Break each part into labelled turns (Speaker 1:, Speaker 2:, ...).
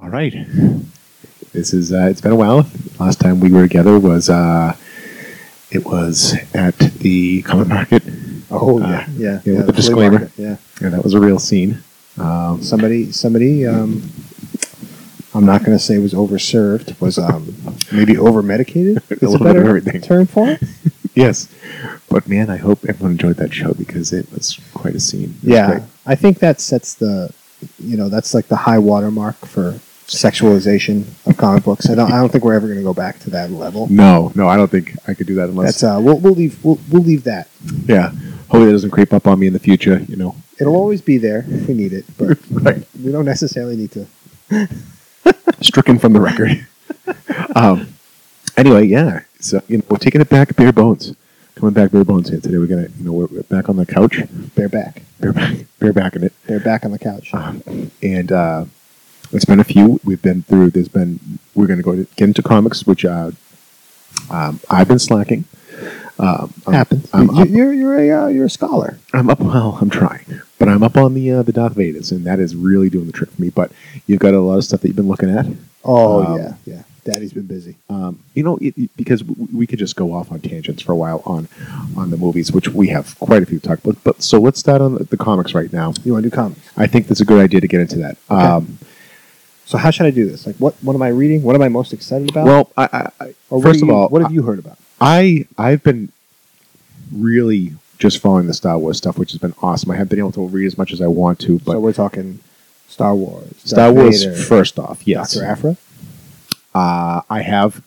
Speaker 1: right.
Speaker 2: This is uh, it's been a while. Last time we were together was uh, it was at the common market,
Speaker 1: Oh
Speaker 2: Uh,
Speaker 1: yeah, yeah.
Speaker 2: yeah, with the
Speaker 1: flea
Speaker 2: disclaimer.
Speaker 1: market, yeah.
Speaker 2: and that was a real scene. Um,
Speaker 1: Somebody, somebody. Um, I'm not going to say was overserved. Was um, maybe over medicated. Is
Speaker 2: little
Speaker 1: a
Speaker 2: bit of
Speaker 1: better
Speaker 2: everything.
Speaker 1: term for it?
Speaker 2: yes, but man, I hope everyone enjoyed that show because it was quite a scene. It was
Speaker 1: Yeah,
Speaker 2: great.
Speaker 1: I think that sets the, you know, that's like the high watermark for sexualization of comic books. I don't, I don't think we're ever going to go back to that level.
Speaker 2: No, no, I don't think I could do that unless
Speaker 1: That's uh, we'll, we'll leave, we'll, we'll leave that.
Speaker 2: yeah. Hopefully, that doesn't creep up on me in the future. You know,
Speaker 1: It'll always be there if we need it, but
Speaker 2: Right.
Speaker 1: we don't necessarily need to.
Speaker 2: stricken from the record. um, anyway, yeah. So you know, we're taking it back bare bones. Coming back bare bones here today. We're gonna, you know, we're, we're back on the couch,
Speaker 1: They're back.
Speaker 2: bare back, bare back in it.
Speaker 1: They're back on the couch.
Speaker 2: Um, and uh, it's been a few. We've been through. There's been. We're going to go to, get into comics, which uh, um, I've been slacking. Um, I'm-
Speaker 1: Happens.
Speaker 2: I'm
Speaker 1: you,
Speaker 2: up,
Speaker 1: you're you're a uh, you're a scholar.
Speaker 2: I'm up. Well, I'm trying, but I'm up on the uh, the Darth Vader's, and that is really doing the trick for me. But you've got a lot of stuff that you've been looking at.
Speaker 1: Oh
Speaker 2: Um,
Speaker 1: yeah, yeah. Daddy's been busy.
Speaker 2: Um, you know, it, it- because w- we could just go off on tangents for a while on on the movies, which we have quite a few to talk about. But so let's start on the, the comics right now.
Speaker 1: You want to do comics?
Speaker 2: I think that's a good idea to get into that. Um,
Speaker 1: So how should I do this? Like, what what am I reading? What am I most excited about?
Speaker 2: well, I, I, I-
Speaker 1: or what
Speaker 2: first
Speaker 1: do
Speaker 2: of
Speaker 1: you-
Speaker 2: all,
Speaker 1: what have you heard about?
Speaker 2: I I've been really just following the Star Wars stuff, which has been awesome. I haven't been able to read as much as I want to, but
Speaker 1: so we're talking Star Wars.
Speaker 2: Star
Speaker 1: Darth
Speaker 2: Wars
Speaker 1: Vader,
Speaker 2: first off, yes.
Speaker 1: Doctor Afra.
Speaker 2: Uh, I have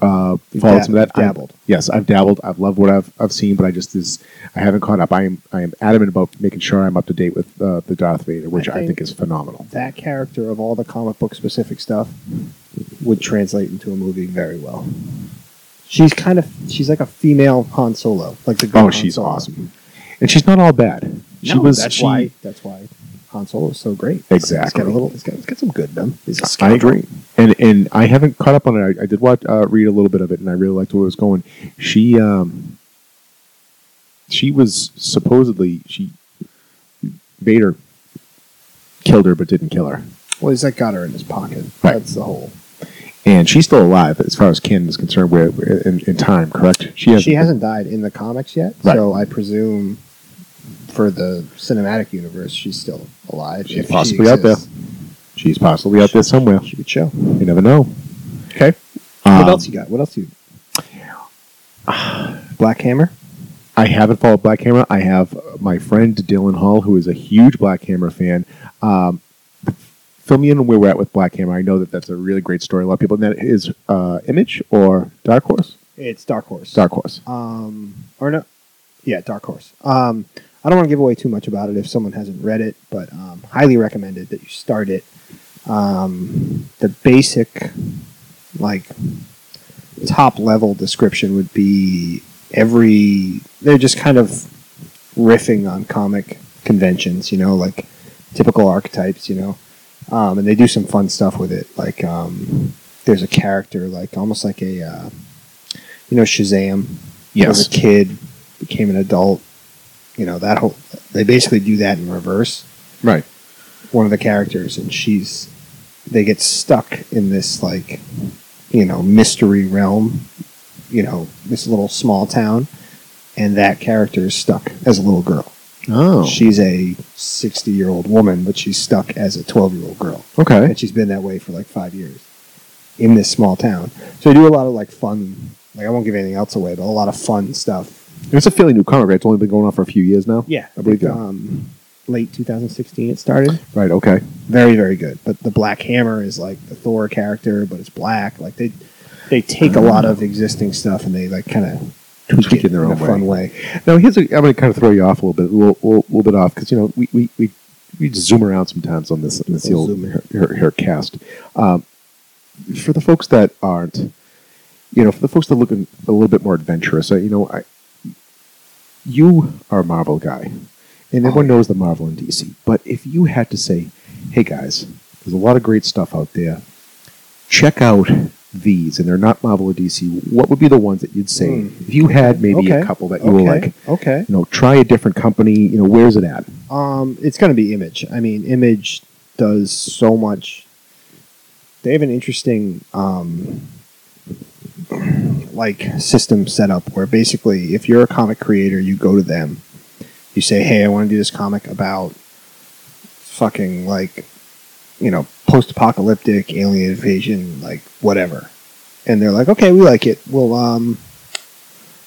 Speaker 2: uh,
Speaker 1: You've
Speaker 2: followed
Speaker 1: dab-
Speaker 2: some of that.
Speaker 1: you've dabbled.
Speaker 2: I've, yes, I've dabbled. I've loved what I've I've seen, but I just is I haven't caught up. I am I am adamant about making sure I'm up to date with uh, the Darth Vader, which I think,
Speaker 1: think-
Speaker 2: is phenomenal.
Speaker 1: That character of all the comic book specific stuff would translate into a movie very well. She's kind of she's like a female Han Solo, like the girl
Speaker 2: Oh,
Speaker 1: Han
Speaker 2: she's
Speaker 1: Solo.
Speaker 2: awesome, and she's not all bad. She
Speaker 1: no,
Speaker 2: was
Speaker 1: that's
Speaker 2: she,
Speaker 1: why that's why Han Solo is so great. It's
Speaker 2: Exactly.
Speaker 1: got a little. It's got, it's got some good in him. He's a
Speaker 2: I
Speaker 1: scoundrel.
Speaker 2: agree, and and I haven't caught up on it. I, I did watch, uh, read a little bit of it, and I really liked where it was going. She, um, she was supposedly she, Vader killed her, but didn't kill her,
Speaker 1: Well, he's like got her in his pocket.
Speaker 2: Right.
Speaker 1: That's the whole.
Speaker 2: and she's still alive as far as Ken is concerned. Where where- in, in time, correct? She hasn't.
Speaker 1: She hasn't died in the comics yet,
Speaker 2: Right.
Speaker 1: so I presume for the cinematic universe, she's still alive.
Speaker 2: She's
Speaker 1: if she
Speaker 2: possibly out there.
Speaker 1: exists.
Speaker 2: She's possibly out there somewhere.
Speaker 1: She could show.
Speaker 2: You never know. Okay. Um,
Speaker 1: what else you got? What else you? Black Hammer.
Speaker 2: I haven't followed Black Hammer. I have my friend Dylan Hall, who is a huge Black Hammer fan. Um, fill me in on where we're at with Black Hammer. I know that that's a really great story. A lot of people. And that is uh, Image or Dark Horse.
Speaker 1: It's Dark Horse.
Speaker 2: Dark Horse.
Speaker 1: Um, or no, yeah, Dark Horse. Um, I don't want to give away too much about it if someone hasn't read it, but um, highly recommended that you start it. Um, the basic, like, top level description would be every. They're just kind of riffing on comic conventions, you know, like typical archetypes, you know. Um, and they do some fun stuff with it. Like, um, there's a character, like, almost like a, uh, you know, Shazam was a kid, became an adult. You know that whole. They basically do that in reverse.
Speaker 2: Right.
Speaker 1: One of the characters, and she's, they get stuck in this like, you know, mystery realm. You know, this little small town, and that character is stuck as a little girl.
Speaker 2: Oh.
Speaker 1: She's a sixty-year-old woman, but she's stuck as a twelve-year-old girl
Speaker 2: okay.
Speaker 1: and she's been that way for like five years in this small town. So they do a lot of like fun, like I won't give anything else away, but a lot of fun stuff.
Speaker 2: It's a fairly new comic. Right? It's only been going on for a few years now.
Speaker 1: Yeah,
Speaker 2: I believe that.
Speaker 1: um, late 2016 it started.
Speaker 2: Right. Okay.
Speaker 1: Very very good. But the Black Hammer is like the Thor character, but it's black. Like they they take a lot of existing stuff and they like kind of tweak it in their own
Speaker 2: way.
Speaker 1: fun way.
Speaker 2: Now here's a. I'm going to kind of throw you off a little bit. A little, little, little bit off because you know we we. we we just zoom around sometimes on this, on this
Speaker 1: We'll
Speaker 2: old
Speaker 1: zoom in.
Speaker 2: her, her, her cast. Um, for the folks that aren't, you know, for the folks that are looking a little bit more adventurous, uh, you know, I, you are a Marvel guy, and
Speaker 1: Oh,
Speaker 2: everyone knows the Marvel and DC. But if you had to say, "Hey guys, there's a lot of great stuff out there. Check out these, and they're not Marvel or DC." What would be the ones that you'd say
Speaker 1: Hmm.
Speaker 2: if you had maybe
Speaker 1: Okay.
Speaker 2: a couple that you were
Speaker 1: Okay.
Speaker 2: like, you
Speaker 1: okay.
Speaker 2: know, try a different company. You know, where's it at?
Speaker 1: Um, it's going to be Image. I mean, Image does so much they have an interesting um, like system set up where basically if you're a comic creator you go to them you say hey i want to do this comic about fucking like you know post-apocalyptic alien invasion like whatever and they're like okay we like it we'll um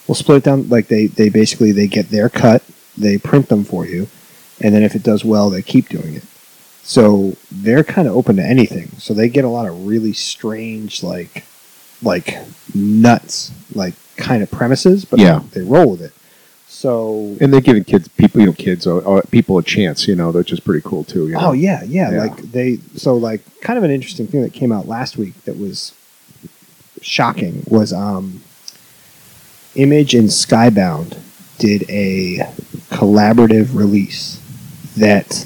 Speaker 1: we'll split it down like they they basically they get their cut they print them for you and then if it does well they keep doing it so they're kind of open to anything so they get a lot of really strange like like nuts like kind of premises but
Speaker 2: Yeah.
Speaker 1: they roll with it so
Speaker 2: and they're giving kids people you know kids or, or people a chance you know which is pretty cool too you know?
Speaker 1: Oh yeah, yeah,
Speaker 2: Yeah.
Speaker 1: Like they so like kind of an interesting thing that came out last week that was shocking was um Image and Skybound did a collaborative release that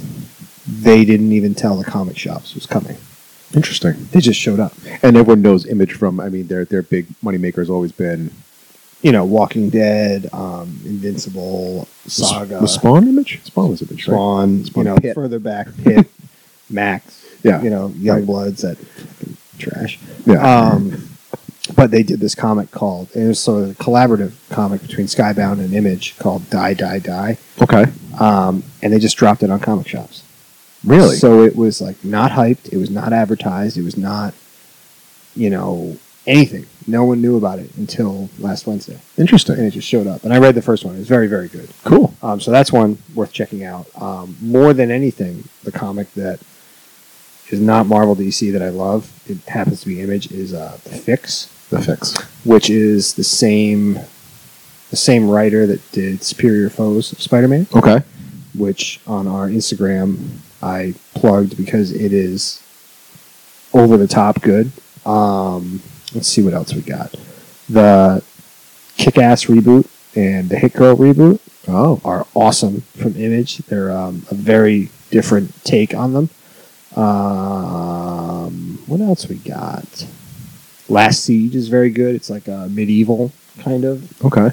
Speaker 1: they didn't even tell the comic shops was coming.
Speaker 2: interesting
Speaker 1: They just showed up.
Speaker 2: and everyone knows image from i mean their their big moneymaker has always been
Speaker 1: You know, Walking Dead, um, Invincible, Saga,
Speaker 2: was spawn image spawn was image right?
Speaker 1: Spawn,
Speaker 2: Spawn,
Speaker 1: you know,
Speaker 2: Pit.
Speaker 1: further back, Pit, Max,
Speaker 2: Yeah.
Speaker 1: you know, Young
Speaker 2: Right.
Speaker 1: Bloods, that fucking trash.
Speaker 2: yeah
Speaker 1: Um, but they did this comic called, it was sort of a collaborative comic between Skybound and Image called Die, Die, Die.
Speaker 2: okay
Speaker 1: Um, and they just dropped it on comic shops.
Speaker 2: really
Speaker 1: So it was like not hyped. It was not advertised. It was not, you know, anything. No one knew about it until last Wednesday. And
Speaker 2: interesting
Speaker 1: it just showed up. And I read the first one. It was very, very good.
Speaker 2: cool
Speaker 1: Um, so that's one worth checking out. Um, more than anything, the comic that is not Marvel DC that I love, it happens to be Image, is uh, The Fix
Speaker 2: the fix
Speaker 1: which is the same the same writer that did Superior Foes of Spider-Man,
Speaker 2: okay
Speaker 1: which on our Instagram I plugged because it is over the top good. Um, let's see what else we got. The Kick-Ass reboot and the Hit Girl reboot
Speaker 2: oh
Speaker 1: are awesome from Image. They're um, a very different take on them. Um, what else we got? Last Siege is very good. It's like a medieval kind of.
Speaker 2: okay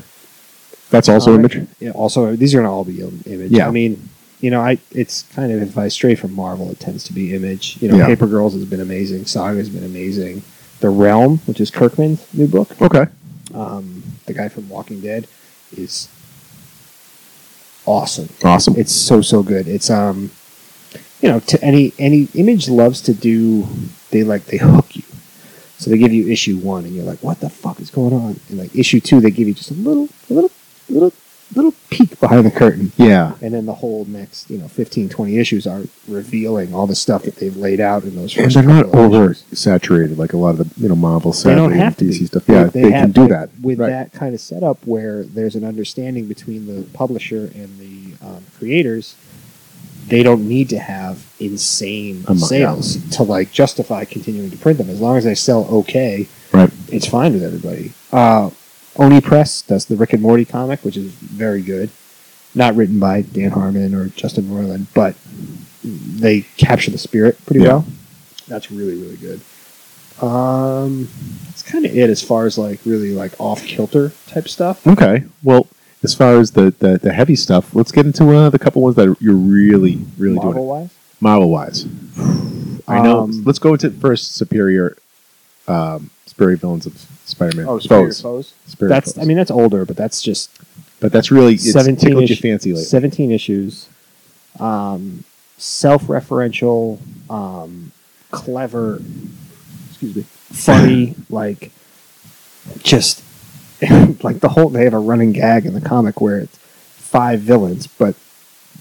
Speaker 2: that's also
Speaker 1: comic.
Speaker 2: image
Speaker 1: Um, Yeah, also, these are gonna all be im- Image.
Speaker 2: Yeah.
Speaker 1: I mean, you know, I it's kind of if I stray from Marvel, it tends to be Image. You know,
Speaker 2: Yeah.
Speaker 1: Paper Girls has been amazing. Saga has been amazing. The Realm, which is Kirkman's new book,
Speaker 2: okay
Speaker 1: um, the guy from Walking Dead, is awesome.
Speaker 2: awesome
Speaker 1: It's so so good. It's um, you know, to any any image loves to do. They like they hook you, so they give you issue one, and you're like, what the fuck is going on? And like issue two, they give you just a little a little little little peek behind the curtain.
Speaker 2: yeah
Speaker 1: And then the whole next, you know, 15, 20 issues are revealing all the stuff that they've laid out in those
Speaker 2: and
Speaker 1: first
Speaker 2: they're not
Speaker 1: couple of
Speaker 2: over
Speaker 1: issues.
Speaker 2: saturated like a lot of the you know Marvel,
Speaker 1: They
Speaker 2: sadly,
Speaker 1: don't
Speaker 2: and
Speaker 1: have to
Speaker 2: DC
Speaker 1: be.
Speaker 2: stuff. Yeah, they, can
Speaker 1: have-
Speaker 2: do
Speaker 1: like,
Speaker 2: that
Speaker 1: with
Speaker 2: Right.
Speaker 1: that kind of setup where there's an understanding between the publisher and the um, creators. They don't need to have insane
Speaker 2: Oh my God.
Speaker 1: sales to like justify continuing to print them. As long as they sell okay,
Speaker 2: Right.
Speaker 1: it's fine with everybody. Uh, Oni Press does the Rick and Morty comic, which is very good. Not written by Dan Harmon or Justin Roiland, but they capture the spirit pretty
Speaker 2: Yeah.
Speaker 1: well. That's really really good. Um, that's kind of it as far as like really like off kilter type stuff.
Speaker 2: Okay. Well, as far as the, the, the heavy stuff, let's get into uh, the couple ones that you're really, really
Speaker 1: Marvel
Speaker 2: doing
Speaker 1: wise,
Speaker 2: Marvel wise. I know.
Speaker 1: Um,
Speaker 2: let's go into first Superior, um, Superior Villains of Spider Man.
Speaker 1: oh, Superior Foes.
Speaker 2: Superior
Speaker 1: that's
Speaker 2: Foes.
Speaker 1: I mean that's older, but that's just
Speaker 2: but that's really it's
Speaker 1: 17
Speaker 2: tickled your
Speaker 1: ish-
Speaker 2: fancy lately.
Speaker 1: seventeen issues. Um, self-referential, um, clever, excuse me, funny, like just like the whole. They have a running gag in the comic where it's five villains, but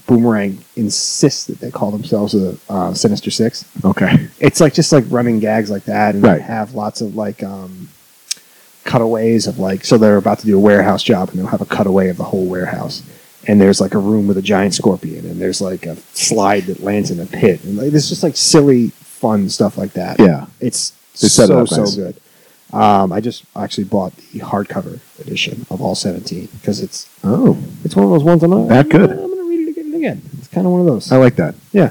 Speaker 1: Boomerang insists that they call themselves the uh, Sinister Six.
Speaker 2: Okay.
Speaker 1: it's like just like running gags like that and
Speaker 2: Right.
Speaker 1: have lots of like um cutaways of like so they're about to do a warehouse job and they'll have a cutaway of the whole warehouse and there's like a room with a giant scorpion and there's like a slide that lands in a pit and like there's just like silly fun stuff like that
Speaker 2: Yeah.
Speaker 1: it's
Speaker 2: They set it
Speaker 1: so
Speaker 2: up
Speaker 1: so
Speaker 2: nice.
Speaker 1: good um, i just actually bought the hardcover edition of all 17 because it's
Speaker 2: Oh,
Speaker 1: it's one of those ones i'm not
Speaker 2: That good.
Speaker 1: i'm gonna read it again and again it's kind of one of those
Speaker 2: I like that.
Speaker 1: yeah.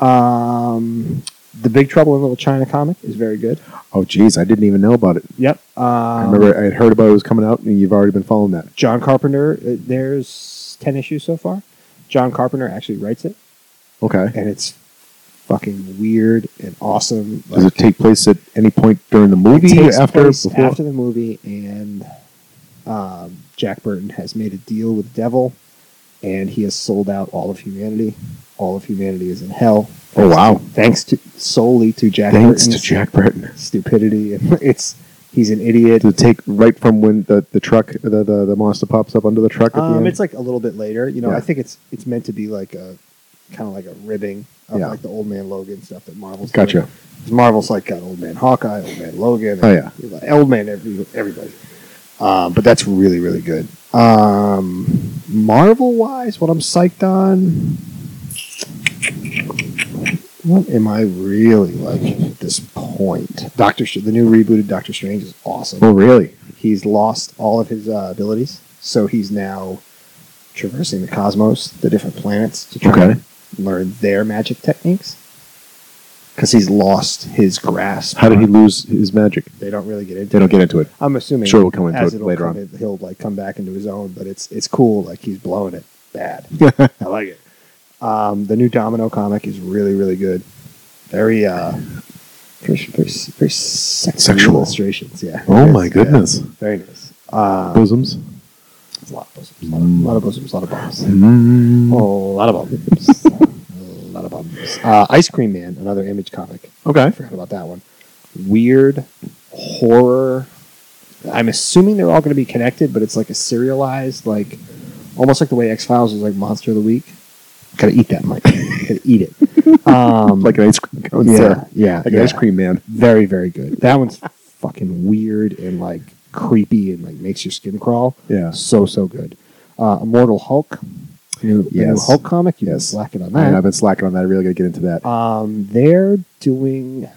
Speaker 1: Um, the Big Trouble in Little China comic is very good.
Speaker 2: Oh, geez, I didn't even know about it.
Speaker 1: Yep. Um,
Speaker 2: I remember I had heard about it was coming out, and you've already been following that.
Speaker 1: John Carpenter. uh, There's ten issues so far. John Carpenter actually writes it,
Speaker 2: Okay.
Speaker 1: and it's fucking weird and awesome.
Speaker 2: Does it take place at any point during the movie?
Speaker 1: It takes
Speaker 2: after,
Speaker 1: place
Speaker 2: before?
Speaker 1: after the movie, and um, Jack Burton has made a deal with the devil, and he has sold out all of humanity. All of humanity is in hell.
Speaker 2: Oh wow!
Speaker 1: Thanks to solely to Jack
Speaker 2: Thanks to
Speaker 1: Burton's
Speaker 2: Jack Burton.
Speaker 1: stupidity. it's he's an idiot.
Speaker 2: To take right from when the, the truck the, the, the monster pops up under the truck at the
Speaker 1: Um,
Speaker 2: end.
Speaker 1: it's like a little bit later. You know,
Speaker 2: Yeah.
Speaker 1: I think it's it's meant to be like a kind of like a ribbing of
Speaker 2: Yeah.
Speaker 1: like the old man Logan stuff that Marvel's doing.
Speaker 2: gotcha.
Speaker 1: 'Cause Marvel's like got old man Hawkeye, old man Logan,
Speaker 2: Oh, yeah.
Speaker 1: and old man every, everybody. Um, but that's really really good. Um, Marvel wise, what I'm psyched on. What am I really liking at this point? Doctor, Str- the new rebooted Doctor Strange is awesome
Speaker 2: Oh really?
Speaker 1: he's lost all of his uh, abilities, so he's now traversing the cosmos, the different planets, to try
Speaker 2: Okay.
Speaker 1: to learn their magic techniques. Because he's lost his grasp.
Speaker 2: How did he
Speaker 1: on-
Speaker 2: lose his magic?
Speaker 1: They don't really get into.
Speaker 2: They don't get into it.
Speaker 1: it. I'm assuming.
Speaker 2: Sure, we'll come into
Speaker 1: as
Speaker 2: it
Speaker 1: it'll
Speaker 2: later on.
Speaker 1: come in, he'll like come back into his own, but it's it's cool. Like he's blowing it bad. I like it. Um, the new Domino comic is really really good. Very uh, very very, very sexy
Speaker 2: Sexual.
Speaker 1: illustrations. Yeah.
Speaker 2: Oh
Speaker 1: Yes,
Speaker 2: my
Speaker 1: yeah.
Speaker 2: goodness!
Speaker 1: Very nice. Uh,
Speaker 2: Bosoms.
Speaker 1: it's a lot of bosoms. A lot of bosoms. A lot of bombs.
Speaker 2: Mm.
Speaker 1: A lot of bombs. a lot of bombs. Uh, Ice Cream Man, another image comic. I
Speaker 2: Okay.
Speaker 1: forgot about that one. Weird horror. I'm assuming they're all going to be connected, but it's like a serialized, like almost like the way X Files was like Monster of the Week. Gotta eat that, Mike. Gotta eat it. Um,
Speaker 2: Like an ice cream cone.
Speaker 1: yeah,
Speaker 2: sir.
Speaker 1: yeah,
Speaker 2: Like
Speaker 1: yeah.
Speaker 2: an ice cream man.
Speaker 1: Very, very good. That one's fucking weird and like creepy and like makes your skin crawl.
Speaker 2: Yeah.
Speaker 1: So so good. Uh, Immortal Hulk. New, the new
Speaker 2: Yes.
Speaker 1: Hulk comic. You've been
Speaker 2: Yes.
Speaker 1: slacking on
Speaker 2: Man, I've
Speaker 1: that.
Speaker 2: been slacking on that. I really got to get into that.
Speaker 1: Um, they're doing.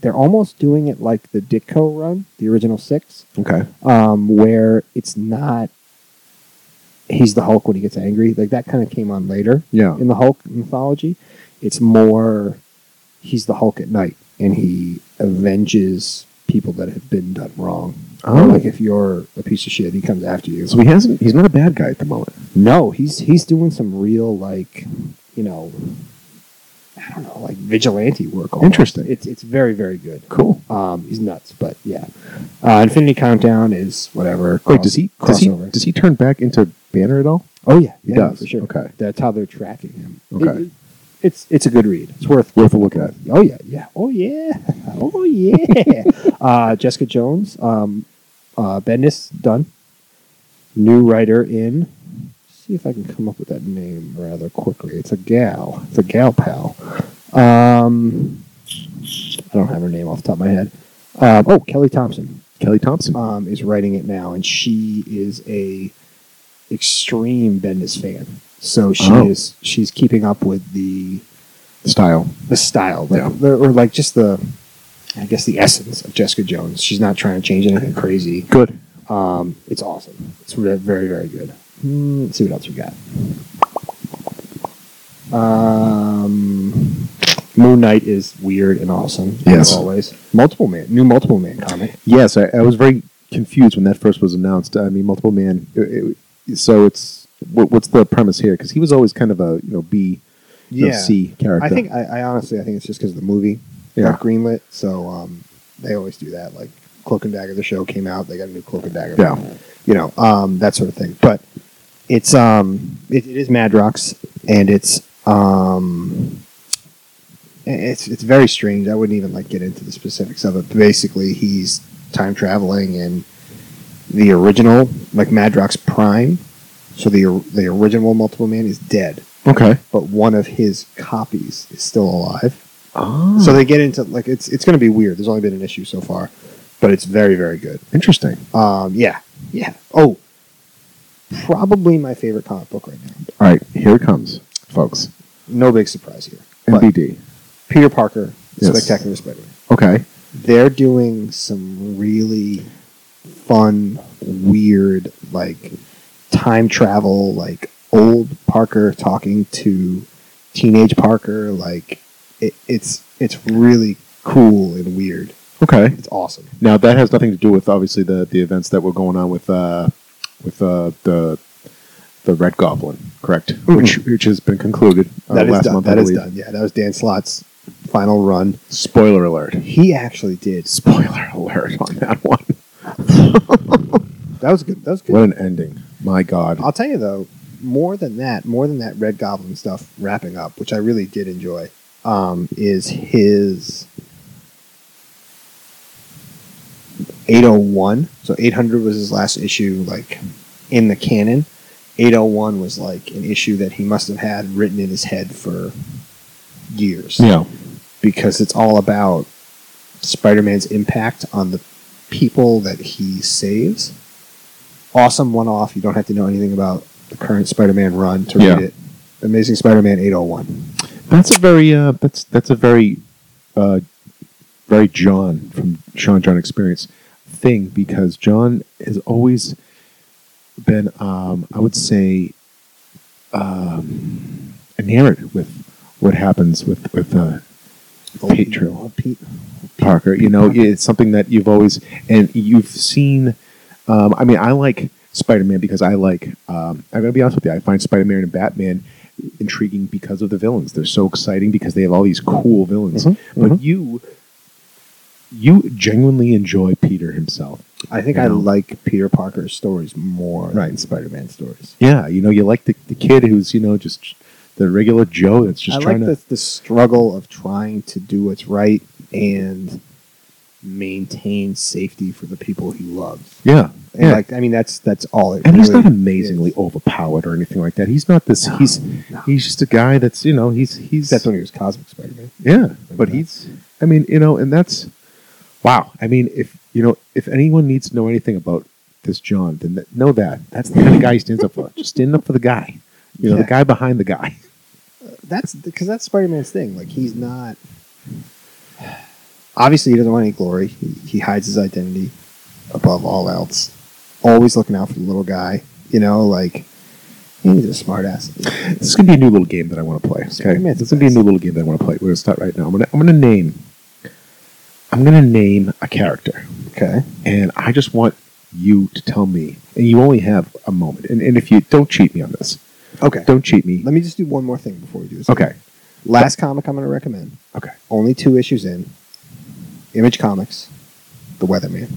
Speaker 1: They're almost doing it like the Ditko run, the original six,
Speaker 2: okay.
Speaker 1: um, where it's not. He's the Hulk when he gets angry. Like that kind of came on later
Speaker 2: Yeah.
Speaker 1: in the Hulk mythology. It's more he's the Hulk at night and he avenges people that have been done wrong.
Speaker 2: Oh.
Speaker 1: Like if you're a piece of shit, he comes after you.
Speaker 2: So he hasn't. He's not a bad guy at the moment.
Speaker 1: No, he's he's doing some real like, you know, I don't know, like vigilante work. almost.
Speaker 2: Interesting.
Speaker 1: It's it's very very good.
Speaker 2: Cool.
Speaker 1: Um, he's nuts, but yeah. Uh, Infinity Countdown is whatever.
Speaker 2: Wait,
Speaker 1: cross-
Speaker 2: does he does he
Speaker 1: crossover.
Speaker 2: does he turn back into Banner at all?
Speaker 1: Oh yeah,
Speaker 2: He
Speaker 1: yeah,
Speaker 2: does.
Speaker 1: for sure.
Speaker 2: Okay.
Speaker 1: that's how they're tracking him.
Speaker 2: Okay.
Speaker 1: It- it- it's it's a good read. It's worth
Speaker 2: Worth a look at.
Speaker 1: Oh yeah, yeah. Oh yeah, oh yeah. uh, Jessica Jones, um, uh, Bendis done. New writer in. See if I can come up with that name rather quickly. It's a gal. It's a gal pal. Um, I don't have her name off the top of my head. Um, oh, Kelly Thompson
Speaker 2: Kelly Thompson.
Speaker 1: um, is writing it now, and she is a extreme Bendis fan. So she
Speaker 2: Oh.
Speaker 1: is she's keeping up with the
Speaker 2: Style.
Speaker 1: the style, like,
Speaker 2: Yeah.
Speaker 1: the, or like just the I guess the essence of Jessica Jones. She's not trying to change anything crazy.
Speaker 2: Good.
Speaker 1: Um, it's awesome. It's re- very very good. Hmm, let's see what else we got. Um, Moon Knight is weird and awesome.
Speaker 2: Yes.
Speaker 1: as always. Multiple man, new Multiple Man comic.
Speaker 2: Yes, I, I was very confused when that first was announced. I mean, multiple man. it- it- so it's what, what's the premise here? Because he was always kind of a you know B, you know, C character.
Speaker 1: I think I, I honestly I think it's just because the movie
Speaker 2: Yeah.
Speaker 1: got greenlit, so um, they always do that. Like Cloak and Dagger, the show came out, they got a new Cloak and Dagger,
Speaker 2: Yeah.
Speaker 1: you know, um, that sort of thing. But it's um, it, it is Madrox, and it's um, i- it's it's very strange. I wouldn't even like get into the specifics of it. But basically, he's time traveling and the original like Madrox Prime. So the or- the original Multiple Man is dead
Speaker 2: Okay.
Speaker 1: but one of his copies is still alive.
Speaker 2: Oh.
Speaker 1: So they get into like it's it's going to be weird. There's only been an issue so far, but it's very very good.
Speaker 2: interesting.
Speaker 1: Um, yeah, yeah. Oh, probably my favorite comic book right now.
Speaker 2: All right, here it comes, folks.
Speaker 1: No big surprise here. But
Speaker 2: MBD.
Speaker 1: Peter Parker,
Speaker 2: Yes.
Speaker 1: Spectacular Spider-Man.
Speaker 2: Okay.
Speaker 1: They're doing some really fun, weird, like time travel, like old Parker talking to teenage Parker. Like it, it's it's really cool and weird.
Speaker 2: Okay.
Speaker 1: It's awesome.
Speaker 2: Now that has nothing to do with obviously the the events that were going on with uh with uh the the Red Goblin, correct? Which which has been concluded uh,
Speaker 1: Mm-hmm. That is
Speaker 2: last
Speaker 1: done.
Speaker 2: month.
Speaker 1: that
Speaker 2: I
Speaker 1: is
Speaker 2: believe.
Speaker 1: done. Yeah, that was Dan Slott's final run.
Speaker 2: Spoiler alert!
Speaker 1: He actually did.
Speaker 2: Spoiler alert on that one.
Speaker 1: That was good. That was good.
Speaker 2: What an ending! My God,
Speaker 1: I'll tell you though, more than that, more than that Red Goblin stuff wrapping up, which I really did enjoy, um, is his 801. So 800 was his last issue, like in the canon. 801 was like an issue that he must have had written in his head for years
Speaker 2: yeah,
Speaker 1: because it's all about Spider-Man's impact on the people that he saves. Awesome one-off. You don't have to know anything about the current Spider-Man run to
Speaker 2: Yeah.
Speaker 1: read it. Amazing Spider-Man 801.
Speaker 2: that's a very uh, that's that's a very uh, very John from Sean John Experience thing because John has always been, um, I would say, um, enamored with what happens with with uh, Pete Trill.
Speaker 1: Pete.
Speaker 2: Parker. You know, it's something that you've always and you've seen. Um, I mean, I like Spider Man because I like. Um, I'm gonna be honest with you. I find Spider Man and Batman intriguing because of the villains. They're so exciting because they have all these cool villains.
Speaker 1: Mhm,
Speaker 2: But
Speaker 1: mhm.
Speaker 2: you, you genuinely enjoy Peter himself.
Speaker 1: I think I
Speaker 2: Yeah.
Speaker 1: like Peter Parker's stories more than
Speaker 2: Right.
Speaker 1: Spider-Man stories.
Speaker 2: Yeah, you know, you like the, the kid who's you know just the regular Joe that's just
Speaker 1: I like
Speaker 2: trying to.
Speaker 1: the, the struggle of trying to do what's right and maintain safety for the people he loves.
Speaker 2: yeah,
Speaker 1: And
Speaker 2: yeah.
Speaker 1: like I mean that's that's all it
Speaker 2: and he's
Speaker 1: really
Speaker 2: not amazingly
Speaker 1: is.
Speaker 2: overpowered or anything like that. He's not this.
Speaker 1: No,
Speaker 2: he's
Speaker 1: no.
Speaker 2: he's just a guy that's you know he's he's
Speaker 1: That's when he was Cosmic Spider-Man.
Speaker 2: Yeah, but
Speaker 1: that.
Speaker 2: he's. I mean, you know, and that's. Wow. I mean, if you know, if anyone needs to know anything about this John, then th- know that that's the kind of guy he stands up for. Just stand up for the guy. You know,
Speaker 1: Yeah.
Speaker 2: the guy behind the guy.
Speaker 1: That's because that's Spider-Man's thing. Like he's not. Obviously, he doesn't want any glory. He, he hides his identity above all else. Always looking out for the little guy. You know, like he's a smartass.
Speaker 2: This is gonna be a new little game that I want to play. Okay,
Speaker 1: Spider-Man's
Speaker 2: this is gonna be a
Speaker 1: best.
Speaker 2: new little game that I want to play. We're gonna start right now. I'm gonna I'm gonna name. I'm gonna name a character.
Speaker 1: Okay.
Speaker 2: and I just want you to tell me. And you only have a moment. And, and if you don't cheat me on this,
Speaker 1: Okay.
Speaker 2: don't cheat me.
Speaker 1: Let me just do one more thing before we do this.
Speaker 2: Okay.
Speaker 1: Last comic I'm going to recommend.
Speaker 2: Okay.
Speaker 1: Only two issues in. Image Comics, The Weatherman.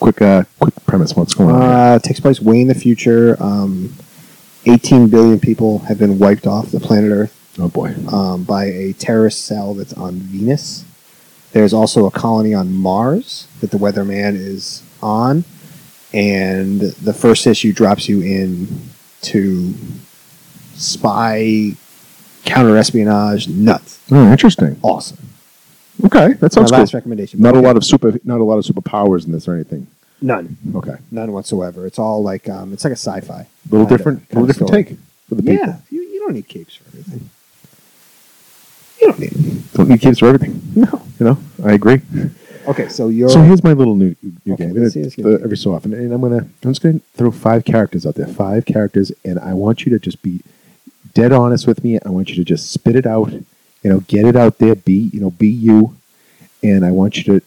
Speaker 2: Quick, uh, quick premise. What's going on?
Speaker 1: Uh, takes place way in the future. Um, 18 billion people have been wiped off the planet Earth.
Speaker 2: oh boy.
Speaker 1: um, by a terrorist cell that's on Venus. There's also a colony on Mars that the Weatherman is on, and the first issue drops you in to spy, counter espionage, nuts.
Speaker 2: Oh, interesting.
Speaker 1: Awesome.
Speaker 2: Okay, that sounds
Speaker 1: My
Speaker 2: cool.
Speaker 1: last recommendation.
Speaker 2: Not a lot of super, not a lot of superpowers in this or anything.
Speaker 1: none,
Speaker 2: Okay,
Speaker 1: none whatsoever. It's all like um, it's like a sci-fi.
Speaker 2: little
Speaker 1: Kind of-
Speaker 2: different,
Speaker 1: kind
Speaker 2: little
Speaker 1: of
Speaker 2: different
Speaker 1: story.
Speaker 2: take for the people.
Speaker 1: Yeah, you, you don't need capes for everything. You don't need.
Speaker 2: Don't need kids for everything.
Speaker 1: No.
Speaker 2: You know, I agree.
Speaker 1: Okay, so you're.
Speaker 2: So here's my little new, new
Speaker 1: Okay,
Speaker 2: game. It's
Speaker 1: let's see this
Speaker 2: the-
Speaker 1: game.
Speaker 2: every so often, and I'm gonna, I'm just gonna throw five characters out there, five characters, and I want you to just be dead honest with me. I want you to just spit it out. You know, get it out there. Be, you know, be you. And I want you to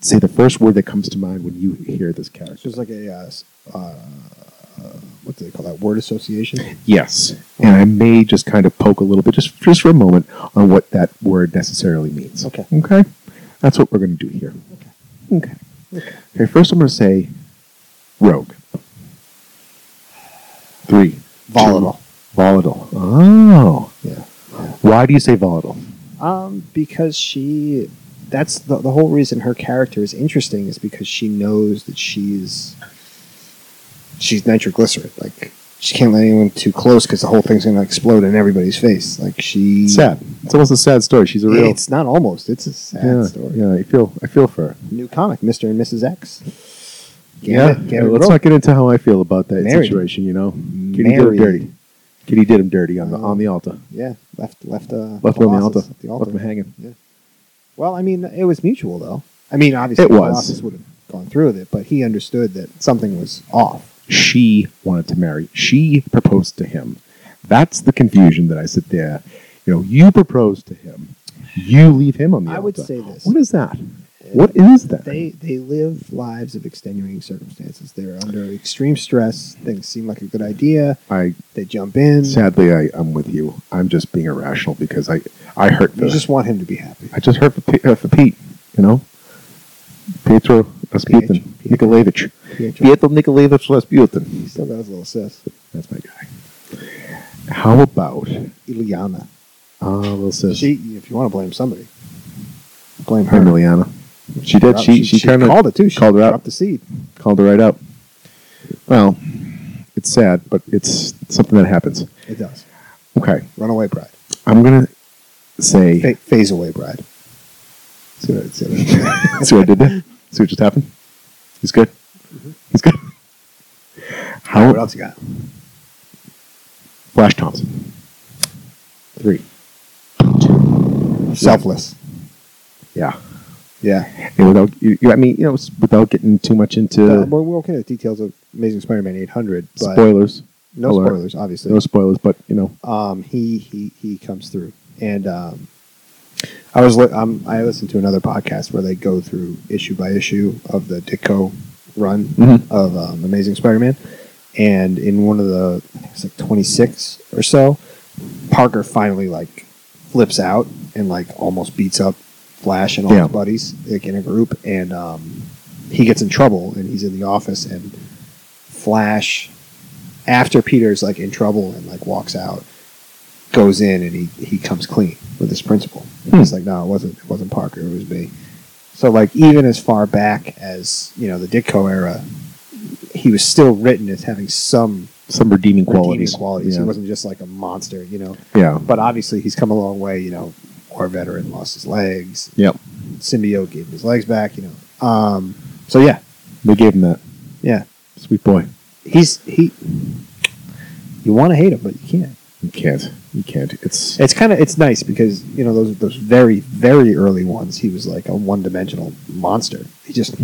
Speaker 2: say the first word that comes to mind when you hear this
Speaker 1: It's
Speaker 2: character.
Speaker 1: just like a uh, s- uh, what do they call that? Word association.
Speaker 2: Yes, and I may just kind of poke a little bit, just just for a moment, on what that word necessarily means.
Speaker 1: Okay.
Speaker 2: Okay. That's what we're going to do here. Okay. Okay. Okay. First, I'm going to say rogue. Three.
Speaker 1: Volatile.
Speaker 2: two, volatile. Oh.
Speaker 1: Yeah.
Speaker 2: Why do you say volatile?
Speaker 1: Um, because she. That's the, the whole reason her character is interesting is because she knows that she's she's nitroglycerin. Like she can't let anyone too close because the whole thing's gonna explode in everybody's face. Like she.
Speaker 2: It's sad. It's almost a sad story. She's a real.
Speaker 1: It's not almost. It's a sad
Speaker 2: yeah,
Speaker 1: story.
Speaker 2: Yeah. I feel. I feel for her.
Speaker 1: New comic, Mister and Mrs. X.
Speaker 2: yeah.
Speaker 1: Gambit-
Speaker 2: yeah
Speaker 1: Gambit
Speaker 2: let's
Speaker 1: Rogue.
Speaker 2: not get into how I feel about that
Speaker 1: Married.
Speaker 2: situation. You know. Kitty did him
Speaker 1: Married.
Speaker 2: dirty. Kitty did him dirty on the
Speaker 1: Um,
Speaker 2: on the altar.
Speaker 1: Yeah, left left uh,
Speaker 2: Left him on the
Speaker 1: bosses
Speaker 2: altar.
Speaker 1: at the
Speaker 2: Left him hanging.
Speaker 1: Well, I mean, it was mutual, though. I mean, obviously,
Speaker 2: It
Speaker 1: the
Speaker 2: was.
Speaker 1: Colossus would have gone through with it, but he understood that something was off.
Speaker 2: she wanted to marry. She proposed to him. That's the confusion that I sit there. You know, you propose to him. You leave him on the
Speaker 1: I would
Speaker 2: altar.
Speaker 1: say this.
Speaker 2: What is that? What is that?
Speaker 1: They they live lives of extenuating circumstances. They're under extreme stress. Things seem like a good idea.
Speaker 2: I
Speaker 1: They jump in.
Speaker 2: sadly, I, I'm with you. I'm just being irrational because I I hurt.
Speaker 1: You
Speaker 2: the-
Speaker 1: just want him to be happy.
Speaker 2: I just hurt for, Pe- uh, for Pete. You know, Pietro Rasputin,
Speaker 1: Pietro.
Speaker 2: Nikolaevich,
Speaker 1: Pietro
Speaker 2: Pietro Nikolaevich Rasputin.
Speaker 1: still got his little sis,
Speaker 2: That's my guy. How about
Speaker 1: Ileana.
Speaker 2: uh, little sis
Speaker 1: She, if you want to blame somebody, blame her.
Speaker 2: Emiliana? She did. She she, kind of
Speaker 1: called it too. She
Speaker 2: called her out.
Speaker 1: dropped the seed.
Speaker 2: called her right out. Well, it's sad, but it's something that happens.
Speaker 1: It does.
Speaker 2: Okay,
Speaker 1: Runaway bride.
Speaker 2: I'm gonna say.
Speaker 1: Fa- phase away bride. See what, see what I did there?
Speaker 2: See what I did there? See what just happened? He's good.
Speaker 1: Mm-hmm.
Speaker 2: He's good. How
Speaker 1: what else you got?
Speaker 2: Flash Thompson. Three.
Speaker 1: Selfless.
Speaker 2: Yeah.
Speaker 1: Yeah.
Speaker 2: And without you, you- I mean, you know, s- without getting too much into
Speaker 1: Uh, we're, we're okay with details of Amazing Spider-Man 800, but
Speaker 2: spoilers.
Speaker 1: no
Speaker 2: alert.
Speaker 1: spoilers, obviously.
Speaker 2: No spoilers, but you know,
Speaker 1: um, he he he comes through, and um, I was li- um, I listened to another podcast where they go through issue by issue of the Ditko run
Speaker 2: Mhm.
Speaker 1: of um, Amazing Spider-Man, and in one of the I think it's like 26 or so, Parker finally like flips out and like almost beats up Flash and all
Speaker 2: Yeah.
Speaker 1: his buddies like in a group, and um, he gets in trouble and he's in the office and Flash after Peter's like in trouble and like walks out, goes in and he he comes clean with his principal. And He's like, no, it wasn't it wasn't Parker, it was me. So like even as far back as you know the Ditko era, he was still written as having some
Speaker 2: some redeeming qualities.
Speaker 1: redeeming qualities.
Speaker 2: Yeah.
Speaker 1: He wasn't just like a monster, you know.
Speaker 2: yeah.
Speaker 1: But obviously he's come a long way. You know, war veteran lost his legs.
Speaker 2: Yep.
Speaker 1: Symbiote gave him his legs back. You know. Um. So yeah,
Speaker 2: They gave him that.
Speaker 1: yeah.
Speaker 2: Sweet boy.
Speaker 1: He's he. You want to hate him, but you can't.
Speaker 2: You can't. You can't. It's
Speaker 1: It's kind of it's nice because you know those those very very early ones. He was like a one dimensional monster. He just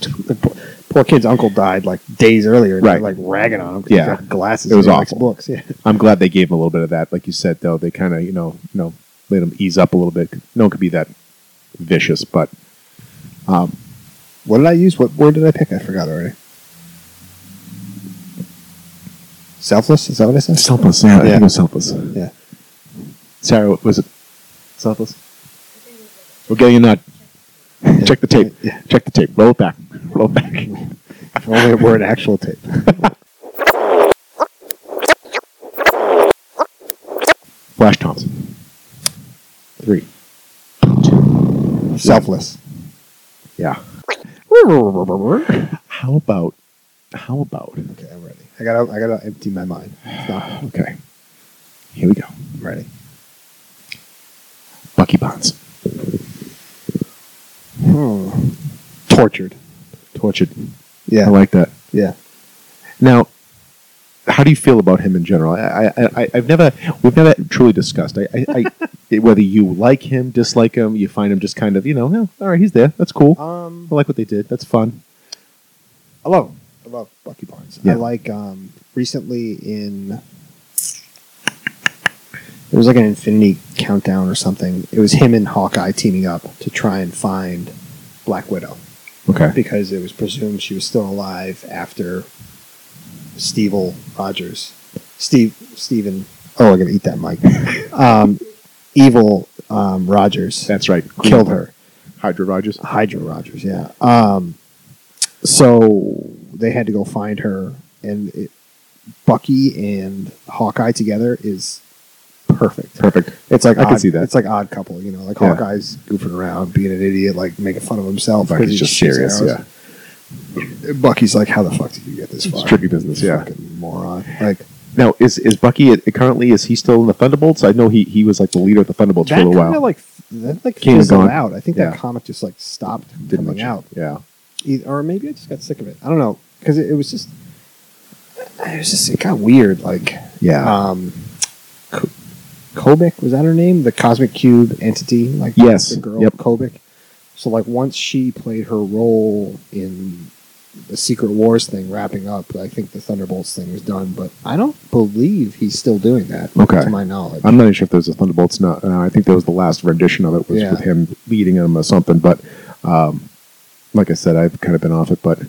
Speaker 1: the poor, poor kid's uncle died like days earlier. And
Speaker 2: Right.
Speaker 1: they're, like ragging on him. 'cause
Speaker 2: Yeah.
Speaker 1: he got glasses.
Speaker 2: It was
Speaker 1: and he likes
Speaker 2: awful.
Speaker 1: Books. Yeah,
Speaker 2: I'm glad they gave him a little bit of that. Like you said though, they kinda, you know, you know, let him ease up a little bit. No one could be that vicious, but um
Speaker 1: What did I use? What word did I pick? I forgot already. Selfless. Is that what I said?
Speaker 2: selfless, yeah. I think
Speaker 1: Yeah.
Speaker 2: it was selfless.
Speaker 1: yeah.
Speaker 2: Sarah, what was it? Selfless? We're getting a nod. Check the tape.
Speaker 1: Yeah.
Speaker 2: Check the tape. Roll it back. Roll it back.
Speaker 1: If only it were an actual tape.
Speaker 2: Flash Thompson. Three.
Speaker 1: Selfless.
Speaker 2: Yeah. How about how about uh,
Speaker 1: Okay, I'm ready. I gotta I gotta empty my mind. It's not,
Speaker 2: okay. Here we go.
Speaker 1: I'm ready.
Speaker 2: Bucky Bonds.
Speaker 1: Hmm. Tortured.
Speaker 2: Tortured.
Speaker 1: Yeah.
Speaker 2: I like that.
Speaker 1: yeah.
Speaker 2: Now, how do you feel about him in general? I, I, I I've never, we've never truly discussed. I, I, I whether you like him, dislike him, you find him just kind of, you know, "Yeah, all right, he's there. That's cool.
Speaker 1: Um,
Speaker 2: I like what they did. That's fun.
Speaker 1: I love I love Bucky Barnes.
Speaker 2: Yeah.
Speaker 1: I like um, recently in there was like an Infinity Countdown or something. It was him and Hawkeye teaming up to try and find Black Widow
Speaker 2: Okay.
Speaker 1: because it was presumed she was still alive after Stevel Rogers, Steve Steven. Oh, I'm gonna eat that mic. um, evil um, Rogers
Speaker 2: That's right.
Speaker 1: killed her.
Speaker 2: Hydra Rogers.
Speaker 1: Hydra Rogers, yeah. Um, so they had to go find her, and it, Bucky and Hawkeye together is perfect.
Speaker 2: Perfect.
Speaker 1: It's like
Speaker 2: I can
Speaker 1: odd-
Speaker 2: see that.
Speaker 1: It's like odd couple, you know. Like
Speaker 2: Yeah.
Speaker 1: Hawkeye's goofing around, being an idiot, like making fun of himself. 'cause he
Speaker 2: Bucky's just
Speaker 1: shoots
Speaker 2: serious.
Speaker 1: arrows.
Speaker 2: Yeah.
Speaker 1: Bucky's like, "How the fuck did you get this
Speaker 2: It's
Speaker 1: far?
Speaker 2: tricky business, yeah.
Speaker 1: Fucking moron." Like
Speaker 2: Now, is is Bucky uh, currently? Is he still in the Thunderbolts? I know he he was like the leader of the Thunderbolts
Speaker 1: that
Speaker 2: for a
Speaker 1: kind
Speaker 2: little
Speaker 1: of
Speaker 2: while.
Speaker 1: like that like
Speaker 2: Came and
Speaker 1: fizzled
Speaker 2: gone.
Speaker 1: out. I think
Speaker 2: Yeah.
Speaker 1: that comic just like stopped
Speaker 2: Didn't
Speaker 1: coming
Speaker 2: much-
Speaker 1: out.
Speaker 2: Yeah.
Speaker 1: either, or maybe I just got sick of it. I don't know because it, it was just it was just it got weird. Like
Speaker 2: Yeah.
Speaker 1: um, Ko- Kobik was that her name? The Cosmic Cube entity, like
Speaker 2: Yes.
Speaker 1: the girl
Speaker 2: Yep.
Speaker 1: Kobik. So like once she played her role in the Secret Wars thing wrapping up, I think the Thunderbolts thing was done. But I don't believe he's still doing that,
Speaker 2: Okay.
Speaker 1: to my knowledge.
Speaker 2: I'm not even sure if there was a Thunderbolts. Not. Uh, I think that was the last rendition of it was
Speaker 1: Yeah.
Speaker 2: with him leading him or something. But Um, like I said, I've kind of been off it, but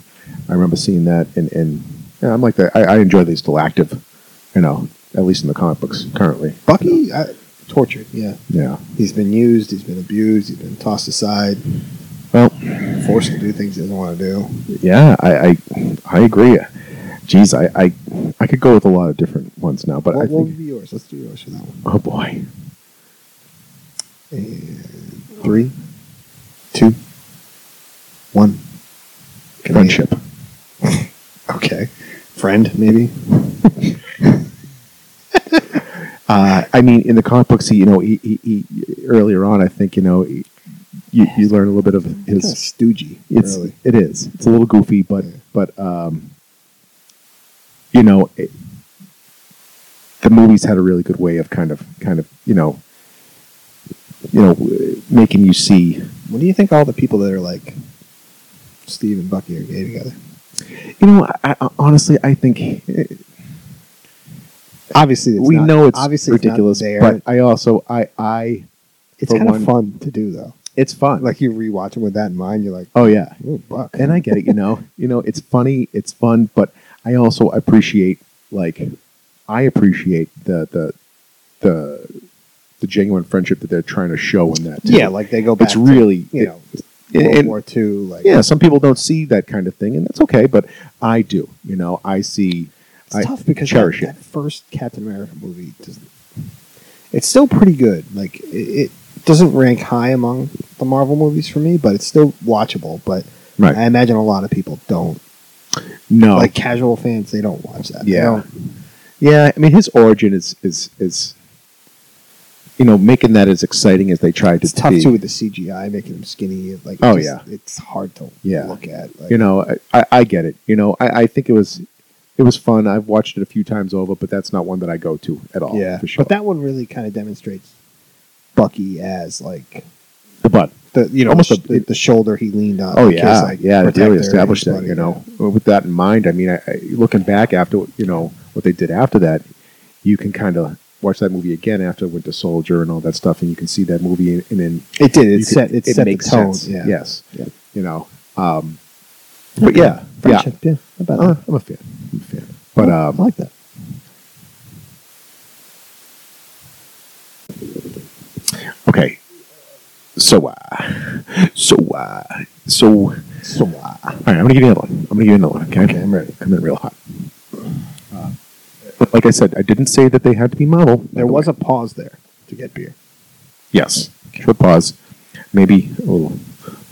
Speaker 2: I remember seeing that, and, and yeah, I'm like that. I, I enjoy these still active, you know, at least in the comic books currently.
Speaker 1: Bucky, I, tortured. Yeah,
Speaker 2: Yeah.
Speaker 1: he's been used. He's been abused. He's been tossed aside,
Speaker 2: Well,
Speaker 1: forced to do things he doesn't want to do.
Speaker 2: yeah, I I, I agree. Jeez, I, I I could go with a lot of different ones now, but
Speaker 1: what
Speaker 2: I
Speaker 1: what
Speaker 2: think
Speaker 1: would be yours? Let's do yours for that one.
Speaker 2: oh boy,
Speaker 1: And Uh, three, two, one. Can I-
Speaker 2: friendship.
Speaker 1: Okay. Friend, maybe.
Speaker 2: Uh, I mean, in the comic books, he, you know, he, he, he earlier on, I think, you know, he, you, you learn a little bit of
Speaker 1: It's
Speaker 2: his.
Speaker 1: stoogy.
Speaker 2: It's
Speaker 1: really.
Speaker 2: it is. It's a little goofy, but
Speaker 1: Yeah.
Speaker 2: but um, you know, it, the movies had a really good way of kind of kind of you know, you know, w- making you see.
Speaker 1: What do you think all the people that are like Steve and Bucky are gay together?
Speaker 2: You know, I, I, honestly, I think eh,
Speaker 1: Obviously, it's
Speaker 2: we
Speaker 1: not-
Speaker 2: know it's
Speaker 1: obviously
Speaker 2: ridiculous,
Speaker 1: It's not there.
Speaker 2: but I also I I
Speaker 1: it's
Speaker 2: for
Speaker 1: kind of
Speaker 2: one-
Speaker 1: fun to do though.
Speaker 2: it's fun.
Speaker 1: Like you rewatch them with that in mind, you're like,
Speaker 2: oh yeah,
Speaker 1: oh, Buck.
Speaker 2: and I get it. You know, you know, it's funny, it's fun, but I also appreciate like I appreciate the the the the genuine friendship that they're trying to show in that. too.
Speaker 1: yeah, like they go back.
Speaker 2: it's
Speaker 1: to,
Speaker 2: really
Speaker 1: you
Speaker 2: it-
Speaker 1: know
Speaker 2: and-
Speaker 1: World
Speaker 2: and-
Speaker 1: War II. Like
Speaker 2: yeah. Some people don't see that kind of thing, and that's okay. But I do. You know, I see. I
Speaker 1: It's tough because that,
Speaker 2: cherish
Speaker 1: that first Captain America movie doesn't. It's still pretty good. Like it, it doesn't rank high among the Marvel movies for me, but it's still watchable. But
Speaker 2: Right.
Speaker 1: I imagine a lot of people don't.
Speaker 2: No.
Speaker 1: Like casual fans, they don't watch that. They
Speaker 2: Yeah.
Speaker 1: don't-
Speaker 2: yeah. I mean, his origin is is is. You know, making that as exciting as they tried
Speaker 1: it's
Speaker 2: to
Speaker 1: tough
Speaker 2: be.
Speaker 1: too with the CGI making them skinny. Like it
Speaker 2: Oh,
Speaker 1: just-
Speaker 2: yeah.
Speaker 1: it's hard to
Speaker 2: Yeah.
Speaker 1: look at. Like,
Speaker 2: you know I- I, I get it you know I, I think it was it was fun i've watched it a few times over but that's not one that i go to at all
Speaker 1: yeah.
Speaker 2: for sure
Speaker 1: But that one really kind of demonstrates Bucky as like
Speaker 2: the butt
Speaker 1: the you know
Speaker 2: Almost
Speaker 1: the, sh-
Speaker 2: a-
Speaker 1: the, the shoulder he leaned on.
Speaker 2: oh
Speaker 1: to kiss,
Speaker 2: yeah
Speaker 1: like,
Speaker 2: yeah they
Speaker 1: protect
Speaker 2: really
Speaker 1: her
Speaker 2: established that
Speaker 1: and
Speaker 2: you know
Speaker 1: everybody.
Speaker 2: with that in mind i mean I, I, looking back after you know what they did after that you can kind of watch that movie again after winter soldier and all that stuff and you can see that movie and, and then
Speaker 1: It did.
Speaker 2: you
Speaker 1: It
Speaker 2: could-
Speaker 1: set it, set the tone.
Speaker 2: sense
Speaker 1: Yeah.
Speaker 2: yes
Speaker 1: Yeah.
Speaker 2: you know um but yeah yeah
Speaker 1: Friendship, yeah. About
Speaker 2: Uh,
Speaker 1: that.
Speaker 2: i'm a fan i'm a fan but
Speaker 1: I
Speaker 2: um
Speaker 1: like that.
Speaker 2: Okay. So, uh, so, uh, so,
Speaker 1: So uh,
Speaker 2: all right, I'm going to give you another one. I'm going to give you another one, okay?
Speaker 1: Okay, I'm ready.
Speaker 2: Come in real hot. Uh, but like I said, I didn't say that they had to be model. by
Speaker 1: there
Speaker 2: the
Speaker 1: was
Speaker 2: way.
Speaker 1: a pause there to get beer.
Speaker 2: Yes. Short pause. Maybe a little,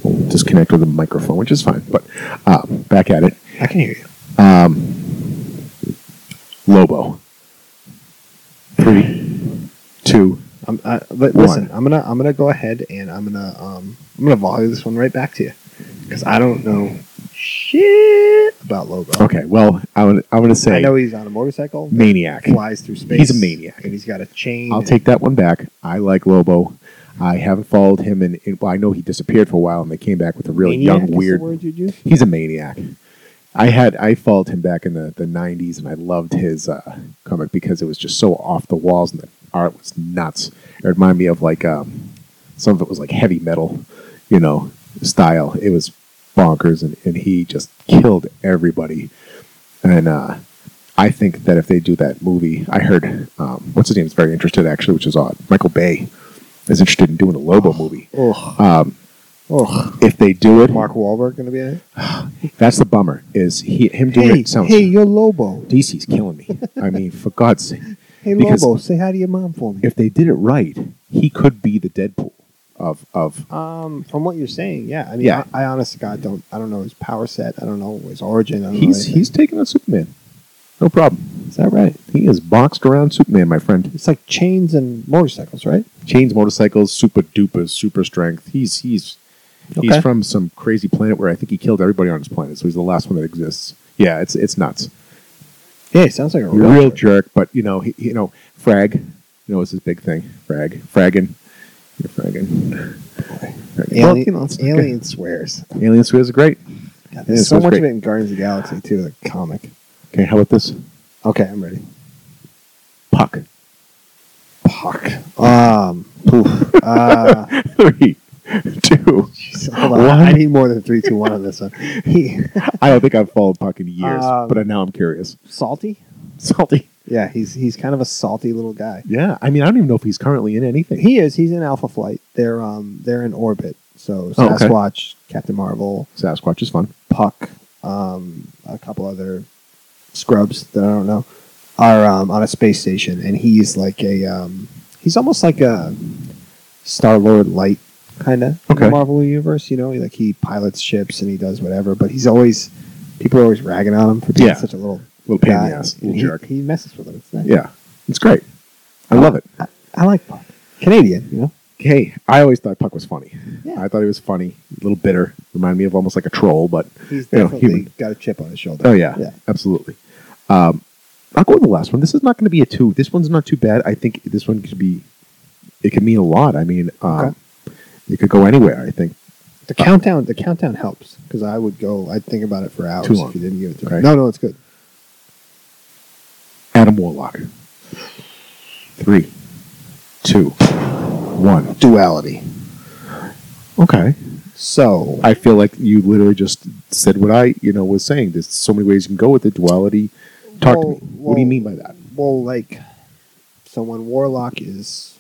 Speaker 2: little disconnect with the microphone, which is fine, but uh, back at it.
Speaker 1: I can hear you.
Speaker 2: Lobo. Three, two,
Speaker 1: I'm, I,
Speaker 2: One.
Speaker 1: but listen, I'm gonna I'm gonna go ahead and I'm gonna um I'm gonna volley this one right back to you because I don't know shit about Lobo.
Speaker 2: okay. Well, I would, I want to
Speaker 1: I
Speaker 2: say
Speaker 1: know he's on a motorcycle,
Speaker 2: maniac.
Speaker 1: flies through space.
Speaker 2: He's a maniac.
Speaker 1: and he's got a chain.
Speaker 2: I'll
Speaker 1: and-
Speaker 2: take that one back. I like Lobo. I haven't followed him, and well, I know he disappeared for a while, and they came back with a really
Speaker 1: Maniac
Speaker 2: young,
Speaker 1: is the
Speaker 2: weird.
Speaker 1: word you'd use?
Speaker 2: He's a maniac. I had I followed him back in the, the '90s, and I loved his uh, comic because it was just so off the walls, and the art was nuts. It reminded me of like um, some of it was like heavy metal, you know, style. It was bonkers, and, and he just killed everybody. And uh, I think that if they do that movie, I heard um, what's his name is very interested actually, which is odd. Michael Bay is interested in doing a Lobo movie.
Speaker 1: Ugh.
Speaker 2: Um,
Speaker 1: Ugh.
Speaker 2: if they do it,
Speaker 1: Mark Wahlberg gonna be in it?
Speaker 2: that's the bummer. Is he him doing
Speaker 1: Hey,
Speaker 2: it sounds
Speaker 1: hey, you're Lobo.
Speaker 2: DC's killing me. I mean, for God's sake,
Speaker 1: Hey,
Speaker 2: Because-
Speaker 1: Lobo, say hi to your mom for me.
Speaker 2: if they did it right, he could be the Deadpool of of
Speaker 1: Um, from what you're saying, yeah. I mean,
Speaker 2: Yeah.
Speaker 1: I, I honest to God don't. I don't know his power set. I don't know his origin. I don't
Speaker 2: he's
Speaker 1: know anything.
Speaker 2: he's taking on Superman. No problem.
Speaker 1: is that right?
Speaker 2: He is boxed around Superman, my friend.
Speaker 1: It's like chains and motorcycles, right?
Speaker 2: Chains, motorcycles, super duper, super strength. He's he's
Speaker 1: Okay.
Speaker 2: he's from some crazy planet where I think he killed everybody on his planet, so he's the last one that exists. Yeah, it's it's nuts.
Speaker 1: Yeah, he sounds like a
Speaker 2: real,
Speaker 1: real, jerk.
Speaker 2: jerk, but you know, he, you know, frag, you know, is his big thing. Frag, fragging, you're fragging. fragging.
Speaker 1: Alien,
Speaker 2: Well, you know, it's-
Speaker 1: Alien swears.
Speaker 2: okay. Alien Swears are great.
Speaker 1: God,
Speaker 2: Alien
Speaker 1: there's so
Speaker 2: Swears
Speaker 1: much
Speaker 2: great.
Speaker 1: of it in Guardians of the Galaxy too. The comic.
Speaker 2: Okay, how about this?
Speaker 1: Okay, I'm ready.
Speaker 2: Puck.
Speaker 1: Puck. Um. poof. Uh,
Speaker 2: Three, two.
Speaker 1: Hold on,
Speaker 2: One.
Speaker 1: I need more than three, two, one on this one. He,
Speaker 2: I don't think I've followed Puck in years,
Speaker 1: Um,
Speaker 2: but now I'm curious.
Speaker 1: salty?
Speaker 2: Salty.
Speaker 1: Yeah, he's he's kind of a salty little guy.
Speaker 2: Yeah, I mean, I don't even know if he's currently in anything.
Speaker 1: He is. He's in Alpha Flight. They're um they're in orbit. So
Speaker 2: Oh, okay.
Speaker 1: Sasquatch, Captain Marvel,
Speaker 2: Sasquatch is fun.
Speaker 1: Puck, um, a couple other scrubs that I don't know are um, on a space station, and he's like a um, he's almost like a Star Lord light kind of in
Speaker 2: Okay.
Speaker 1: the Marvel universe. You know, like he pilots ships and he does whatever, but he's always people are always ragging on him for being
Speaker 2: Yeah.
Speaker 1: such a little
Speaker 2: Little pain
Speaker 1: guy.
Speaker 2: in the ass.
Speaker 1: And
Speaker 2: Little
Speaker 1: he,
Speaker 2: jerk.
Speaker 1: He messes with him. It's nice.
Speaker 2: Yeah, it's great. I love it.
Speaker 1: I like Puck. Canadian. You know,
Speaker 2: Hey, I always thought Puck was funny.
Speaker 1: Yeah.
Speaker 2: I thought he was funny, a little bitter, reminded me of almost like a troll, but
Speaker 1: he's
Speaker 2: You know,
Speaker 1: definitely
Speaker 2: human.
Speaker 1: got a chip on his shoulder.
Speaker 2: oh yeah,
Speaker 1: Yeah.
Speaker 2: absolutely. Um, I'll go with the last one. This is not going to be a two. This one's not too bad. I think this one could be. It could mean a lot. I mean, um,
Speaker 1: Okay.
Speaker 2: it could go anywhere. I think.
Speaker 1: The countdown, the countdown helps because I would go. I'd think about it for hours
Speaker 2: Too long.
Speaker 1: if you didn't give it to me.
Speaker 2: Okay.
Speaker 1: No, no, it's good.
Speaker 2: Adam Warlock. Three, two, one.
Speaker 1: Duality.
Speaker 2: Okay.
Speaker 1: So
Speaker 2: I feel like you literally just said what I, you know, was saying. There's so many ways you can go with it. Duality. Talk
Speaker 1: Well,
Speaker 2: to me. what do you
Speaker 1: well,
Speaker 2: mean by that?
Speaker 1: well, like, so when Warlock is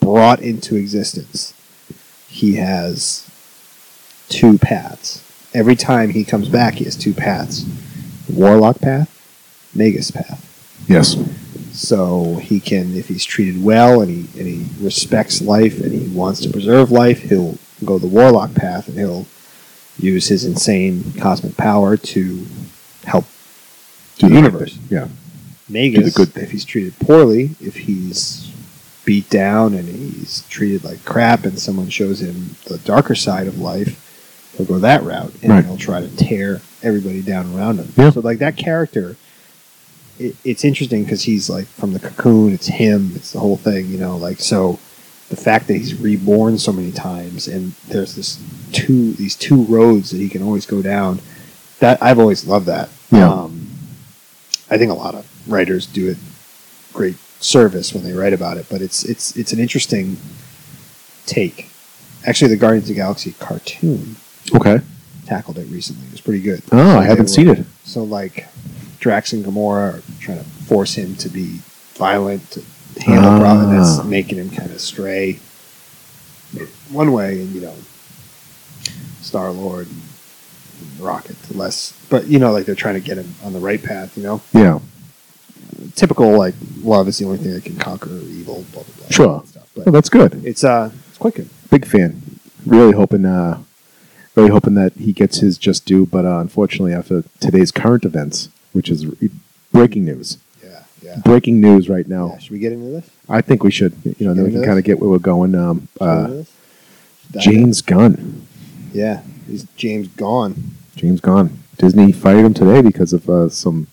Speaker 1: brought into existence, he has two paths. Every time he comes back, he has two paths: Warlock path, Magus path.
Speaker 2: Yes.
Speaker 1: So he can, if he's treated well and he and he respects life and he wants to preserve life, he'll go the warlock path and he'll use his insane cosmic power to help
Speaker 2: To
Speaker 1: the universe.
Speaker 2: Yeah.
Speaker 1: Magus.
Speaker 2: Do the good
Speaker 1: if he's treated poorly, if he's beat down and he's treated like crap, and someone shows him the darker side of life, he'll go that route and
Speaker 2: Right.
Speaker 1: he'll try to tear everybody down around him.
Speaker 2: Yeah.
Speaker 1: So like that character, it, it's interesting because he's like from the cocoon. It's him. It's the whole thing. You know, like so. The fact that he's reborn so many times, and there's this two these two roads that he can always go down. That I've always loved that.
Speaker 2: Yeah.
Speaker 1: Um, I think a lot of writers do it great service when they write about it, but it's it's it's an interesting take. Actually, the Guardians of the Galaxy cartoon
Speaker 2: Okay.
Speaker 1: tackled it recently. It was pretty good.
Speaker 2: Oh, I
Speaker 1: They
Speaker 2: haven't
Speaker 1: were-
Speaker 2: seen it.
Speaker 1: So like Drax and Gamora are trying to force him to be violent to handle
Speaker 2: Ah.
Speaker 1: problems that's making him kind of stray one way, and you know, Star Lord and Rocket less, but you know, like they're trying to get him on the right path. You know
Speaker 2: Yeah.
Speaker 1: typical like love is the only thing that can conquer evil. Blah blah blah.
Speaker 2: Sure.
Speaker 1: all that Stuff.
Speaker 2: Oh,
Speaker 1: But
Speaker 2: that's good.
Speaker 1: it's uh, it's quite good.
Speaker 2: Big fan. Really hoping. uh Really hoping that he gets his just due, but uh, unfortunately, after today's current events, which is re- breaking news,
Speaker 1: Yeah, yeah.
Speaker 2: breaking news right now,
Speaker 1: Yeah, should we get into this?
Speaker 2: I think we should, you know, then we
Speaker 1: Into
Speaker 2: can
Speaker 1: this?
Speaker 2: kind of get where we're going. Um,
Speaker 1: Should we get
Speaker 2: uh,
Speaker 1: into this? Dive in.
Speaker 2: James Gunn,
Speaker 1: Yeah, is James gone?
Speaker 2: James Gunn, Disney fired him today because of uh, some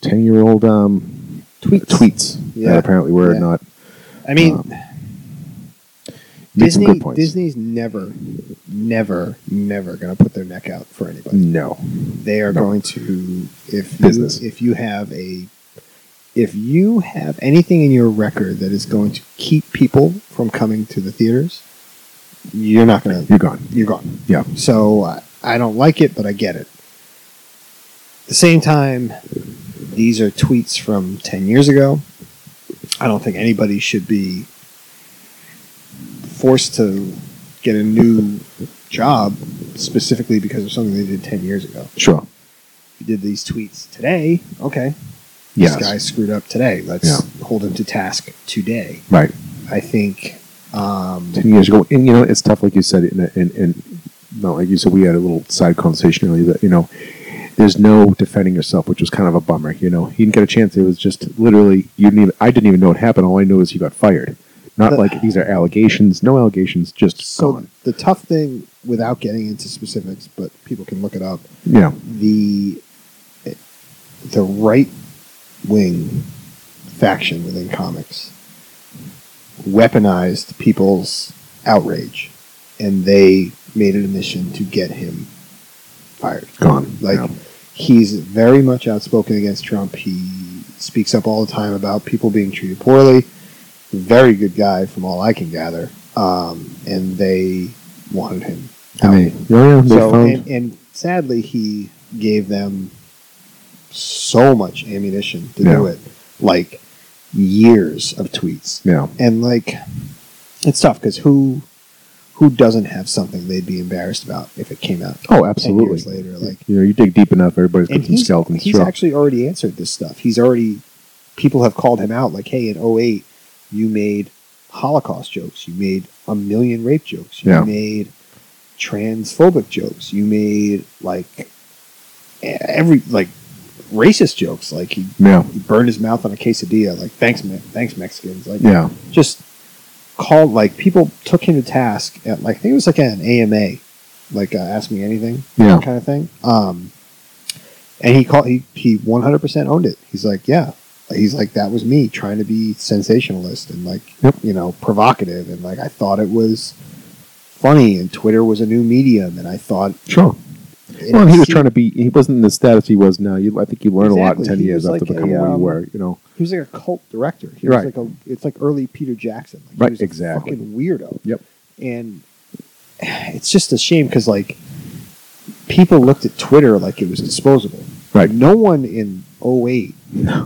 Speaker 2: ten-year-old um,
Speaker 1: Tweets.
Speaker 2: tweets
Speaker 1: Yeah.
Speaker 2: that apparently were
Speaker 1: Yeah.
Speaker 2: not
Speaker 1: I mean,
Speaker 2: Um, made some
Speaker 1: Disney.
Speaker 2: good points.
Speaker 1: Disney's never, never, never going to put their neck out for anybody.
Speaker 2: No,
Speaker 1: They are
Speaker 2: Mm. No.
Speaker 1: going to if
Speaker 2: Business.
Speaker 1: You, if you have a if you have anything in your record that is going to keep people from coming to the theaters, you're not going to
Speaker 2: you're gone.
Speaker 1: you're gone.
Speaker 2: Yeah.
Speaker 1: So I, I don't like it, but I get it. At the same time, these are tweets from 10 years ago. I don't think anybody should be forced to get a new job specifically because of something they did 10 years ago.
Speaker 2: Sure.
Speaker 1: If you did these tweets today, okay,
Speaker 2: Yes.
Speaker 1: this guy screwed up today. Let's
Speaker 2: Yeah.
Speaker 1: hold him to task today.
Speaker 2: Right.
Speaker 1: I think. Um,
Speaker 2: Ten years ago, and you know, it's tough. Like you said, and and and no, like you said, we had a little side conversation earlier that you know, there's no defending yourself, which was kind of a bummer. You know, he didn't get a chance. It was just literally you didn't. Even, I didn't even know it happened. All I know is he got fired. Not
Speaker 1: The-
Speaker 2: like these are allegations. No allegations. Just
Speaker 1: Uh, So
Speaker 2: gone.
Speaker 1: the tough thing, without getting into specifics, but people can look it up.
Speaker 2: Yeah.
Speaker 1: The the right wing faction within comics weaponized people's outrage, and they made it a mission to get him fired.
Speaker 2: Gone.
Speaker 1: Like
Speaker 2: Yeah.
Speaker 1: he's very much outspoken against Trump. He speaks up all the time about people being treated poorly. Very good guy, from all I can gather. um, and they wanted him.
Speaker 2: And they, yeah, yeah, they
Speaker 1: so,
Speaker 2: found.
Speaker 1: and, and sadly, he gave them so much ammunition to do
Speaker 2: Yeah.
Speaker 1: it, like years of tweets,
Speaker 2: yeah,
Speaker 1: and like it's tough because who who doesn't have something they'd be embarrassed about if it came out
Speaker 2: oh,
Speaker 1: ten
Speaker 2: absolutely.
Speaker 1: years later? Like,
Speaker 2: you know, you dig deep enough, everybody's got
Speaker 1: and
Speaker 2: some
Speaker 1: he's,
Speaker 2: skeletons.
Speaker 1: he's
Speaker 2: throughout.
Speaker 1: actually already answered this stuff. He's already people have called him out, like, hey, in 08, you made Holocaust jokes, you made a million rape jokes, you
Speaker 2: Yeah.
Speaker 1: made transphobic jokes, you made like e- every like racist jokes, like he,
Speaker 2: yeah,
Speaker 1: he burned his mouth on a quesadilla, like thanks, Me- thanks Mexicans, like
Speaker 2: yeah,
Speaker 1: just called like people took him to task at like I think it was like an AMA, like uh, Ask Me Anything
Speaker 2: yeah,
Speaker 1: kind of thing. Um, and he called he he one hundred percent owned it. He's like, yeah, he's like that was me trying to be sensationalist and like
Speaker 2: Yep.
Speaker 1: you know provocative and like I thought it was funny and Twitter was a new medium and I thought
Speaker 2: sure.
Speaker 1: it
Speaker 2: Well, and he was
Speaker 1: seemed-
Speaker 2: trying to be. He wasn't in the status he was now. You, I think you learn a lot in
Speaker 1: Exactly.
Speaker 2: ten
Speaker 1: He
Speaker 2: years
Speaker 1: was
Speaker 2: after
Speaker 1: like
Speaker 2: becoming
Speaker 1: a,
Speaker 2: where you
Speaker 1: um,
Speaker 2: were. You know.
Speaker 1: he was like a cult director. He
Speaker 2: Right.
Speaker 1: was like a it's like early Peter Jackson. Like
Speaker 2: Right,
Speaker 1: He was a
Speaker 2: exactly.
Speaker 1: Fucking weirdo.
Speaker 2: Yep.
Speaker 1: And it's just a shame because like people looked at Twitter like it was disposable.
Speaker 2: Right.
Speaker 1: No one in 08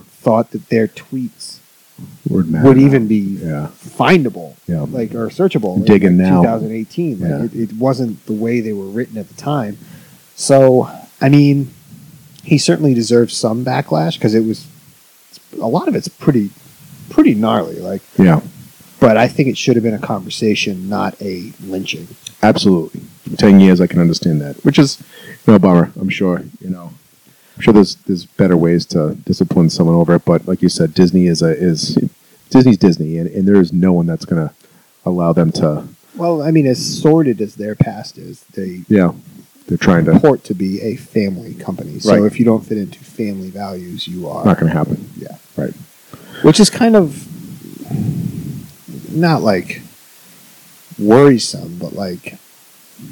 Speaker 1: thought that their tweets
Speaker 2: Word
Speaker 1: would even be
Speaker 2: Yeah.
Speaker 1: findable,
Speaker 2: Yeah.
Speaker 1: like or searchable. in,
Speaker 2: Digging
Speaker 1: like,
Speaker 2: now.
Speaker 1: 2018. Like,
Speaker 2: Yeah.
Speaker 1: it, it wasn't the way they were written at the time. So I mean, he certainly deserves some backlash because it was a lot of it's pretty pretty gnarly. Like,
Speaker 2: Yeah.
Speaker 1: but I think it should have been a conversation, not a lynching.
Speaker 2: Absolutely. For ten years, I can understand that, which is no bummer. I'm sure. You know, I'm sure there's there's better ways to discipline someone over it, but like you said, Disney is a is Disney's Disney, and, and there is no one that's going to allow them to.
Speaker 1: Well, I mean, as sordid as their past is, they
Speaker 2: Yeah, they're trying to.
Speaker 1: purport to be a family company. So
Speaker 2: Right.
Speaker 1: if you don't fit into family values, you are
Speaker 2: Not going to happen.
Speaker 1: Yeah.
Speaker 2: Right.
Speaker 1: which is kind of not like worrisome, but like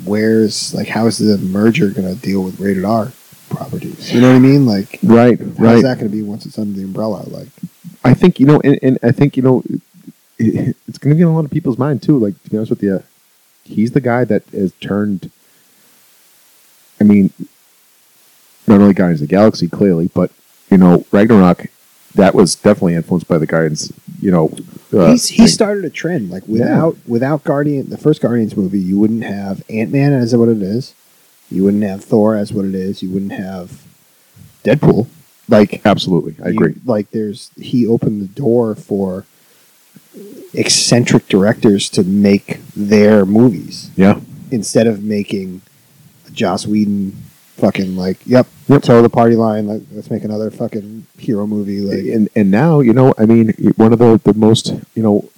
Speaker 1: where's like how is the merger going to deal with rated R properties? You know what I mean? Like
Speaker 2: Right.
Speaker 1: how's
Speaker 2: right.
Speaker 1: that going to be once it's under the umbrella? Like
Speaker 2: I think you know, and, and I think you know, it, it's going to be in a lot of people's mind too. Like to be honest with you, he's the guy that has turned. I mean, not only Guardians of the Galaxy, clearly, but you know, Ragnarok, that was definitely influenced by the Guardians. You know, uh,
Speaker 1: he's, he
Speaker 2: thing.
Speaker 1: started a trend. Like without without Guardian, the first Guardians movie, you wouldn't have Ant Man as what it is. You wouldn't have Thor as what it is. You wouldn't have Deadpool. Like
Speaker 2: Absolutely, I
Speaker 1: You-
Speaker 2: agree.
Speaker 1: like there's he opened the door for eccentric directors to make their movies
Speaker 2: Yeah,
Speaker 1: instead of making a Joss Whedon fucking like yep,
Speaker 2: Yep.
Speaker 1: toe the party line like let's make another fucking hero movie like
Speaker 2: and and now you know, I mean, one of the the most you know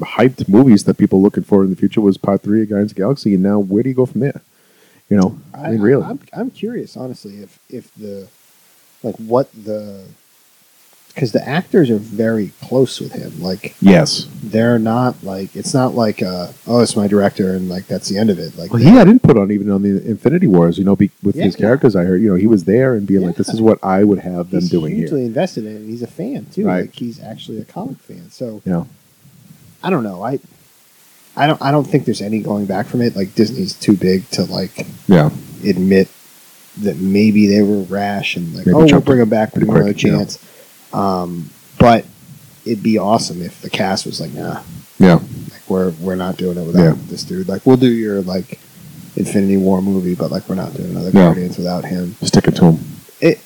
Speaker 2: hyped movies that people looking for in the future was Part Three of Guardians of the Galaxy, and now where do you go from there? You know, I, mean, really.
Speaker 1: I'm, I'm curious honestly if if the like what the because the actors are very close with him like
Speaker 2: Yes.
Speaker 1: they're not like it's not like uh oh it's my director and like that's the end of it like
Speaker 2: Well, he had input on even on the Infinity Wars, you know, be, with his
Speaker 1: Yeah.
Speaker 2: characters. I heard, you know, he was there and being like, "This is what I would have them
Speaker 1: he's
Speaker 2: doing
Speaker 1: hugely
Speaker 2: here."
Speaker 1: invested in it. and He's a fan too.
Speaker 2: Right.
Speaker 1: Like he's actually a comic fan. So
Speaker 2: You know,
Speaker 1: I don't know. I I don't I don't think there's any going back from it. Like Disney's too big to like
Speaker 2: yeah,
Speaker 1: admit that maybe they were rash and like
Speaker 2: Maybe
Speaker 1: oh we'll
Speaker 2: jumped
Speaker 1: bring them back
Speaker 2: pretty
Speaker 1: with another
Speaker 2: quick, yeah.
Speaker 1: chance. Um, but it'd be awesome if the cast was like nah,
Speaker 2: yeah,
Speaker 1: like we're we're not doing it without
Speaker 2: Yeah.
Speaker 1: this dude. Like we'll do your like Infinity War movie, but like we're not doing another
Speaker 2: Yeah.
Speaker 1: Guardians without him.
Speaker 2: stick it to him.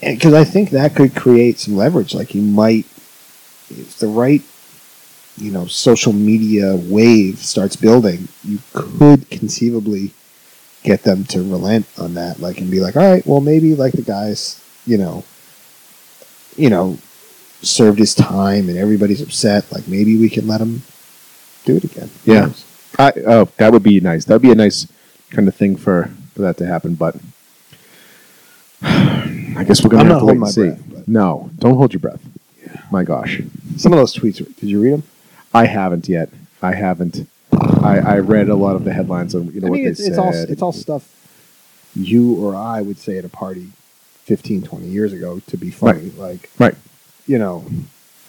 Speaker 1: because I think that could create some leverage. Like you might, if the right, you know, social media wave starts building, you could conceivably get them to relent on that, like, and be like, all right, well, maybe like the guys, you know, you know, served his time and everybody's upset. Like maybe we can let him do it again. Who
Speaker 2: Yeah.
Speaker 1: knows?
Speaker 2: I, oh, that would be nice. That'd be a nice kind of thing for, for that to happen. But I guess we're gonna
Speaker 1: I'm
Speaker 2: have
Speaker 1: not
Speaker 2: to wait
Speaker 1: holding
Speaker 2: and
Speaker 1: my
Speaker 2: see.
Speaker 1: breath. But
Speaker 2: No, don't hold your breath. My gosh,
Speaker 1: some of those tweets. were- Did you read them?
Speaker 2: I haven't yet. I haven't. I, I read a lot of the headlines and you know
Speaker 1: I mean,
Speaker 2: what
Speaker 1: it's,
Speaker 2: they
Speaker 1: it's
Speaker 2: said.
Speaker 1: all it's all stuff you or I would say at a party 15, 20 years ago to be funny. Like,
Speaker 2: Right.
Speaker 1: you know,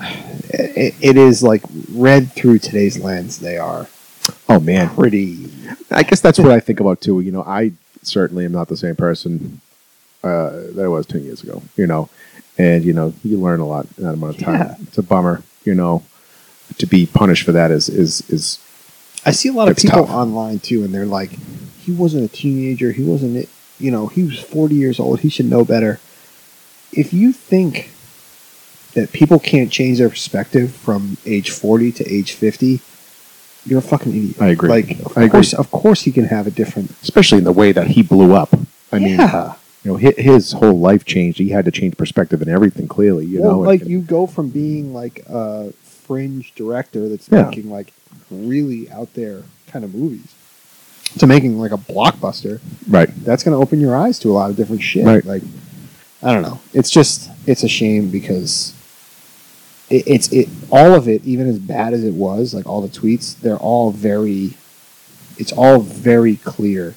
Speaker 1: it, it is like read through today's lens, they are
Speaker 2: Oh man,
Speaker 1: pretty.
Speaker 2: I guess that's what I think about too. You know, I certainly am not the same person uh, that I was ten years ago. You know, and you know, you learn a lot in that amount of time.
Speaker 1: Yeah.
Speaker 2: It's a bummer. You know, to be punished for that is is is
Speaker 1: I see a lot of
Speaker 2: It's
Speaker 1: people
Speaker 2: tough.
Speaker 1: online too, and they're like, "He wasn't a teenager. He wasn't, it- you know, he was forty years old. He should know better." If you think that people can't change their perspective from age forty to age fifty, you're a fucking idiot.
Speaker 2: I agree.
Speaker 1: Like, of
Speaker 2: I agree.
Speaker 1: course, of course, he can have a different. uh,
Speaker 2: especially in the way that he blew up. I mean,
Speaker 1: Yeah.
Speaker 2: you know, his, his whole life changed. He had to change perspective and everything. Clearly, you
Speaker 1: well,
Speaker 2: know, and-
Speaker 1: like
Speaker 2: and-
Speaker 1: you go from being like a fringe director that's
Speaker 2: Yeah.
Speaker 1: making like really out there kind of movies to making like a blockbuster.
Speaker 2: right.
Speaker 1: that's going to open your eyes to a lot of different shit.
Speaker 2: Right.
Speaker 1: Like, I don't know. It's just it's a shame because it, it's it all of it, even as bad as it was, like all the tweets, they're all very. It's all very clear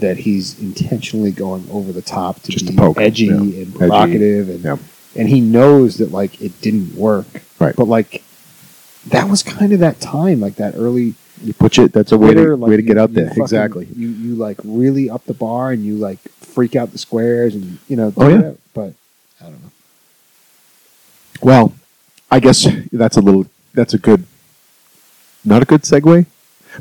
Speaker 1: that he's intentionally going over the top to
Speaker 2: Just
Speaker 1: be
Speaker 2: to poke,
Speaker 1: edgy
Speaker 2: yeah.
Speaker 1: and provocative, and
Speaker 2: yeah.
Speaker 1: and he knows that like it didn't work.
Speaker 2: Right.
Speaker 1: But like, that was kind of that time, like that early
Speaker 2: You put your that's a way
Speaker 1: Twitter,
Speaker 2: to,
Speaker 1: like,
Speaker 2: way to
Speaker 1: you-
Speaker 2: get out
Speaker 1: you
Speaker 2: there.
Speaker 1: fucking-
Speaker 2: exactly.
Speaker 1: You you like really up the bar and you like freak out the squares and you know. do
Speaker 2: Oh, yeah.
Speaker 1: that, But I don't know.
Speaker 2: Well, I guess that's a little that's a good not a good segue,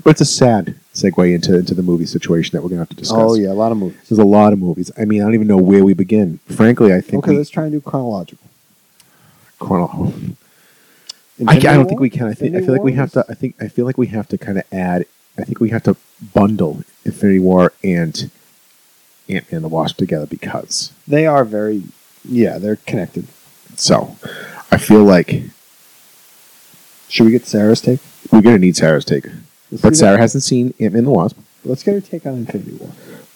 Speaker 2: but it's a sad segue into into the movie situation that we're gonna have to discuss.
Speaker 1: Oh yeah, a lot of movies.
Speaker 2: There's a lot of movies. I mean, I don't even know where we begin. Frankly, I think
Speaker 1: Okay,
Speaker 2: we
Speaker 1: let's try and do chronological.
Speaker 2: chrono- I, ca- I don't think we can. I think I feel like we have to. I think I feel like we have to kind of add. I think we have to bundle Infinity War and Ant Man the Wasp together because
Speaker 1: They are very. Yeah, they're connected.
Speaker 2: so I feel like
Speaker 1: Should we get Sarah's take?
Speaker 2: we're gonna need Sarah's take,
Speaker 1: Let's do
Speaker 2: but
Speaker 1: that.
Speaker 2: Sarah hasn't seen Ant Man the Wasp.
Speaker 1: Let's get her take on Infinity War.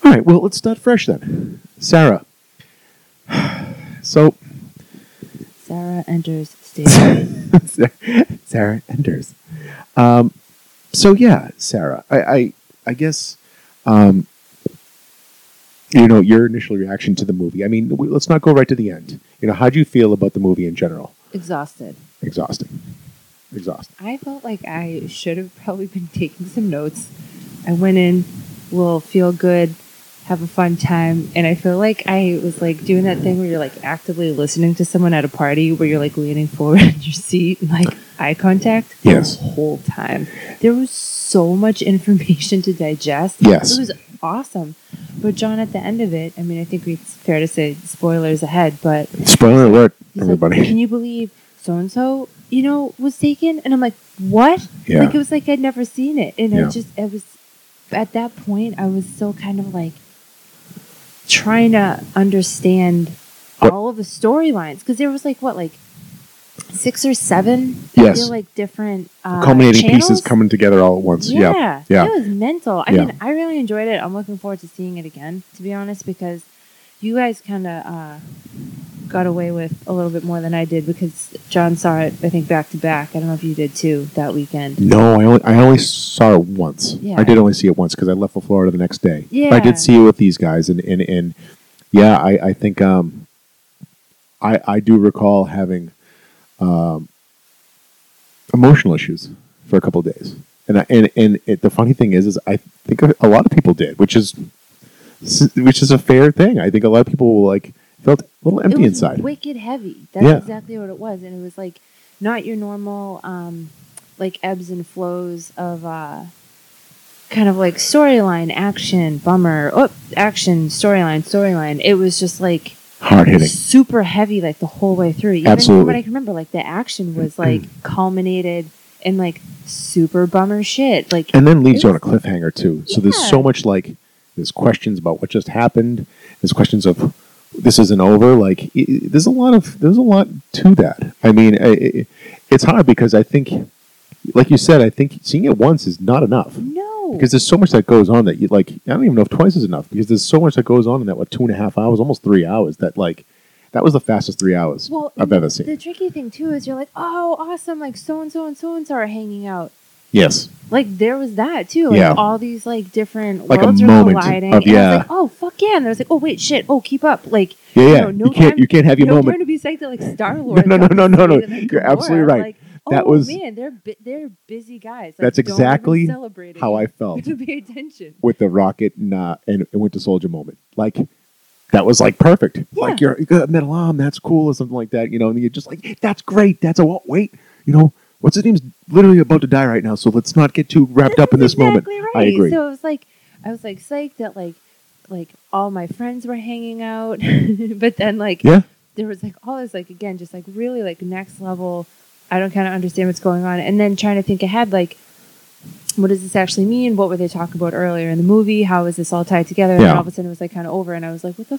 Speaker 2: All right, well, let's start fresh then. Sarah. So,
Speaker 3: Sarah enters stage.
Speaker 2: Sarah enters. Um, so, yeah, Sarah, I, I, I guess, um, you know, your initial reaction to the movie. I mean, we, let's not go right to the end. You know, how do you feel about the movie in general?
Speaker 3: Exhausted.
Speaker 2: Exhausting. Exhausting.
Speaker 3: I felt like I should have probably been taking some notes. I went in, will feel good, have a fun time, and I feel like I was like doing that thing where you're like actively listening to someone at a party where you're like leaning forward in your seat and like eye contact
Speaker 2: Yes.
Speaker 3: the whole time. There was so much information to digest.
Speaker 2: Yes.
Speaker 3: It was awesome. But John at the end of it, I mean I think it's fair to say spoilers ahead, but
Speaker 2: Spoiler alert,
Speaker 3: He's Like,
Speaker 2: everybody.
Speaker 3: Can you believe so and so, you know, was taken? And I'm like, what?
Speaker 2: Yeah.
Speaker 3: Like it was like I'd never seen it. And
Speaker 2: Yeah.
Speaker 3: I just I was at that point I was still kind of like trying to understand
Speaker 2: What-
Speaker 3: all of the storylines. Because there was like what, like six or seven I
Speaker 2: Yes.
Speaker 3: feel like different uh,
Speaker 2: Culminating pieces
Speaker 3: channels?
Speaker 2: coming together all at once.
Speaker 3: Yeah,
Speaker 2: Yeah.
Speaker 3: It was mental. I
Speaker 2: Yeah.
Speaker 3: mean, I really enjoyed it. I'm looking forward to seeing it again, to be honest, because you guys kind of uh, got away with a little bit more than I did because John saw it, I think, back to back. I don't know if you did too that weekend.
Speaker 2: No, I only, I only saw it once.
Speaker 3: Yeah.
Speaker 2: I did only see it once because I left for Florida the next day. But I
Speaker 3: Yeah.
Speaker 2: did see it with these guys, and and, and yeah, I, I think um, I I do recall having um, emotional issues for a couple of days, and I, and and it, the funny thing is, is I think a lot of people did, which is which is a fair thing. I think a lot of people like felt a little empty
Speaker 3: it was
Speaker 2: inside.
Speaker 3: wicked heavy. That's
Speaker 2: Yeah.
Speaker 3: exactly what it was. And it was like not your normal, um, like, ebbs and flows of. Uh, Kind of like storyline, action, bummer, oh, action, storyline, storyline. It was just like
Speaker 2: Hard hitting.
Speaker 3: super heavy like the whole way through. Even
Speaker 2: Absolutely.
Speaker 3: from what I can remember, like the action was like culminated in like super bummer shit. Like
Speaker 2: and then leaves
Speaker 3: It
Speaker 2: you on a cliffhanger too. So there's
Speaker 3: Yeah.
Speaker 2: so much like there's questions about what just happened. There's questions of this isn't over. Like i i- there's a lot of there's a lot to that. I mean, i i it's hard because I think, like you said, I think seeing it once is not enough
Speaker 3: no,
Speaker 2: because there's so much that goes on that you like. I don't even know if twice is enough because there's so much that goes on in that what two and a half hours, almost three hours. That like that was the fastest three hours
Speaker 3: well,
Speaker 2: I've
Speaker 3: and
Speaker 2: ever
Speaker 3: The
Speaker 2: seen.
Speaker 3: tricky thing too is you're like, oh, awesome! Like so and so and so and so are hanging out.
Speaker 2: Yes,
Speaker 3: Like there was that too. Like
Speaker 2: Yeah.
Speaker 3: all these like different
Speaker 2: Like a
Speaker 3: worlds are
Speaker 2: moment
Speaker 3: colliding.
Speaker 2: of-
Speaker 3: and I
Speaker 2: yeah.
Speaker 3: was like, oh fuck yeah! And I was like, oh wait, shit! Oh keep up! Like
Speaker 2: yeah, yeah.
Speaker 3: no, no
Speaker 2: you can't
Speaker 3: time-
Speaker 2: you can't have your
Speaker 3: no
Speaker 2: moment.
Speaker 3: time to be psyched that like Star Lord.
Speaker 2: no, no, no, no, no. You're absolutely right. That
Speaker 3: oh,
Speaker 2: was
Speaker 3: man, they're bu- they're busy guys.
Speaker 2: That's
Speaker 3: don't even
Speaker 2: exactly
Speaker 3: celebrate it.
Speaker 2: how I felt
Speaker 3: to pay attention.
Speaker 2: with the rocket and uh, and it went to soldier moment. Like that was like perfect. Like you're, you got a metal arm, that's cool, or something like that. You know, and you're just like, that's great. That's a what? Wait, you know, what's his name's literally about to die right now, so let's not get too wrapped up in
Speaker 3: That's
Speaker 2: this moment.
Speaker 3: exactly
Speaker 2: I
Speaker 3: right.
Speaker 2: agree.
Speaker 3: So it was like I was like psyched that like like all my friends were hanging out, but then like
Speaker 2: Yeah.
Speaker 3: there was like all this like again just like really like next level. I don't kind of understand what's going on, and then trying to think ahead like. What does this actually mean? What were they talking about earlier in the movie? How is this all tied together? And
Speaker 2: Yeah.
Speaker 3: all of a sudden, it was like kind of over, and I was like, "What the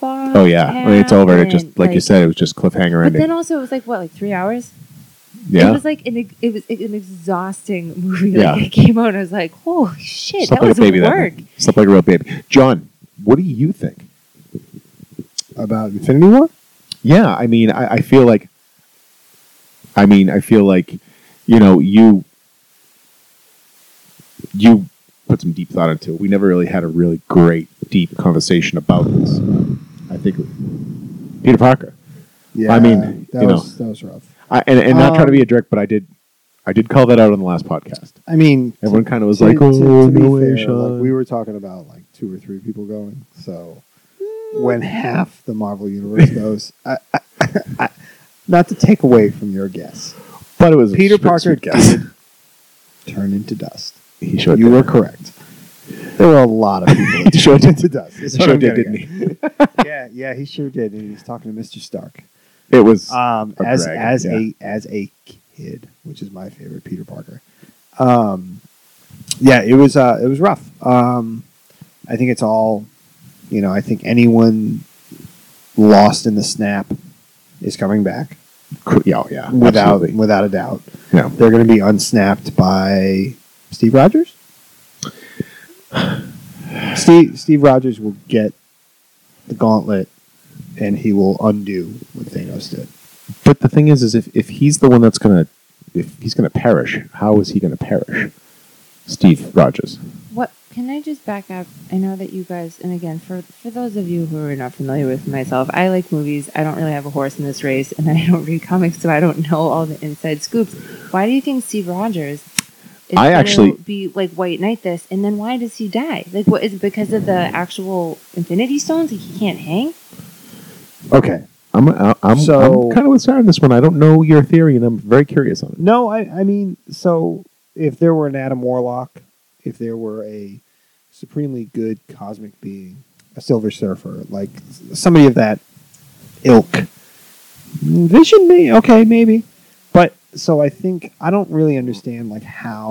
Speaker 3: fuck?"
Speaker 2: Oh yeah, I mean, it's over. It just
Speaker 3: happened?
Speaker 2: like, you said, it was just cliffhanger
Speaker 3: But
Speaker 2: ending.
Speaker 3: then also, it was like what, like three hours? It
Speaker 2: Yeah,
Speaker 3: was like an ex- it was an exhausting movie.
Speaker 2: Yeah.
Speaker 3: Like it came out and I was like, holy shit,
Speaker 2: Slept
Speaker 3: that
Speaker 2: like
Speaker 3: was
Speaker 2: a baby that
Speaker 3: work.
Speaker 2: slept like a real baby. John, what do you think?
Speaker 1: About Infinity War?
Speaker 2: Yeah, I mean, I, I feel like, I mean, I feel like, you know, you, you put some deep thought into it. We never really had a really great deep conversation about this. I think Peter Parker.
Speaker 1: Yeah.
Speaker 2: I mean,
Speaker 1: that
Speaker 2: you
Speaker 1: was that was rough.
Speaker 2: I, and and not trying to
Speaker 1: Um,
Speaker 2: be a jerk, but I did, I did call that out on the last podcast.
Speaker 1: I mean,
Speaker 2: Everyone kind of was
Speaker 1: to-
Speaker 2: like,
Speaker 1: to-
Speaker 2: "Oh,
Speaker 1: to be
Speaker 2: no way,
Speaker 1: fair,
Speaker 2: Sean."
Speaker 1: like, we were talking about like two or three people going. So when half the Marvel universe goes, I, I, I, not to take away from your guess,
Speaker 2: but it was
Speaker 1: Peter
Speaker 2: a sp-
Speaker 1: Parker
Speaker 2: sp- guess.
Speaker 1: did turn into dust.
Speaker 2: He showed
Speaker 1: you
Speaker 2: that.
Speaker 1: were correct. There were a lot of people that
Speaker 2: Sure
Speaker 1: turned
Speaker 2: did.
Speaker 1: into dust. That's
Speaker 2: He
Speaker 1: what
Speaker 2: sure
Speaker 1: I'm
Speaker 2: did,
Speaker 1: getting
Speaker 2: didn't
Speaker 1: at.
Speaker 2: he?
Speaker 1: yeah, yeah, he sure did, and he's talking to Mister Stark.
Speaker 2: It was.
Speaker 1: Um,
Speaker 2: A
Speaker 1: as
Speaker 2: dragon,
Speaker 1: as
Speaker 2: yeah.
Speaker 1: a as a kid, which is my favorite Peter Parker. Um, yeah, it was uh, it was rough. Um, I think it's all, you know, I think anyone lost in the snap is coming back
Speaker 2: yeah, oh, yeah.
Speaker 1: without
Speaker 2: absolutely.
Speaker 1: without a doubt.
Speaker 2: Yeah.
Speaker 1: They're going to be unsnapped by Steve Rogers. Steve Steve Rogers will get the gauntlet, and he will undo what Thanos did.
Speaker 2: But the thing is, is if, if he's the one that's gonna, if he's gonna perish, how is he gonna perish? Steve Rogers.
Speaker 3: What can I just back up? I know that you guys and again for for those of you who are not familiar with myself, I like movies. I don't really have a horse in this race and I don't read comics, so I don't know all the inside scoops. Why do you think Steve Rogers is
Speaker 2: I
Speaker 3: gonna
Speaker 2: actually-
Speaker 3: be like white knight this and then why does he die? Like what is it because of the actual infinity stones? Like he can't hang?
Speaker 1: Okay,
Speaker 2: I'm I- I'm,
Speaker 1: So-
Speaker 2: I'm kind of with Sarah on this one. I don't know your theory, and I'm very curious on it.
Speaker 1: No, I, I mean, so if there were an Adam Warlock, if there were a supremely good cosmic being, a Silver Surfer, like s- somebody of that ilk, Vision, may okay, maybe, but so I think I don't really understand like how,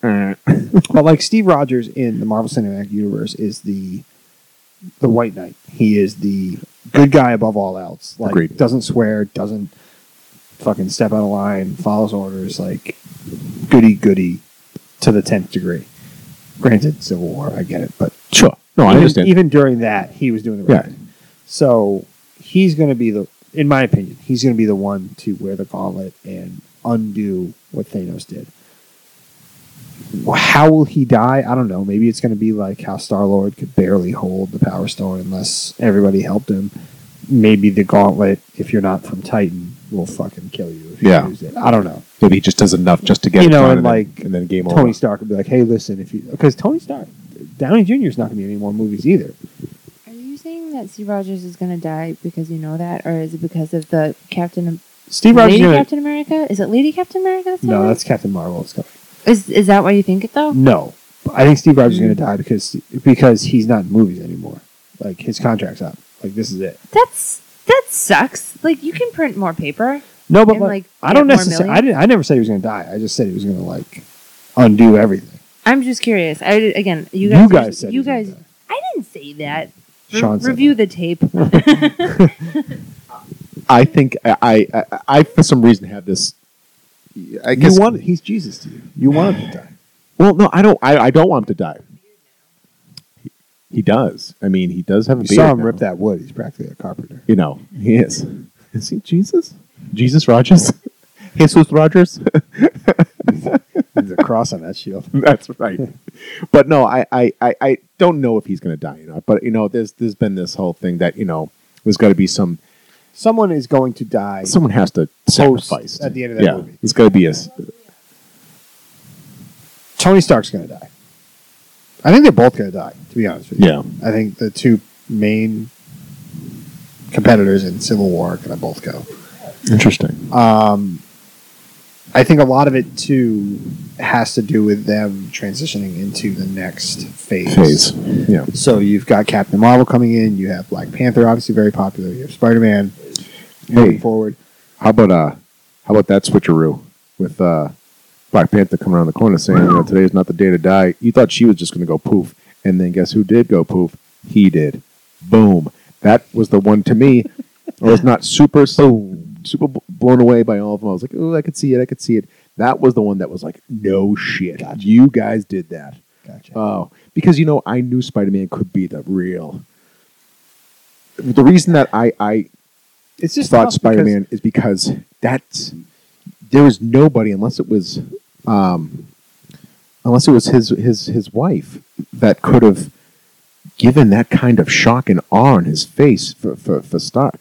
Speaker 1: but like Steve Rogers in the Marvel Cinematic Universe is the the White Knight. He is the good guy above all else. Like
Speaker 2: Agreed.
Speaker 1: doesn't swear, doesn't fucking step out of line, follows orders, like goody goody to the tenth degree. Granted, Civil War, I get it, but
Speaker 2: Sure. No, I
Speaker 1: even,
Speaker 2: understand.
Speaker 1: even during that, he was doing the right
Speaker 2: Yeah.
Speaker 1: thing. So he's going to be the, in my opinion, he's going to be the one to wear the gauntlet and undo what Thanos did. How will he die? I don't know. Maybe it's going to be like how Star Lord could barely hold the Power Stone unless everybody helped him. Maybe the gauntlet, if you're not from Titan, will fucking kill you if you
Speaker 2: Yeah.
Speaker 1: use it. I don't know.
Speaker 2: Maybe he just does enough just to get
Speaker 1: You know,
Speaker 2: it done
Speaker 1: and
Speaker 2: and then-
Speaker 1: like
Speaker 2: and then game
Speaker 1: Tony
Speaker 2: over.
Speaker 1: Stark would be like, "Hey, listen, if you because Tony Stark, Downey Jr. is not going to be in any more movies either."
Speaker 3: Are you saying that Steve Rogers is going to die because you know that, or is it because of the Captain?
Speaker 1: Steve Rogers.
Speaker 3: Lady
Speaker 1: is gonna-
Speaker 3: Captain America? Is it Lady Captain America? That's
Speaker 1: No,
Speaker 3: not
Speaker 1: that's Captain Marvel. It's coming.
Speaker 3: right? is is that why you think it though?
Speaker 1: No, I think Steve Rogers is
Speaker 3: Mm.
Speaker 1: going to die because because he's not in movies anymore. Like his contract's up. Like this is it.
Speaker 3: That's that sucks. Like you can print more paper.
Speaker 1: No, but
Speaker 3: And,
Speaker 1: like,
Speaker 3: like,
Speaker 1: I don't
Speaker 3: get more
Speaker 1: necessarily. I
Speaker 3: million?
Speaker 1: didn't. I never said he was going to die. I just said he was going to like undo everything.
Speaker 3: I'm just curious. I again,
Speaker 1: You
Speaker 3: you guys,
Speaker 1: guys
Speaker 3: are-
Speaker 1: said he
Speaker 3: you
Speaker 1: was gonna
Speaker 3: guys.
Speaker 1: die.
Speaker 3: I didn't say that. Re-
Speaker 1: Sean said
Speaker 3: review the tape. I
Speaker 2: I think I, I I- I for some reason have this. I guess
Speaker 1: you want. He's Jesus to you. You want him to die.
Speaker 2: Well, no, I don't. I, I don't want him to die. He- He does. I mean, he does have a
Speaker 1: You
Speaker 2: beard.
Speaker 1: saw him
Speaker 2: now.
Speaker 1: rip that wood. He's practically a carpenter.
Speaker 2: You know, he is. Is he Jesus? Jesus Rogers? Jesus Rogers?
Speaker 1: There's a cross on that shield.
Speaker 2: That's right. but no, I, I, I, I don't know if he's going to die or not. But you know, there's there's been this whole thing that you know there's got to be some
Speaker 1: someone is going to die.
Speaker 2: Someone has to
Speaker 1: Post
Speaker 2: sacrifice
Speaker 1: at the end of that
Speaker 2: yeah,
Speaker 1: movie.
Speaker 2: It's got to be a. s-
Speaker 1: Tony Stark's going to die. I think they're both going to die. To be honest with you,
Speaker 2: Yeah.
Speaker 1: I think the two main competitors in Civil War are going to both go.
Speaker 2: Interesting.
Speaker 1: Um, I think a lot of it too has to do with them transitioning into the next phase.
Speaker 2: Phase. Yeah.
Speaker 1: So you've got Captain Marvel coming in. You have Black Panther, obviously very popular. You have Spider Man moving
Speaker 2: Hey.
Speaker 1: forward.
Speaker 2: How about uh, how about that switcheroo with uh, Black Panther coming around the corner saying, you know, today's not the day to die. You thought she was just going to go poof, and then guess who did go poof? He did. Boom. That was the one to me. I was not super so super bl- blown away by all of them. I was like, oh, I could see it, I could see it. That was the one that was like, no shit, you guys did that.
Speaker 1: Gotcha.
Speaker 2: Oh, because you know, I knew Spider Man could be the real. The reason that I I
Speaker 1: it's just
Speaker 2: thought
Speaker 1: tough
Speaker 2: Spider
Speaker 1: because-
Speaker 2: Man is because that's there was nobody unless it was um, unless it was his his his wife that could have given that kind of shock and awe on his face for for, for Stark,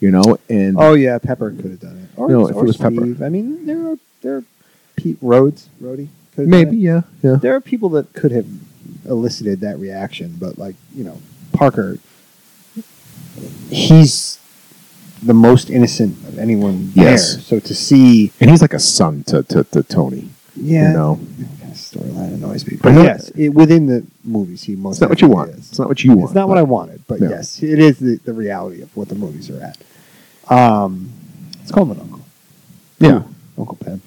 Speaker 2: you know. And
Speaker 1: Oh yeah, Pepper could have done it. Or,
Speaker 2: Mm-hmm. No, if
Speaker 1: or
Speaker 2: it was Pepper.
Speaker 1: Steve. I mean, there are there are Pete Rhodes, Rhodey. could have done
Speaker 2: maybe
Speaker 1: it.
Speaker 2: yeah yeah
Speaker 1: there are people that could have elicited that reaction, but like you know, Parker, he's the most innocent of anyone
Speaker 2: Yes.
Speaker 1: there. So to see,
Speaker 2: and he's like a son to to, to Tony.
Speaker 1: yeah,
Speaker 2: You know,
Speaker 1: that kind of storyline annoys me.
Speaker 2: But
Speaker 1: But
Speaker 2: no-
Speaker 1: yes, it, within the movies, he most.
Speaker 2: it's not what you
Speaker 1: definitely
Speaker 2: want.
Speaker 1: is.
Speaker 2: It's not what you want.
Speaker 1: It's not what
Speaker 2: but
Speaker 1: I wanted, but
Speaker 2: No.
Speaker 1: yes, it is the, the reality of what the movies are at. Um, let's call him an uncle,
Speaker 2: Yeah.
Speaker 1: Uncle Pep.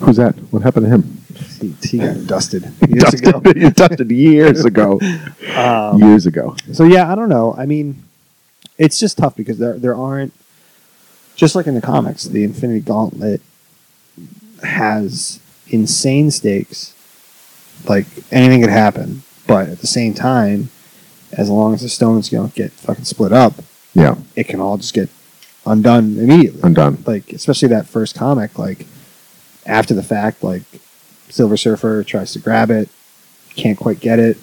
Speaker 2: Who's that? What happened to him?
Speaker 1: He, he got dusted years ago.
Speaker 2: dusted, dusted years ago.
Speaker 1: Um,
Speaker 2: years ago.
Speaker 1: So yeah, I don't know. I mean, it's just tough because there there aren't just like in the comics, the Infinity Gauntlet has insane stakes. Like anything could happen, but at the same time, as long as the stones don't get fucking split up,
Speaker 2: Yeah.
Speaker 1: it can all just get undone immediately.
Speaker 2: I'm done.
Speaker 1: Like especially that first comic, like after the fact, like Silver Surfer tries to grab it, can't quite get it.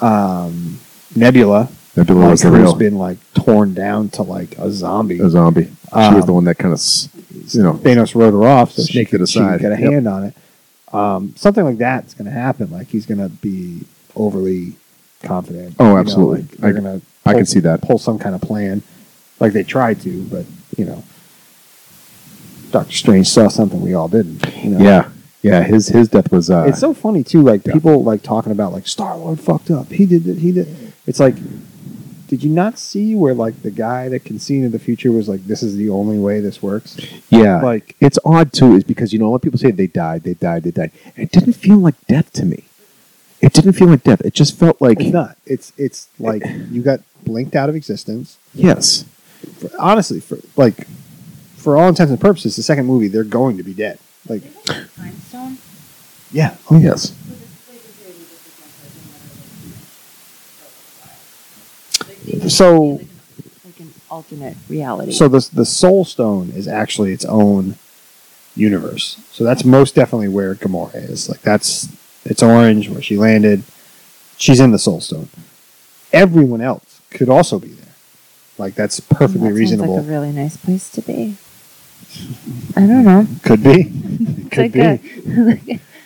Speaker 1: Um, Nebula,
Speaker 2: Nebula was the
Speaker 1: like, who's
Speaker 2: real
Speaker 1: been like torn down to like a zombie.
Speaker 2: a zombie. she was
Speaker 1: Um,
Speaker 2: the one that kind of, you know,
Speaker 1: Thanos wrote her off, so she
Speaker 2: Snaked it
Speaker 1: could, she could
Speaker 2: aside.
Speaker 1: get a
Speaker 2: Yep.
Speaker 1: hand on it. Um, something like that's going to happen. Like he's going to be overly confident.
Speaker 2: Oh,
Speaker 1: you know,
Speaker 2: absolutely.
Speaker 1: like, they're
Speaker 2: I-
Speaker 1: gonna
Speaker 2: I
Speaker 1: pull-
Speaker 2: can see that.
Speaker 1: pull some kind of plan, like they tried to, but you know, Doctor Strange saw something we all didn't. You know?
Speaker 2: Yeah, yeah. His his death was. Uh,
Speaker 1: it's so funny too. Like
Speaker 2: Yeah.
Speaker 1: people like talking about like Star Lord fucked up. He did it. He did. It's like, did you not see where like the guy that can see into the future was like, this is the only way this works?
Speaker 2: yeah.
Speaker 1: Like
Speaker 2: it's odd too, is because you know a lot of people say they died, they died, they died. And it didn't feel like death to me. It didn't feel like death. It just felt like
Speaker 1: it's not. It's it's like you got blinked out of existence.
Speaker 2: yes,
Speaker 1: For, honestly, for like, for all intents and purposes, the second movie they're going to be dead. Like,
Speaker 3: Time stone?
Speaker 1: yeah,
Speaker 2: oh yes.
Speaker 1: So-
Speaker 3: like an alternate reality.
Speaker 1: So the the Soul Stone is actually its own universe. So that's most definitely where Gamora is. Like that's it's orange where she landed. She's in the Soul Stone. Everyone else could also be there. Like that's
Speaker 3: That
Speaker 1: perfectly
Speaker 3: sounds
Speaker 1: reasonable.
Speaker 3: Like a really nice place to be. I don't know.
Speaker 1: could be.
Speaker 3: It's
Speaker 1: could be.
Speaker 3: like a, like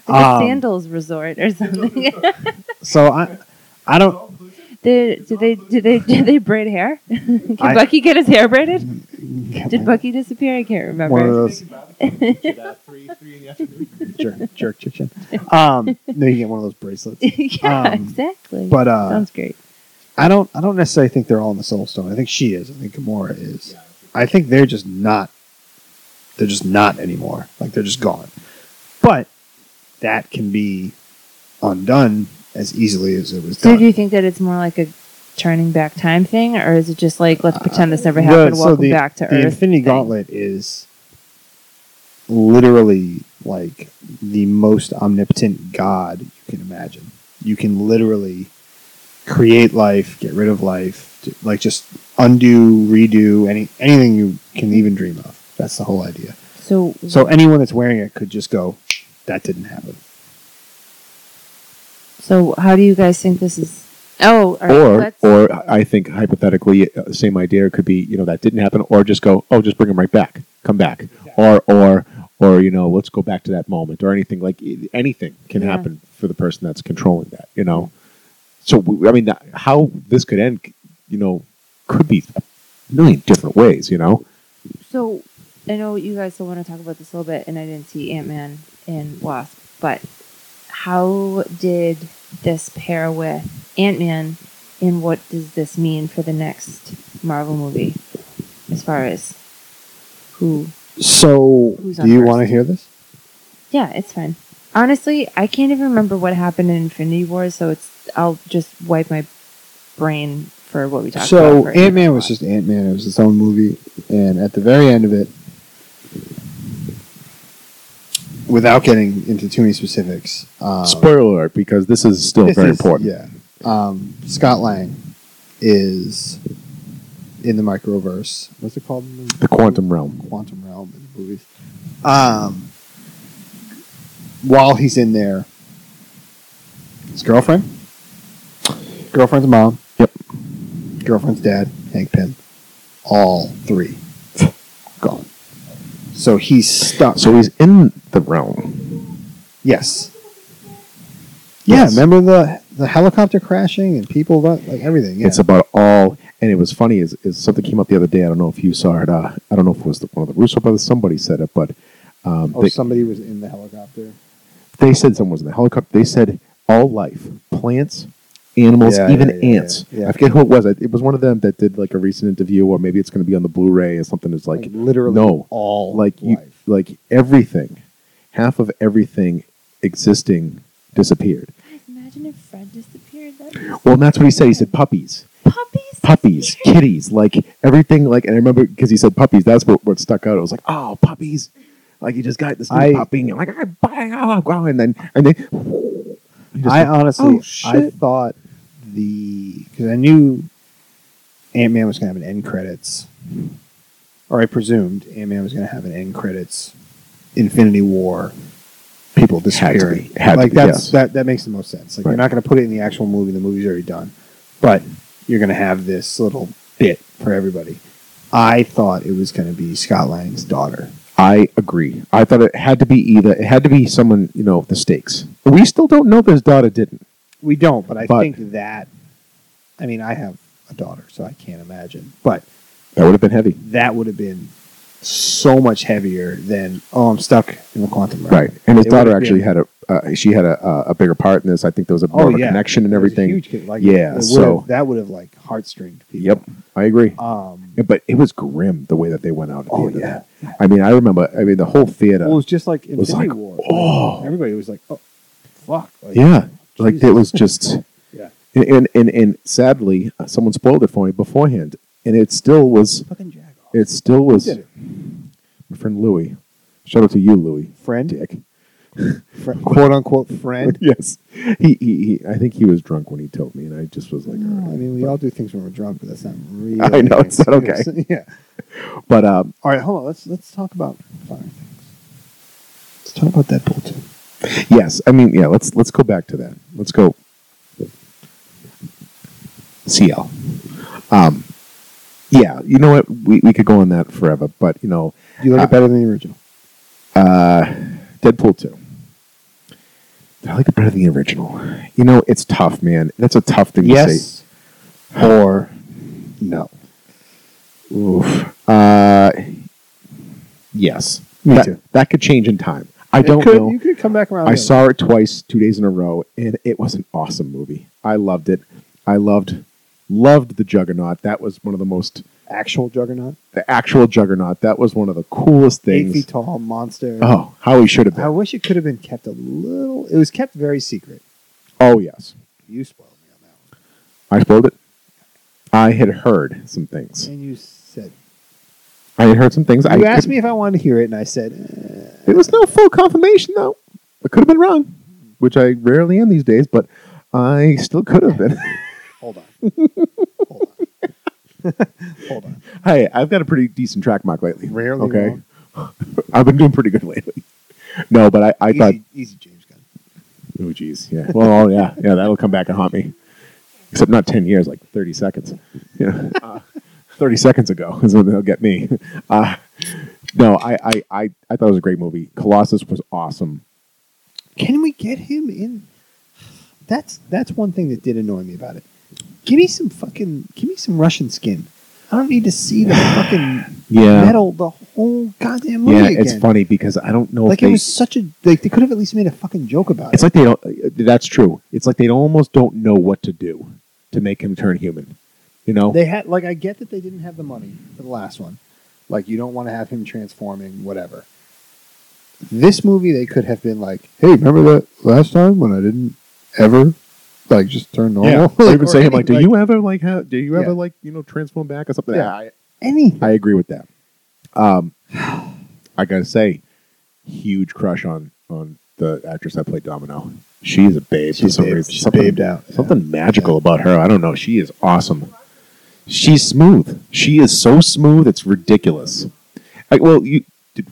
Speaker 3: a
Speaker 1: Um,
Speaker 3: sandals resort or something.
Speaker 1: so I I don't
Speaker 3: Did, did they did they did they braid hair? Can
Speaker 1: I-
Speaker 3: Bucky get his hair braided? Did Bucky disappear? I can't remember.
Speaker 1: one of those jerk jerk chicken. Um no you get one of those bracelets.
Speaker 3: yeah,
Speaker 1: Um,
Speaker 3: exactly.
Speaker 1: But uh
Speaker 3: sounds great.
Speaker 1: I don't. I don't necessarily think they're all in the Soul Stone. I think she is. I think Gamora is. I think they're just not. They're just not anymore. Like they're just gone. But that can be undone as easily as it was
Speaker 3: So
Speaker 1: done.
Speaker 3: do you think that it's more like a turning back time thing, or is it just like let's pretend this never
Speaker 1: The-
Speaker 3: happened,
Speaker 1: Uh, so
Speaker 3: welcome
Speaker 1: the-
Speaker 3: back to
Speaker 1: the
Speaker 3: Earth?
Speaker 1: Infinity
Speaker 3: thing?
Speaker 1: Gauntlet is literally like the most omnipotent god you can imagine. You can literally create life, get rid of life, d- like just undo, redo any anything you can even dream of. That's the whole idea.
Speaker 3: So,
Speaker 1: So anyone that's wearing it could just go, "That didn't happen."
Speaker 3: so how do you guys think this is Oh, all right,
Speaker 2: or
Speaker 3: let's-
Speaker 2: or I think hypothetically, uh, same idea could be you know that didn't happen, or just go oh just bring him right back, come back, or or or you know let's go back to that moment or anything like i- anything can
Speaker 3: Yeah.
Speaker 2: happen for the person that's controlling that you know. So w- I mean, that- how this could end, you know, could be a million different ways, you know.
Speaker 3: So I know you guys still want to talk about this a little bit, and I didn't see Ant Man and Wasp, but how did this pair with Ant Man, and what does this mean for the next Marvel movie, as far as who?
Speaker 1: So,
Speaker 3: Who's
Speaker 1: do
Speaker 3: on
Speaker 1: you
Speaker 3: first?
Speaker 1: want to hear this?
Speaker 3: Yeah, it's fine. Honestly, I can't even remember what happened in Infinity War, so it's I'll just wipe my brain for what we talked about.
Speaker 1: so
Speaker 3: for
Speaker 1: Ant Man was
Speaker 3: Wasp.
Speaker 1: just Ant Man. It was its own movie, and at the very end of it, without getting into too many specifics, um,
Speaker 2: Spoiler alert, because this is still
Speaker 1: this
Speaker 2: very
Speaker 1: is-
Speaker 2: important.
Speaker 1: Yeah, um, Scott Lang is in the microverse. What's it called? in
Speaker 2: The quantum realm.
Speaker 1: quantum realm in the movies. Um, while he's in there, his girlfriend, girlfriend's mom,
Speaker 2: Yep.
Speaker 1: girlfriend's dad, Hank Pym, all three gone. So he's stuck.
Speaker 2: So he's in the realm.
Speaker 1: yes. Yeah,
Speaker 2: Yes.
Speaker 1: remember the the helicopter crashing and people that, like everything. Yeah.
Speaker 2: It's about all, and it was funny is, is something came up the other day. I don't know if you saw it. Uh, I don't know if it was the, one of the Russo brothers. Somebody said it, but um,
Speaker 1: oh,
Speaker 2: they,
Speaker 1: somebody was in the helicopter.
Speaker 2: they said someone was in the helicopter. They said all life, plants, animals,
Speaker 1: Yeah,
Speaker 2: even
Speaker 1: yeah, yeah, yeah,
Speaker 2: ants.
Speaker 1: yeah.
Speaker 2: I forget who it was. It it was one of them that did like a recent interview, or maybe it's going to be on the Blu-ray or something. It's like,
Speaker 1: Like, literally
Speaker 2: no,
Speaker 1: all
Speaker 2: like you,
Speaker 1: life.
Speaker 2: like everything, half of everything existing disappeared.
Speaker 3: Guys, imagine if Fred disappeared. That'd be
Speaker 2: Well, and that's what he said. He said puppies.
Speaker 3: puppies.
Speaker 2: puppies, kitties, like everything. Like, and I remember because he said puppies, that's what, what stuck out. It was like, oh, puppies. Like, you just got this new
Speaker 1: I-
Speaker 2: puppy, and you're like, I buy, oh, wow. And then, and then, you just
Speaker 1: I
Speaker 2: like,
Speaker 1: honestly,
Speaker 2: "Oh,
Speaker 1: I
Speaker 2: shit."
Speaker 1: thought the because I knew Ant Man was going to have an end credits, or I presumed Ant Man was going to have an end credits, Infinity War, people
Speaker 2: Had to be.
Speaker 1: disappearing.
Speaker 2: Had to
Speaker 1: like
Speaker 2: be,
Speaker 1: that's
Speaker 2: yes.
Speaker 1: that that makes the most sense. Like
Speaker 2: Right.
Speaker 1: you're not going to put it in the actual movie; the movie's already done, but you're going to have this little bit for everybody. I thought it was going to be Scott Lang's daughter.
Speaker 2: I agree. I thought it had to be either, it had to be someone, you know, the stakes. We still don't know if his daughter didn't.
Speaker 1: We don't, but I
Speaker 2: But-
Speaker 1: think that. I mean, I have a daughter, so I can't imagine, but.
Speaker 2: That would have been heavy.
Speaker 1: that would have been so much heavier than oh I'm stuck in the quantum realm.
Speaker 2: Right. And his
Speaker 1: It
Speaker 2: daughter
Speaker 1: would've
Speaker 2: actually
Speaker 1: been-
Speaker 2: had a, uh, she had a, uh, a bigger part in this. I think there was a, more
Speaker 1: Oh
Speaker 2: of a
Speaker 1: yeah,
Speaker 2: connection and
Speaker 1: There's a
Speaker 2: everything.
Speaker 1: Huge, con- like,
Speaker 2: Yeah,
Speaker 1: it would've-
Speaker 2: so-
Speaker 1: that would have like heartstringed people.
Speaker 2: Yep. I agree.
Speaker 1: Um.
Speaker 2: Yeah, But it was grim the way that they went out at the
Speaker 1: Oh,
Speaker 2: end
Speaker 1: yeah.
Speaker 2: of that. I mean, I remember, I mean, the whole theater.
Speaker 1: Well, it was just like
Speaker 2: was
Speaker 1: Infinity
Speaker 2: like,
Speaker 1: War.
Speaker 2: oh.
Speaker 1: everybody was like, oh, fuck. Like,
Speaker 2: Yeah, like it
Speaker 1: Jesus.
Speaker 2: was just,
Speaker 1: Yeah.
Speaker 2: and and and, and sadly, uh, someone spoiled it for me beforehand, and it still was,
Speaker 1: Fucking jackal.
Speaker 2: it still
Speaker 1: Who
Speaker 2: was.
Speaker 1: did it?
Speaker 2: My friend Louis, shout out to you, Louis,
Speaker 1: Friend,
Speaker 2: dick.
Speaker 1: Fr- quote unquote friend.
Speaker 2: yes, he, he he. I think he was drunk when he told me, and I just was like,
Speaker 1: No,
Speaker 2: all
Speaker 1: I
Speaker 2: right.
Speaker 1: mean, we all do things when we're drunk, but that's not really.
Speaker 2: I know, it's not okay.
Speaker 1: yeah.
Speaker 2: but um,
Speaker 1: All right, hold on. Let's let's talk about fire things. Let's talk about Deadpool too.
Speaker 2: yes, I mean, yeah. Let's let's go back to that. Let's go. CL. Um, yeah, you know what? We we could go on that forever, but you know,
Speaker 1: Do you like
Speaker 2: Uh,
Speaker 1: it better than the original?
Speaker 2: Uh, Deadpool 2. I like it better than the original. You know, it's tough, man. That's a tough thing
Speaker 1: Yes
Speaker 2: to say.
Speaker 1: or no?
Speaker 2: Oof. Uh, yes.
Speaker 1: Me
Speaker 2: that,
Speaker 1: too.
Speaker 2: That could change in time. I
Speaker 1: It
Speaker 2: don't
Speaker 1: could- Oh,
Speaker 2: know.
Speaker 1: You could come back around.
Speaker 2: I
Speaker 1: the other
Speaker 2: saw it twice, two days in a row, and it was an awesome movie. I loved it. I loved, loved the Juggernaut. That was one of the most,
Speaker 1: actual Juggernaut,
Speaker 2: the actual Juggernaut. That was one of the coolest
Speaker 1: eight
Speaker 2: things.
Speaker 1: feet tall monster.
Speaker 2: Oh, how he should have
Speaker 1: I
Speaker 2: been.
Speaker 1: wish it could have been kept a little. It was kept very secret.
Speaker 2: Oh yes.
Speaker 1: You spoiled me on that
Speaker 2: I spoiled it. I had heard some things.
Speaker 1: one, and you said
Speaker 2: I had heard some things. I
Speaker 1: you asked
Speaker 2: couldn't-
Speaker 1: me if I wanted to hear it, and I said, "Uh,
Speaker 2: There was no full confirmation, though. I could have been wrong, which I rarely am these days, but I still could have been.
Speaker 1: eh, "Hold on, hold on, hold on."
Speaker 2: hey, I've got a pretty decent track mark lately.
Speaker 1: Rarely
Speaker 2: Okay.
Speaker 1: wrong.
Speaker 2: I've been doing pretty good lately. No, but I, I
Speaker 1: easy,
Speaker 2: thought,
Speaker 1: easy, James Gunn.
Speaker 2: oh, geez. Yeah. Well, oh, yeah. Yeah, that'll come back and haunt me. except not 10 years, like 30 seconds. Yeah. Uh, 30 seconds ago is when they'll get me. Uh, no, I, I, I, I thought it was a great movie. Colossus was awesome.
Speaker 1: Can we get him in? That's that's one thing that did annoy me about it. Give me some fucking give me some Russian skin. I don't need to see the fucking
Speaker 2: Yeah.
Speaker 1: metal the whole goddamn movie
Speaker 2: yeah,
Speaker 1: again.
Speaker 2: it's funny because I don't know
Speaker 1: Like
Speaker 2: if
Speaker 1: it
Speaker 2: they,
Speaker 1: was such a like they could have at least made a fucking joke about
Speaker 2: it's
Speaker 1: it.
Speaker 2: like they don't, uh, that's true. It's like they almost don't know what to do to make him turn human. You know?
Speaker 1: they had like I get that they didn't have the money for the last one. Like you don't want to have him transforming whatever. This movie they could have been like,
Speaker 4: Hey, remember that last time when I didn't ever like just turn normal?
Speaker 2: yeah. Or even
Speaker 1: or
Speaker 2: say him like, do
Speaker 1: anything,
Speaker 2: you ever like, how, do you ever
Speaker 1: Yeah.
Speaker 2: like, you know, transform back or something?
Speaker 1: Yeah.
Speaker 2: I,
Speaker 1: anything.
Speaker 2: I agree with that. Um, I gotta say, huge crush on on the actress that played Domino. She's a babe. for some reason.
Speaker 1: she's
Speaker 2: something,
Speaker 1: babed out.
Speaker 2: Something magical about her. I don't know. She is awesome. She's smooth. She is so smooth. It's ridiculous. Like, well, you did.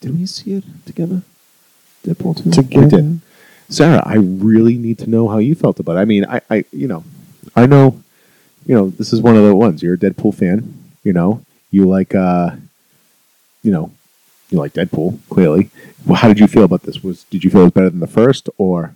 Speaker 2: Did we see it together? Deadpool two.
Speaker 4: Together.
Speaker 2: We did. Sarah, I really need to know how you felt about it. I mean, I, I, you know, I know, you know, this is one of the ones. You're a Deadpool fan. You know, you like, uh, you know, you like Deadpool clearly. Well, how did you feel about this? Was did you feel it was better than the first or?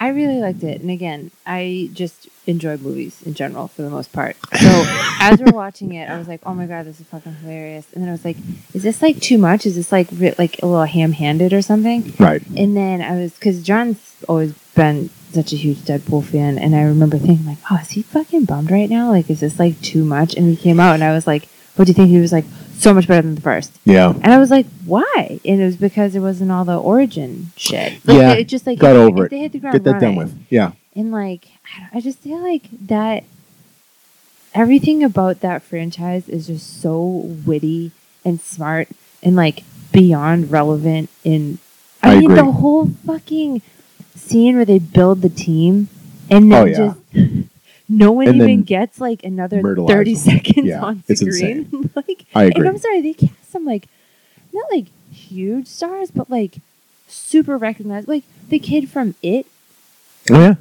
Speaker 3: I really liked it. And again, I just enjoy movies in general for the most part. So as we're watching it, I was like, oh my God, this is fucking hilarious. And then I was like, is this like too much? Is this like re- like a little ham handed or something?
Speaker 2: Right.
Speaker 3: And then I was, because John's always been such a huge Deadpool fan. And I remember thinking, like, oh, is he fucking bummed right now? Like, is this like too much? And he came out and I was like, what do you think? He was like, so much better than the first.
Speaker 2: Yeah.
Speaker 3: And I was like, why? And it was because there wasn't all the origin shit. Like,
Speaker 2: Yeah,
Speaker 3: It just like,
Speaker 2: got
Speaker 3: if-
Speaker 2: over
Speaker 3: if
Speaker 2: it.
Speaker 3: They hit the ground
Speaker 2: Get that done
Speaker 3: running.
Speaker 2: with. Yeah.
Speaker 3: And like, I, don't, I just feel like that everything about that franchise is just so witty and smart and like beyond relevant. And I,
Speaker 2: I
Speaker 3: mean,
Speaker 2: agree.
Speaker 3: the whole fucking scene where they build the team and then
Speaker 2: Oh, yeah.
Speaker 3: just no one
Speaker 2: And then
Speaker 3: even gets like another
Speaker 2: myrtleize
Speaker 3: 30
Speaker 2: them.
Speaker 3: seconds
Speaker 2: Yeah,
Speaker 3: on
Speaker 2: it's
Speaker 3: screen. like,
Speaker 2: I
Speaker 3: and
Speaker 2: agree.
Speaker 3: I'm sorry, they cast some like not like huge stars, but like super recognized. Like the kid from It
Speaker 2: Oh yeah.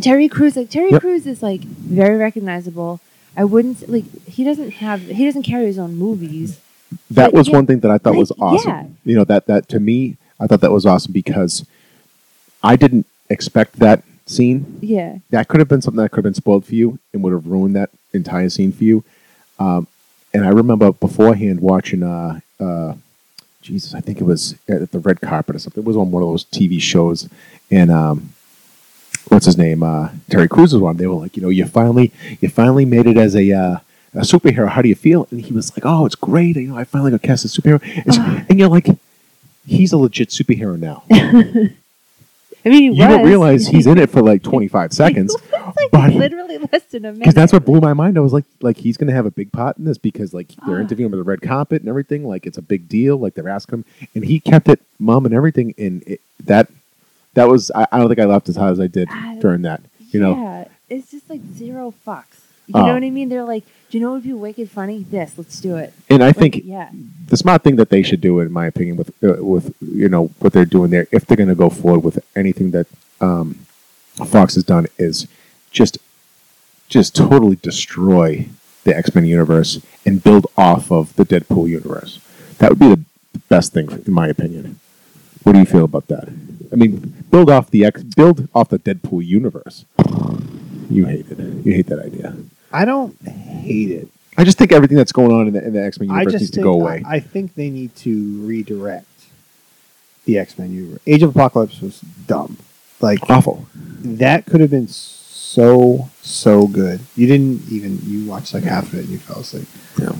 Speaker 3: Terry Crews, like Terry
Speaker 2: Yep.
Speaker 3: Crews is like very recognizable. I wouldn't s- like he doesn't have he doesn't carry his own movies.
Speaker 2: That
Speaker 3: But
Speaker 2: was
Speaker 3: yeah,
Speaker 2: one thing that I thought was
Speaker 3: like,
Speaker 2: awesome.
Speaker 3: yeah.
Speaker 2: You know that that to me, I thought that was awesome because I didn't expect that scene.
Speaker 3: Yeah,
Speaker 2: That could have been something that could have been spoiled for you and would have ruined that entire scene for you. Um, and I remember beforehand watching uh, uh, Jesus, I think it was at the red carpet or something. It was on one of those TV shows, and um, what's his name? Uh, Terry Crews was on. They were like, you know, you finally, you finally made it as a. Uh, a superhero, how do you feel? And he was like, "Oh, it's great! You know, I finally got cast as a superhero." And, so-
Speaker 3: Ah.
Speaker 2: and you're like, "He's a legit superhero now."
Speaker 3: I mean he
Speaker 2: you don't
Speaker 3: was.
Speaker 2: realize he's in it for like 25 seconds,
Speaker 3: It's like
Speaker 2: but
Speaker 3: literally less than a minute.
Speaker 2: because that's what blew my mind. I was like, like he's gonna have a big pot in this because like they're
Speaker 3: Ah.
Speaker 2: interviewing him with the red carpet and everything. Like it's a big deal. Like they're asking him, and he kept it mum and everything. And it, that that was I, I don't think I laughed as hard as I did
Speaker 3: I-
Speaker 2: during that. You know,
Speaker 3: Yeah, it's just like zero fucks. You
Speaker 2: Oh.
Speaker 3: know what I mean? They're like, do you know what would be wicked funny? This, let's do it.
Speaker 2: and I
Speaker 3: Like,
Speaker 2: think
Speaker 3: yeah,
Speaker 2: the smart thing that they should do, in my opinion, with uh, with you know what they're doing there, if they're going to go forward with anything that um, Fox has done, is just just totally destroy the X Men universe and build off of the Deadpool universe. That would be the best thing, in my opinion. What do you feel about that? I mean, build off the X, build off the Deadpool universe. You hate it. You hate that idea.
Speaker 1: I don't hate it.
Speaker 2: I just think everything that's going on in the, in the X Men
Speaker 1: I
Speaker 2: universe
Speaker 1: just
Speaker 2: needs to
Speaker 1: think-
Speaker 2: go away.
Speaker 1: I, I think they need to redirect the X Men universe. Age of Apocalypse was dumb. Like
Speaker 2: Awful.
Speaker 1: that could have been so so good. You didn't even you watched like half of it and you fell asleep.
Speaker 2: Yeah.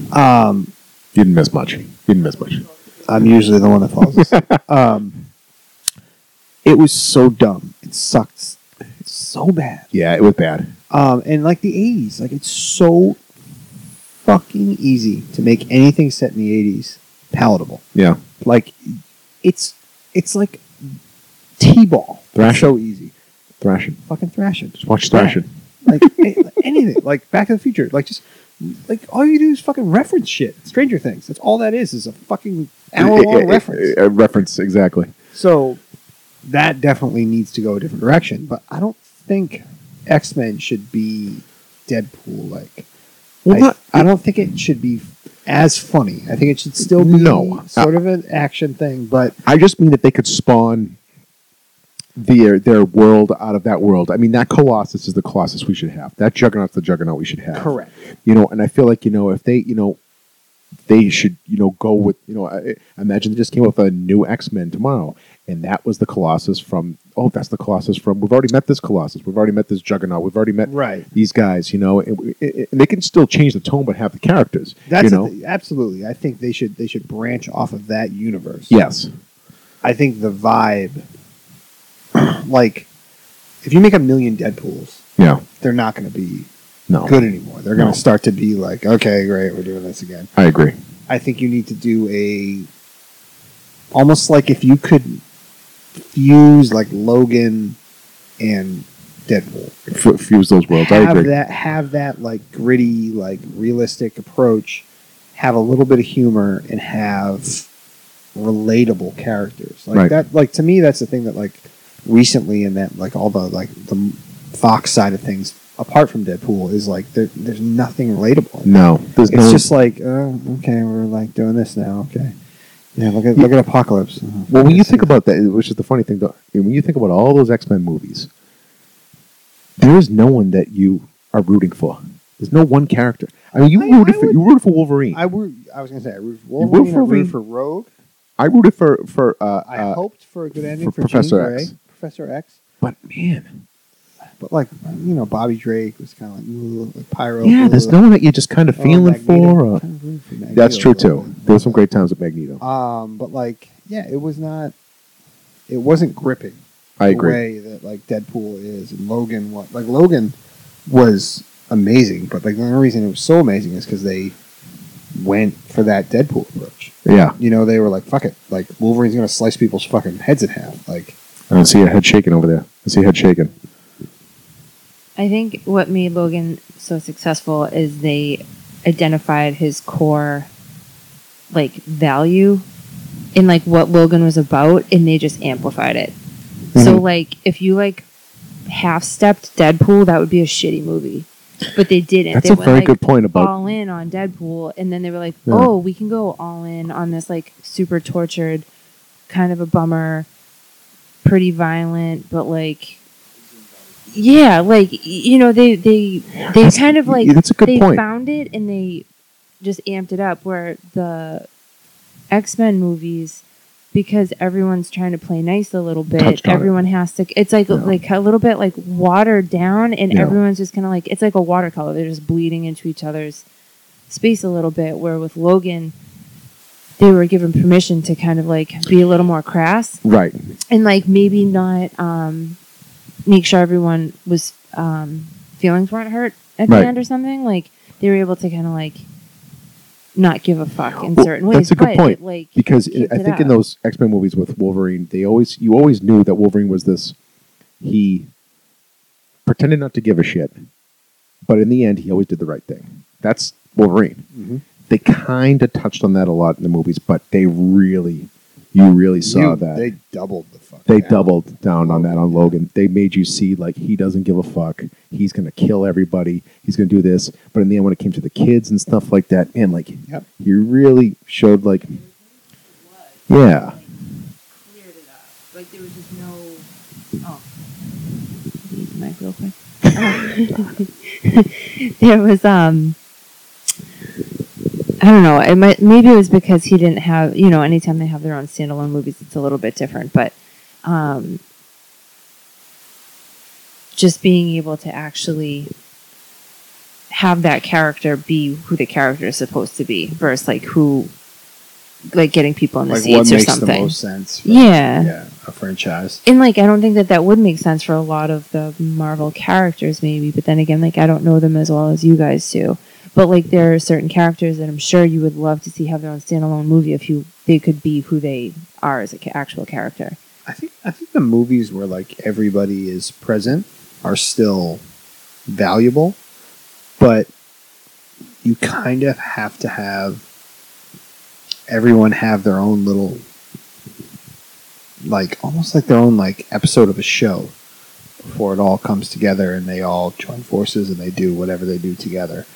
Speaker 1: Um,
Speaker 2: You didn't miss much. You didn't miss much.
Speaker 1: I'm usually the one that falls asleep. um, it was so dumb. It sucked so bad.
Speaker 2: Yeah, it was bad.
Speaker 1: Um, and like the 80s, like it's so fucking easy to make anything set in the 80s palatable.
Speaker 2: Yeah.
Speaker 1: Like it's it's like T-ball. It's
Speaker 2: Thrasher.
Speaker 1: so easy.
Speaker 2: Thrashing.
Speaker 1: Fucking thrashing.
Speaker 2: Just watch Thrashing.
Speaker 1: Like a- anything. Like Back to the Future. Like just like all you do is fucking reference shit. Stranger Things. That's all that is. Is a fucking hour
Speaker 2: Eh, eh, eh,
Speaker 1: long reference.
Speaker 2: eh, reference, exactly.
Speaker 1: So that definitely needs to go a different direction. But I don't think X Men should be Deadpool like.
Speaker 2: Well,
Speaker 1: I,
Speaker 2: not-
Speaker 1: I don't think it should be as funny. I think it should still be
Speaker 2: No.
Speaker 1: sort of an action thing, but
Speaker 2: I just mean that they could spawn their their world out of that world. I mean, that Colossus is the Colossus we should have. That Juggernaut's the Juggernaut we should have.
Speaker 1: correct.
Speaker 2: You know, and I feel like you know if they you know they should you know go with you know I, I imagine they just came up with a new X Men tomorrow, and that was the Colossus from oh that's the Colossus from we've already met this Colossus we've already met this Juggernaut we've already met
Speaker 1: Right.
Speaker 2: these guys you know and, and they can still change the tone but have the characters
Speaker 1: That's
Speaker 2: you
Speaker 1: the
Speaker 2: know
Speaker 1: thing. absolutely. I think they should they should branch off of that universe.
Speaker 2: yes
Speaker 1: I think the vibe, like, if you make a million Deadpool's,
Speaker 2: yeah
Speaker 1: they're not going to be
Speaker 2: no
Speaker 1: good anymore. They're going
Speaker 2: No.
Speaker 1: to start to be like, okay, great, we're doing this again.
Speaker 2: I agree
Speaker 1: I think you need to do a almost like if you could fuse like Logan and Deadpool.
Speaker 2: F- fuse those worlds I
Speaker 1: have
Speaker 2: agree
Speaker 1: that have that like gritty, like realistic approach, have a little bit of humor and have relatable characters. Like
Speaker 2: Right.
Speaker 1: that like to me that's the thing that like recently in that like all the like the Fox side of things apart from Deadpool is like there, there's nothing relatable.
Speaker 2: no there's
Speaker 1: It's
Speaker 2: no
Speaker 1: just like, oh, okay, we're like doing this now. Okay, yeah. Look at look at Apocalypse.
Speaker 2: Well, when you think about that, which is the funny thing, though, when you think about all those X Men movies, there is no one that you are rooting for. There's no one character. I mean, you
Speaker 1: I-
Speaker 2: rooted
Speaker 1: I
Speaker 2: for
Speaker 1: would-
Speaker 2: you rooted for Wolverine.
Speaker 1: I were, I was gonna say I root for
Speaker 2: root for
Speaker 1: Wolverine. I root
Speaker 2: Wolverine.
Speaker 1: for Rogue.
Speaker 2: I rooted for for. Uh,
Speaker 1: I
Speaker 2: uh,
Speaker 1: hoped for a good ending
Speaker 2: for
Speaker 1: for,
Speaker 2: Professor
Speaker 1: Jean
Speaker 2: X.
Speaker 1: Grey, Professor X.
Speaker 2: but man,
Speaker 1: But like you know, Bobby Drake was kind of like, "Ooh, like Pyro.
Speaker 2: yeah,
Speaker 1: ooh,
Speaker 2: there's no one that you're just kind of
Speaker 1: oh,
Speaker 2: feeling
Speaker 1: Magneto."
Speaker 2: for. Or,
Speaker 1: Kinda rooting for Magneto
Speaker 2: that's true
Speaker 1: a little
Speaker 2: too.
Speaker 1: bit.
Speaker 2: There were some great times with Magneto.
Speaker 1: Um, but like, yeah, it was not. It wasn't gripping.
Speaker 2: I agree.
Speaker 1: The way that like Deadpool is and Logan, what like Logan was amazing, but like the only reason it was so amazing is because they went for that Deadpool approach.
Speaker 2: Yeah,
Speaker 1: You know, they were like, "Fuck it!" Like Wolverine's gonna slice people's fucking heads in half. Like,
Speaker 2: I see a head shaking over there. I see a head shaking.
Speaker 3: I think what made Logan so successful is they identified his core like value in like what Logan was about and they just amplified it. So
Speaker 2: Mm-hmm.
Speaker 3: like if you like half stepped Deadpool, that would be a shitty movie. But they didn't.
Speaker 2: That's
Speaker 3: they
Speaker 2: a
Speaker 3: went,
Speaker 2: very
Speaker 3: like,
Speaker 2: good point about
Speaker 3: all in on Deadpool, and then they were like,
Speaker 2: Yeah.
Speaker 3: "Oh, we can go all in on this like super tortured, kind of a bummer, pretty violent, but like, yeah, like y- you know, they they they
Speaker 2: That's-
Speaker 3: kind of like
Speaker 2: that's a good
Speaker 3: they
Speaker 2: point.
Speaker 3: found it and they just amped it up. Where the X Men movies, because everyone's trying to play nice a little bit,
Speaker 2: Touched on it.
Speaker 3: everyone has to. It's like
Speaker 2: Yeah.
Speaker 3: like a little bit like watered down, and
Speaker 2: Yeah.
Speaker 3: everyone's just kind of like it's like a watercolor. They're just bleeding into each other's space a little bit. Where with Logan, they were given permission to kind of like be a little more crass
Speaker 2: right.
Speaker 3: and like maybe not um, make sure everyone was um, feelings weren't hurt at
Speaker 2: Right.
Speaker 3: the end or something. Like they were able to kind of like not give a fuck in
Speaker 2: Well,
Speaker 3: certain
Speaker 2: that's
Speaker 3: ways.
Speaker 2: a good
Speaker 3: but
Speaker 2: point,
Speaker 3: It, like
Speaker 2: because i
Speaker 3: kept
Speaker 2: I
Speaker 3: it
Speaker 2: think in
Speaker 3: up.
Speaker 2: those X Men movies with Wolverine, they always you always knew that Wolverine was this. He pretended not to give a shit, but in the end, he always did the right thing. That's Wolverine. They kind of touched on that a lot in the movies, but they really, you really saw
Speaker 1: you-
Speaker 2: that
Speaker 1: they doubled the fuck.
Speaker 2: they
Speaker 1: down.
Speaker 2: doubled down on that on
Speaker 1: Yeah.
Speaker 2: Logan. They made you see like he doesn't give a fuck. He's gonna kill everybody. He's gonna do this. But in the end, when it came to the kids and stuff like that, man, like
Speaker 1: Yep.
Speaker 2: he really showed like, yeah,
Speaker 3: cleared it up. Like there was just no. Oh, Need the mic real quick. Oh. there was um. I don't know. It might maybe it was because he didn't have you know. Anytime they have their own standalone movies, it's a little bit different. But um, just being able to actually have that character be who the character is supposed to be versus like who like getting people in the
Speaker 1: Like what
Speaker 3: seats
Speaker 1: makes
Speaker 3: or
Speaker 1: the
Speaker 3: something.
Speaker 1: most sense? for-
Speaker 3: Yeah.
Speaker 1: yeah, a franchise.
Speaker 3: And like I don't think that that would make sense for a lot of the Marvel characters maybe, but then again like I don't know them as well as you guys do. But like there are certain characters that I'm sure you would love to see have their own standalone movie if you they could be who they are as an actual character.
Speaker 1: I think I think the movies where like everybody is present are still valuable, but you kind of have to have everyone have their own little like almost like their own like episode of a show before it all comes together and they all join forces and they do whatever they do together.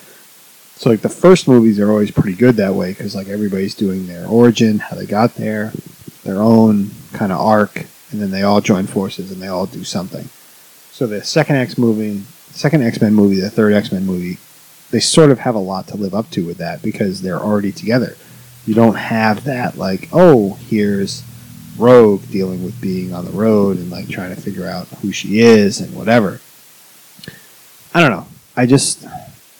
Speaker 1: So like the first movies are always pretty good that way because like everybody's doing their origin, how they got there, their own kind of arc, and then they all join forces and they all do something. So the second X movie, second X Men movie, the third X Men movie, they sort of have a lot to live up to with that because they're already together. You don't have that like oh here's Rogue dealing with being on the road and like trying to figure out who she is and whatever. I don't know. I just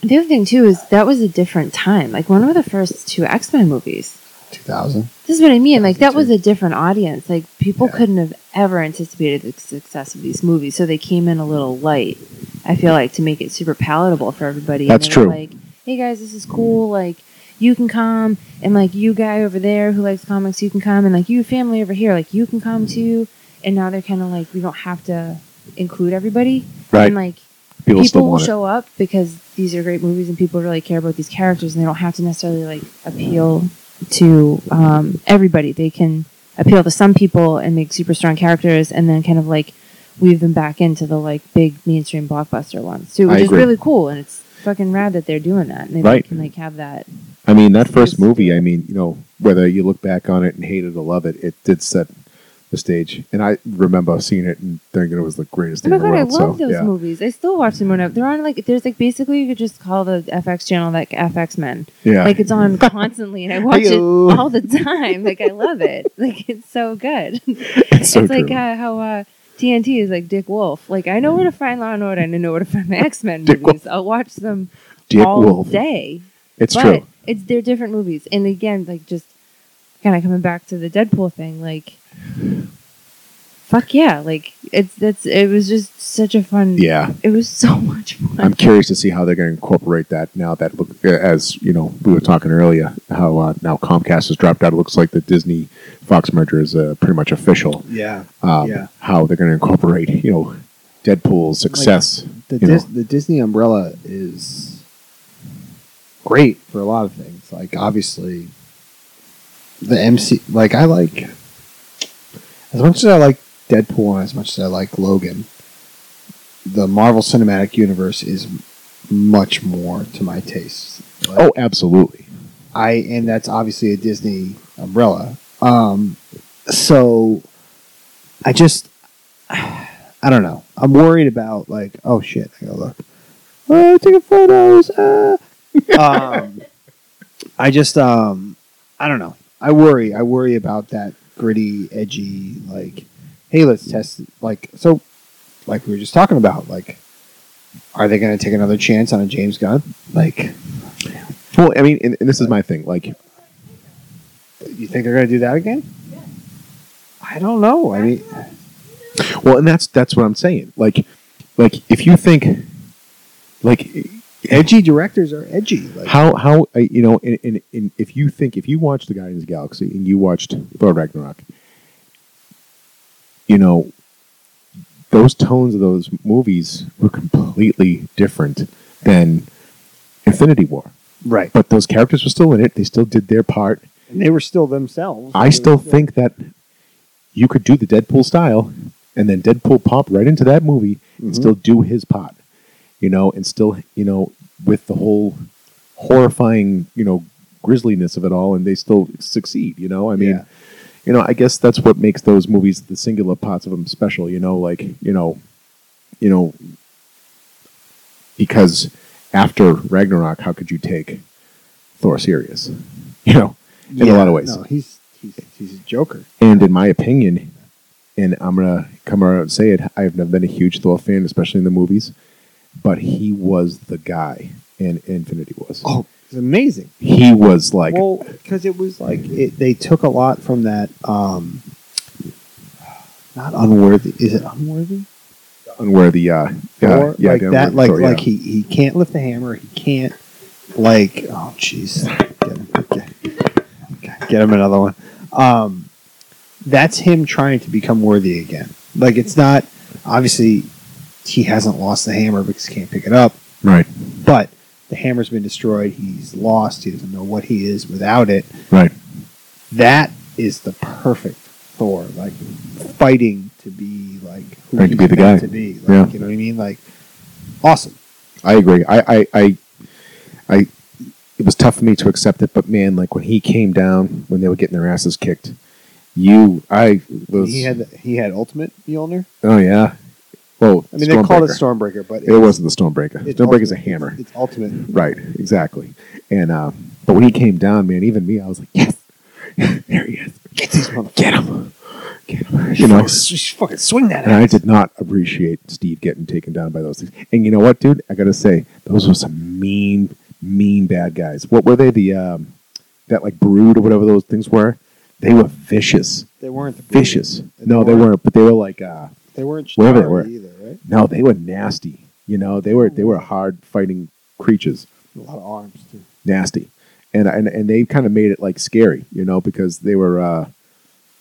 Speaker 3: The other thing too is that was a different time. Like one of the first two X Men movies.
Speaker 1: 2000.
Speaker 3: This is what I mean. Like that
Speaker 1: That's
Speaker 3: was a different audience. Like people
Speaker 1: Yeah.
Speaker 3: couldn't have ever anticipated the success of these movies, so they came in a little light. I feel like to make it super palatable for everybody. And
Speaker 2: That's
Speaker 3: they were
Speaker 2: true.
Speaker 3: Like, hey guys, this is cool. Like you can come, and like you guy over there who likes comics, you can come, and like you family over here, like you can come too. And now they're kind of like we don't have to include everybody.
Speaker 2: Right.
Speaker 3: And like
Speaker 2: People,
Speaker 3: people,
Speaker 2: still
Speaker 3: will
Speaker 2: want it.
Speaker 3: show up because these are great movies and people really care about these characters and they don't have to necessarily like appeal to um, everybody they can appeal to some people and make super strong characters and then kind of like weave them back into the like big mainstream blockbuster ones too
Speaker 2: I
Speaker 3: which is
Speaker 2: agree.
Speaker 3: really cool and it's fucking rad that they're doing that and they
Speaker 2: Right.
Speaker 3: can like have that
Speaker 2: I mean, that first
Speaker 3: Yes.
Speaker 2: movie, I mean, you know, whether you look back on it and hate it or love it, it did set the stage. And I remember seeing it and thinking it was the greatest thing
Speaker 3: oh my
Speaker 2: in the
Speaker 3: god i
Speaker 2: world.
Speaker 3: love
Speaker 2: so,
Speaker 3: those
Speaker 2: yeah.
Speaker 3: movies i still watch them when I- they're on like there's like basically you could just call the fx channel like fx men
Speaker 2: Yeah.
Speaker 3: Like it's on constantly, and I watch it
Speaker 2: Hey-o.
Speaker 3: all the time. Like I love it. Like it's so good.
Speaker 2: it's so
Speaker 3: it's like
Speaker 2: true. Mm.
Speaker 3: uh, how uh, TNT is like Dick Wolf. Like I know where to find Law and Order, and I know where to find the X Men
Speaker 2: Dick
Speaker 3: movies.
Speaker 2: Wolf.
Speaker 3: I'll watch them
Speaker 2: Dick
Speaker 3: all
Speaker 2: Wolf.
Speaker 3: day.
Speaker 2: It's
Speaker 3: but
Speaker 2: true.
Speaker 3: It's they're different movies, and again, like just kind of coming back to the Deadpool thing. Like, fuck yeah! Like it's that's it was just such a fun.
Speaker 2: Yeah.
Speaker 3: It was so much fun.
Speaker 2: I'm curious to see how they're going to incorporate that now that look uh, as you know we were talking earlier how uh, now Comcast has dropped out. It looks like the Disney Fox merger is uh, pretty much official.
Speaker 1: Yeah.
Speaker 2: Um,
Speaker 1: Yeah.
Speaker 2: How they're going to incorporate you know Deadpool's success?
Speaker 1: The,
Speaker 2: You
Speaker 1: Dis- the Disney umbrella is great for a lot of things. Like obviously the MC like I like as much as I like Deadpool and as much as I like Logan, the Marvel Cinematic Universe is m- much more to my taste. Like,
Speaker 2: oh, absolutely.
Speaker 1: I and that's obviously a Disney umbrella. Um, so I just I don't know. I'm worried about like oh shit. I gotta look. Oh, taking photos. Ah. um, I just um, I don't know. I worry. I worry about that gritty, edgy like. Hey, let's test like so. Like we were just talking about like. Are they going to take another chance on a James Gunn? Like,
Speaker 2: Well, I mean, and, and this is my thing. Like,
Speaker 1: You think they're going to do that again? I don't know. I mean,
Speaker 2: well, and that's that's what I'm saying. Like, like if you think, like,
Speaker 1: edgy directors are edgy. Like,
Speaker 2: how how uh, you know in, in, in, if you think if you watched the guardians of the galaxy and you watched thor ragnarok you know those tones of those movies were completely different than infinity war
Speaker 1: right?
Speaker 2: but those characters were still in it they still did their part
Speaker 1: And they were still themselves.
Speaker 2: i still think that you could do the deadpool style and then deadpool pop right into that movie and still do his part, you know, and still, you know, with the whole horrifying, you know, grisliness of it all, and they still succeed, you know. I mean,
Speaker 1: Yeah.
Speaker 2: you know, I guess that's what makes those movies, the singular parts of them, special, you know, like, you know, you know, because after Ragnarok, how could you take Thor serious, you know, in a lot of ways?
Speaker 1: No, he's he's he's a joker.
Speaker 2: And in my opinion, and I'm gonna come around and say it, I've never been a huge Thor fan, especially in the movies, but he was the guy in Infinity was.
Speaker 1: Oh, it's amazing.
Speaker 2: He was like
Speaker 1: well, because it was like it, they took a lot from that. um Not unworthy. Is it unworthy?
Speaker 2: where the uh yeah,
Speaker 1: Or,
Speaker 2: yeah,
Speaker 1: like
Speaker 2: Dan
Speaker 1: that.
Speaker 2: Lord-
Speaker 1: Like
Speaker 2: Thor, yeah.
Speaker 1: like he he can't lift the hammer. He can't like oh jeez. Get him, get, get him another one. Um, that's him trying to become worthy again. Like it's not obviously he hasn't lost the hammer because he can't pick it up,
Speaker 2: Right,
Speaker 1: but the hammer's been destroyed. He's lost. He doesn't know what he is without it
Speaker 2: right.
Speaker 1: that is the perfect Thor, like fighting to be like who
Speaker 2: I could
Speaker 1: he's
Speaker 2: be the
Speaker 1: meant
Speaker 2: guy.
Speaker 1: to be. Like,
Speaker 2: Yeah.
Speaker 1: you know what I mean? Like, awesome.
Speaker 2: I agree. I, I, I, I, it was tough for me to accept it, but man, like when he came down, when they were getting their asses kicked, you, I was.
Speaker 1: He had he had ultimate Mjolnir.
Speaker 2: oh yeah. Well,
Speaker 1: I mean, they called it
Speaker 2: Stormbreaker.
Speaker 1: Stormbreaker, but
Speaker 2: It wasn't the Stormbreaker.
Speaker 1: it's
Speaker 2: Stormbreaker's a
Speaker 1: ultimate.
Speaker 2: hammer.
Speaker 1: It's, it's ultimate.
Speaker 2: Right, exactly. And uh, but when he came down, man, even me, I was like, yes, there he is. Get this motherfucker. Get him. Get him. You know,
Speaker 1: Just fucking swing that.
Speaker 2: and I did not appreciate Steve getting taken down by those things. And you know what, dude? I gotta say, those were some mean, mean bad guys. What were they? The um, that like brood or whatever those things were. They were vicious,
Speaker 1: They weren't the
Speaker 2: vicious.
Speaker 1: And
Speaker 2: No, they weren't. But they were like, uh,
Speaker 1: They weren't
Speaker 2: Wherever they
Speaker 1: Chitauri
Speaker 2: were.
Speaker 1: either, right?
Speaker 2: no, they were nasty. You know, they were they were hard fighting creatures.
Speaker 1: A lot of arms too.
Speaker 2: nasty, and and and they kind of made it like scary, you know, because they were uh,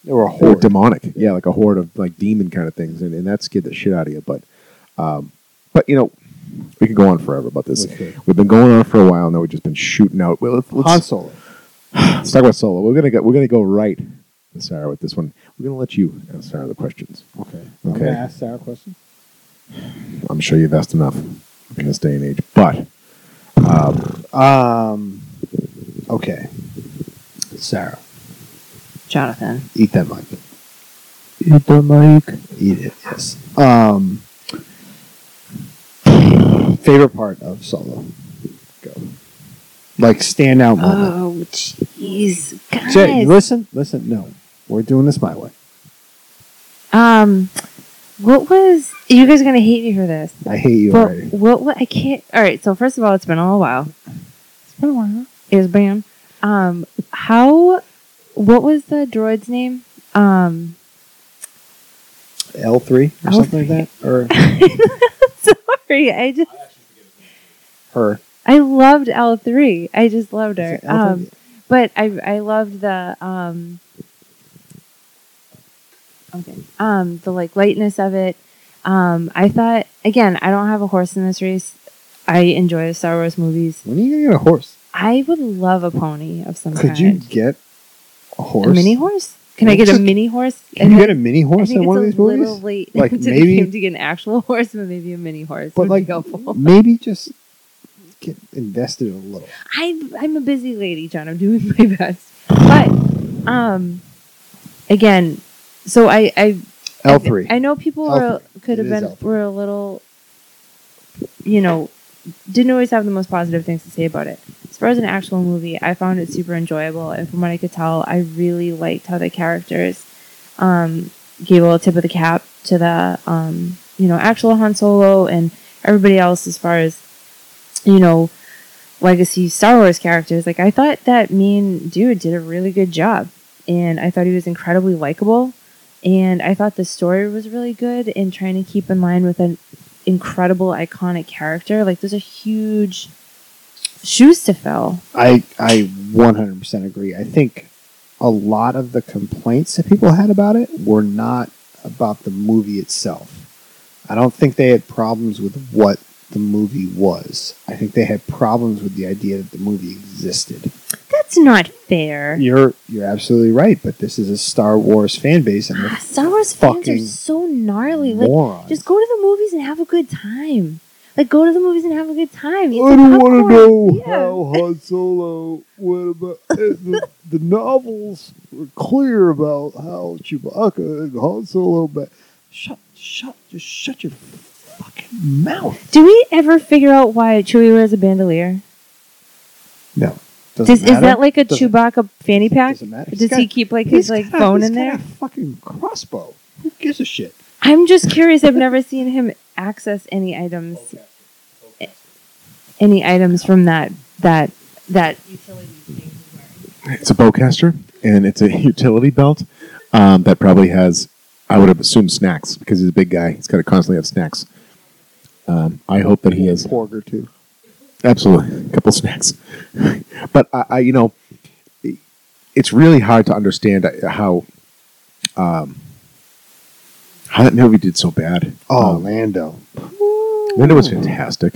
Speaker 1: They were a
Speaker 2: they were
Speaker 1: horde.
Speaker 2: demonic, yeah. like a horde of like demon kind of things, and, and that scared the shit out of you. But, um, but you know, we could go on forever about this.
Speaker 1: Let's do it.
Speaker 2: We've been going on for a while now. We've just been shooting out. Well, let's,
Speaker 1: Han
Speaker 2: let's,
Speaker 1: Solo.
Speaker 2: let's talk about solo. We're gonna go. We're gonna go right, Sarah, with this one. We're gonna let you ask Sarah the questions.
Speaker 1: Okay.
Speaker 2: Okay.
Speaker 1: I'm gonna ask Sarah a question.
Speaker 2: I'm sure you've asked enough in this day and age, but
Speaker 1: Um. Okay. Sarah,
Speaker 3: Jonathan.
Speaker 1: eat that mic.
Speaker 4: Eat the mic.
Speaker 1: Eat it. Yes. Um. Favorite part of Solo. Go. Like standout moment.
Speaker 3: Oh, jeez, guys.
Speaker 1: Say, listen, listen. No, we're doing this my way.
Speaker 3: Um, what was? You guys are gonna hate me for this.
Speaker 1: I hate you
Speaker 3: But
Speaker 1: already.
Speaker 3: what, what? I can't. All right. So first of all, it's been a little while. It's been a while. It's been. Um, how? What was the droid's name? Um,
Speaker 1: L three or
Speaker 3: L
Speaker 1: something like that, or
Speaker 3: sorry. I just.
Speaker 1: her.
Speaker 3: I loved L three. I just loved her.
Speaker 1: Is it L3?
Speaker 3: Um, but I I loved the um okay um the like lightness of it. Um, I thought again, I don't have a horse in this race. I enjoy the Star Wars movies.
Speaker 1: when are you gonna get a horse?
Speaker 3: I would love a pony of some
Speaker 1: Could
Speaker 3: kind.
Speaker 1: you get a horse?
Speaker 3: a mini horse? Can I
Speaker 1: It's
Speaker 3: get a
Speaker 1: just-
Speaker 3: mini horse?
Speaker 1: Can you get a mini
Speaker 3: I
Speaker 1: horse
Speaker 3: think
Speaker 1: in
Speaker 3: it's
Speaker 1: one
Speaker 3: a
Speaker 1: of these
Speaker 3: little
Speaker 1: movies?
Speaker 3: late
Speaker 1: Like,
Speaker 3: to the
Speaker 1: maybe-
Speaker 3: game to get an actual horse, but maybe a mini horse
Speaker 1: But
Speaker 3: would
Speaker 1: like
Speaker 3: be helpful.
Speaker 1: maybe just get invested a little.
Speaker 3: I'm I'm a busy lady, John. I'm doing my best. But um again, so I I
Speaker 1: L three.
Speaker 3: I know people
Speaker 1: L3.
Speaker 3: were, could have
Speaker 1: It is
Speaker 3: been
Speaker 1: L3.
Speaker 3: were a little you know didn't always have the most positive things to say about it. As far as an actual movie, I found it super enjoyable and from what I could tell, I really liked how the characters um gave a little tip of the cap to the um you know actual Han Solo and everybody else as far as you know legacy Star Wars characters. Like I thought that mean dude did a really good job, and I thought he was incredibly likable, and I thought the story was really good in trying to keep in line with an incredible iconic character. Like those are huge shoes to fill.
Speaker 1: I I 100% agree. I think a lot of the complaints that people had about it were not about the movie itself. I don't think they had problems with what the movie was. I think they had problems with the idea that the movie existed.
Speaker 3: That's not fair.
Speaker 1: You're you're absolutely right, but this is a Star Wars fan base and they're
Speaker 3: Ah, Star Wars fans are
Speaker 1: Fucking
Speaker 3: so gnarly. Like
Speaker 1: morons.
Speaker 3: just go to the movies and have a good time. Like go to the movies and have a good time.
Speaker 4: I
Speaker 3: Eat some
Speaker 4: don't want to
Speaker 3: popcorn.
Speaker 4: know
Speaker 3: Yeah.
Speaker 4: how Han Solo went about it. The, the novels were clear about how Chewbacca and Han Solo, but
Speaker 1: shut shut just shut your fucking mouth.
Speaker 3: Do we ever figure out why Chewie wears a bandolier?
Speaker 1: No. Doesn't
Speaker 3: Does, is
Speaker 1: matter.
Speaker 3: that like a
Speaker 1: Doesn't-
Speaker 3: Chewbacca fanny pack?
Speaker 1: doesn't matter.
Speaker 3: Does
Speaker 1: He's
Speaker 3: he
Speaker 1: got-
Speaker 3: keep like
Speaker 1: He's
Speaker 3: his like
Speaker 1: got a-
Speaker 3: phone
Speaker 1: he's
Speaker 3: in
Speaker 1: got
Speaker 3: there?
Speaker 1: a fucking crossbow. Who gives a shit?
Speaker 3: I'm just curious. I've never seen him access any items, any items from that that that.
Speaker 2: It's a bowcaster, and it's a utility belt um, that probably has, I would have assumed, snacks because he's a big guy. He's got to constantly have snacks. Um, I hope that he has
Speaker 1: Porg or two.
Speaker 2: absolutely a couple snacks. but I, I, you know, it's really hard to understand how um, how that movie did so bad.
Speaker 1: Oh,
Speaker 2: um,
Speaker 1: Lando.
Speaker 2: Lando was fantastic.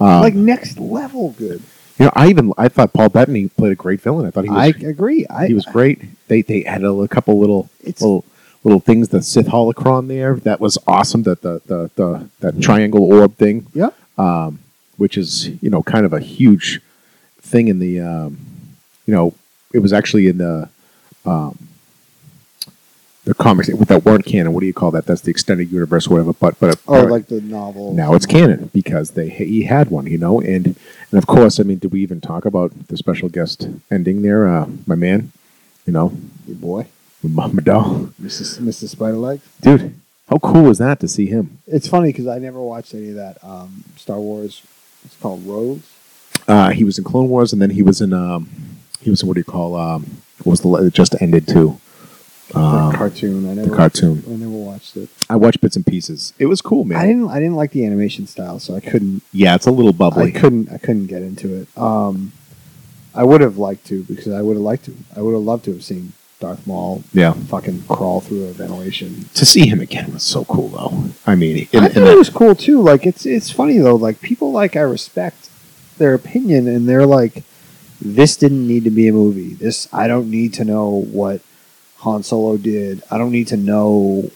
Speaker 2: Um,
Speaker 1: like next level good.
Speaker 2: you know, I even I thought Paul Bettany played a great villain. I thought he was
Speaker 1: I agree. I
Speaker 2: he was great. They they had a, li- couple little
Speaker 1: It's-
Speaker 2: little little things, the Sith holocron there. That was awesome. That the the, the that triangle orb thing.
Speaker 1: Yeah.
Speaker 2: Um, which is you know kind of a huge thing in the um, you know it was actually in the um, the comics with that weren't canon. What do you call that? That's the extended universe, or whatever. But but
Speaker 4: Oh, like the novel.
Speaker 2: now it's canon because they he had one, you know, and and of course, I mean, did we even talk about the special guest ending there? Uh, my man, you know,
Speaker 4: Your boy,
Speaker 2: Mama Doll,
Speaker 4: Mrs. Mrs. Spiderleg.
Speaker 2: dude, how cool was that to see him?
Speaker 4: It's funny because I never watched any of that um, Star Wars. It's called Rogues.
Speaker 2: Uh, he was in Clone Wars, and then he was in um, he was in what do you call um, what was the le- it just ended too,
Speaker 4: that
Speaker 2: um,
Speaker 4: cartoon. I
Speaker 2: the
Speaker 4: never.
Speaker 2: cartoon.
Speaker 4: I never watched it.
Speaker 2: I watched bits and pieces. It was cool, man.
Speaker 4: I didn't. I didn't like the animation style, so I couldn't.
Speaker 2: yeah, it's a little bubbly.
Speaker 4: I couldn't. I couldn't get into it. Um, I would have liked to because I would have liked to. I would have loved to have seen Darth Maul
Speaker 2: yeah,
Speaker 4: fucking crawl through a ventilation.
Speaker 2: to see him again was so cool, though. I mean, in,
Speaker 4: I
Speaker 2: in
Speaker 4: thought it
Speaker 2: that-
Speaker 4: was cool too. Like it's it's funny though. Like people like I respect their opinion, and they're like,
Speaker 1: this didn't need to be a movie. This I don't need to know what Han Solo did. I don't need to know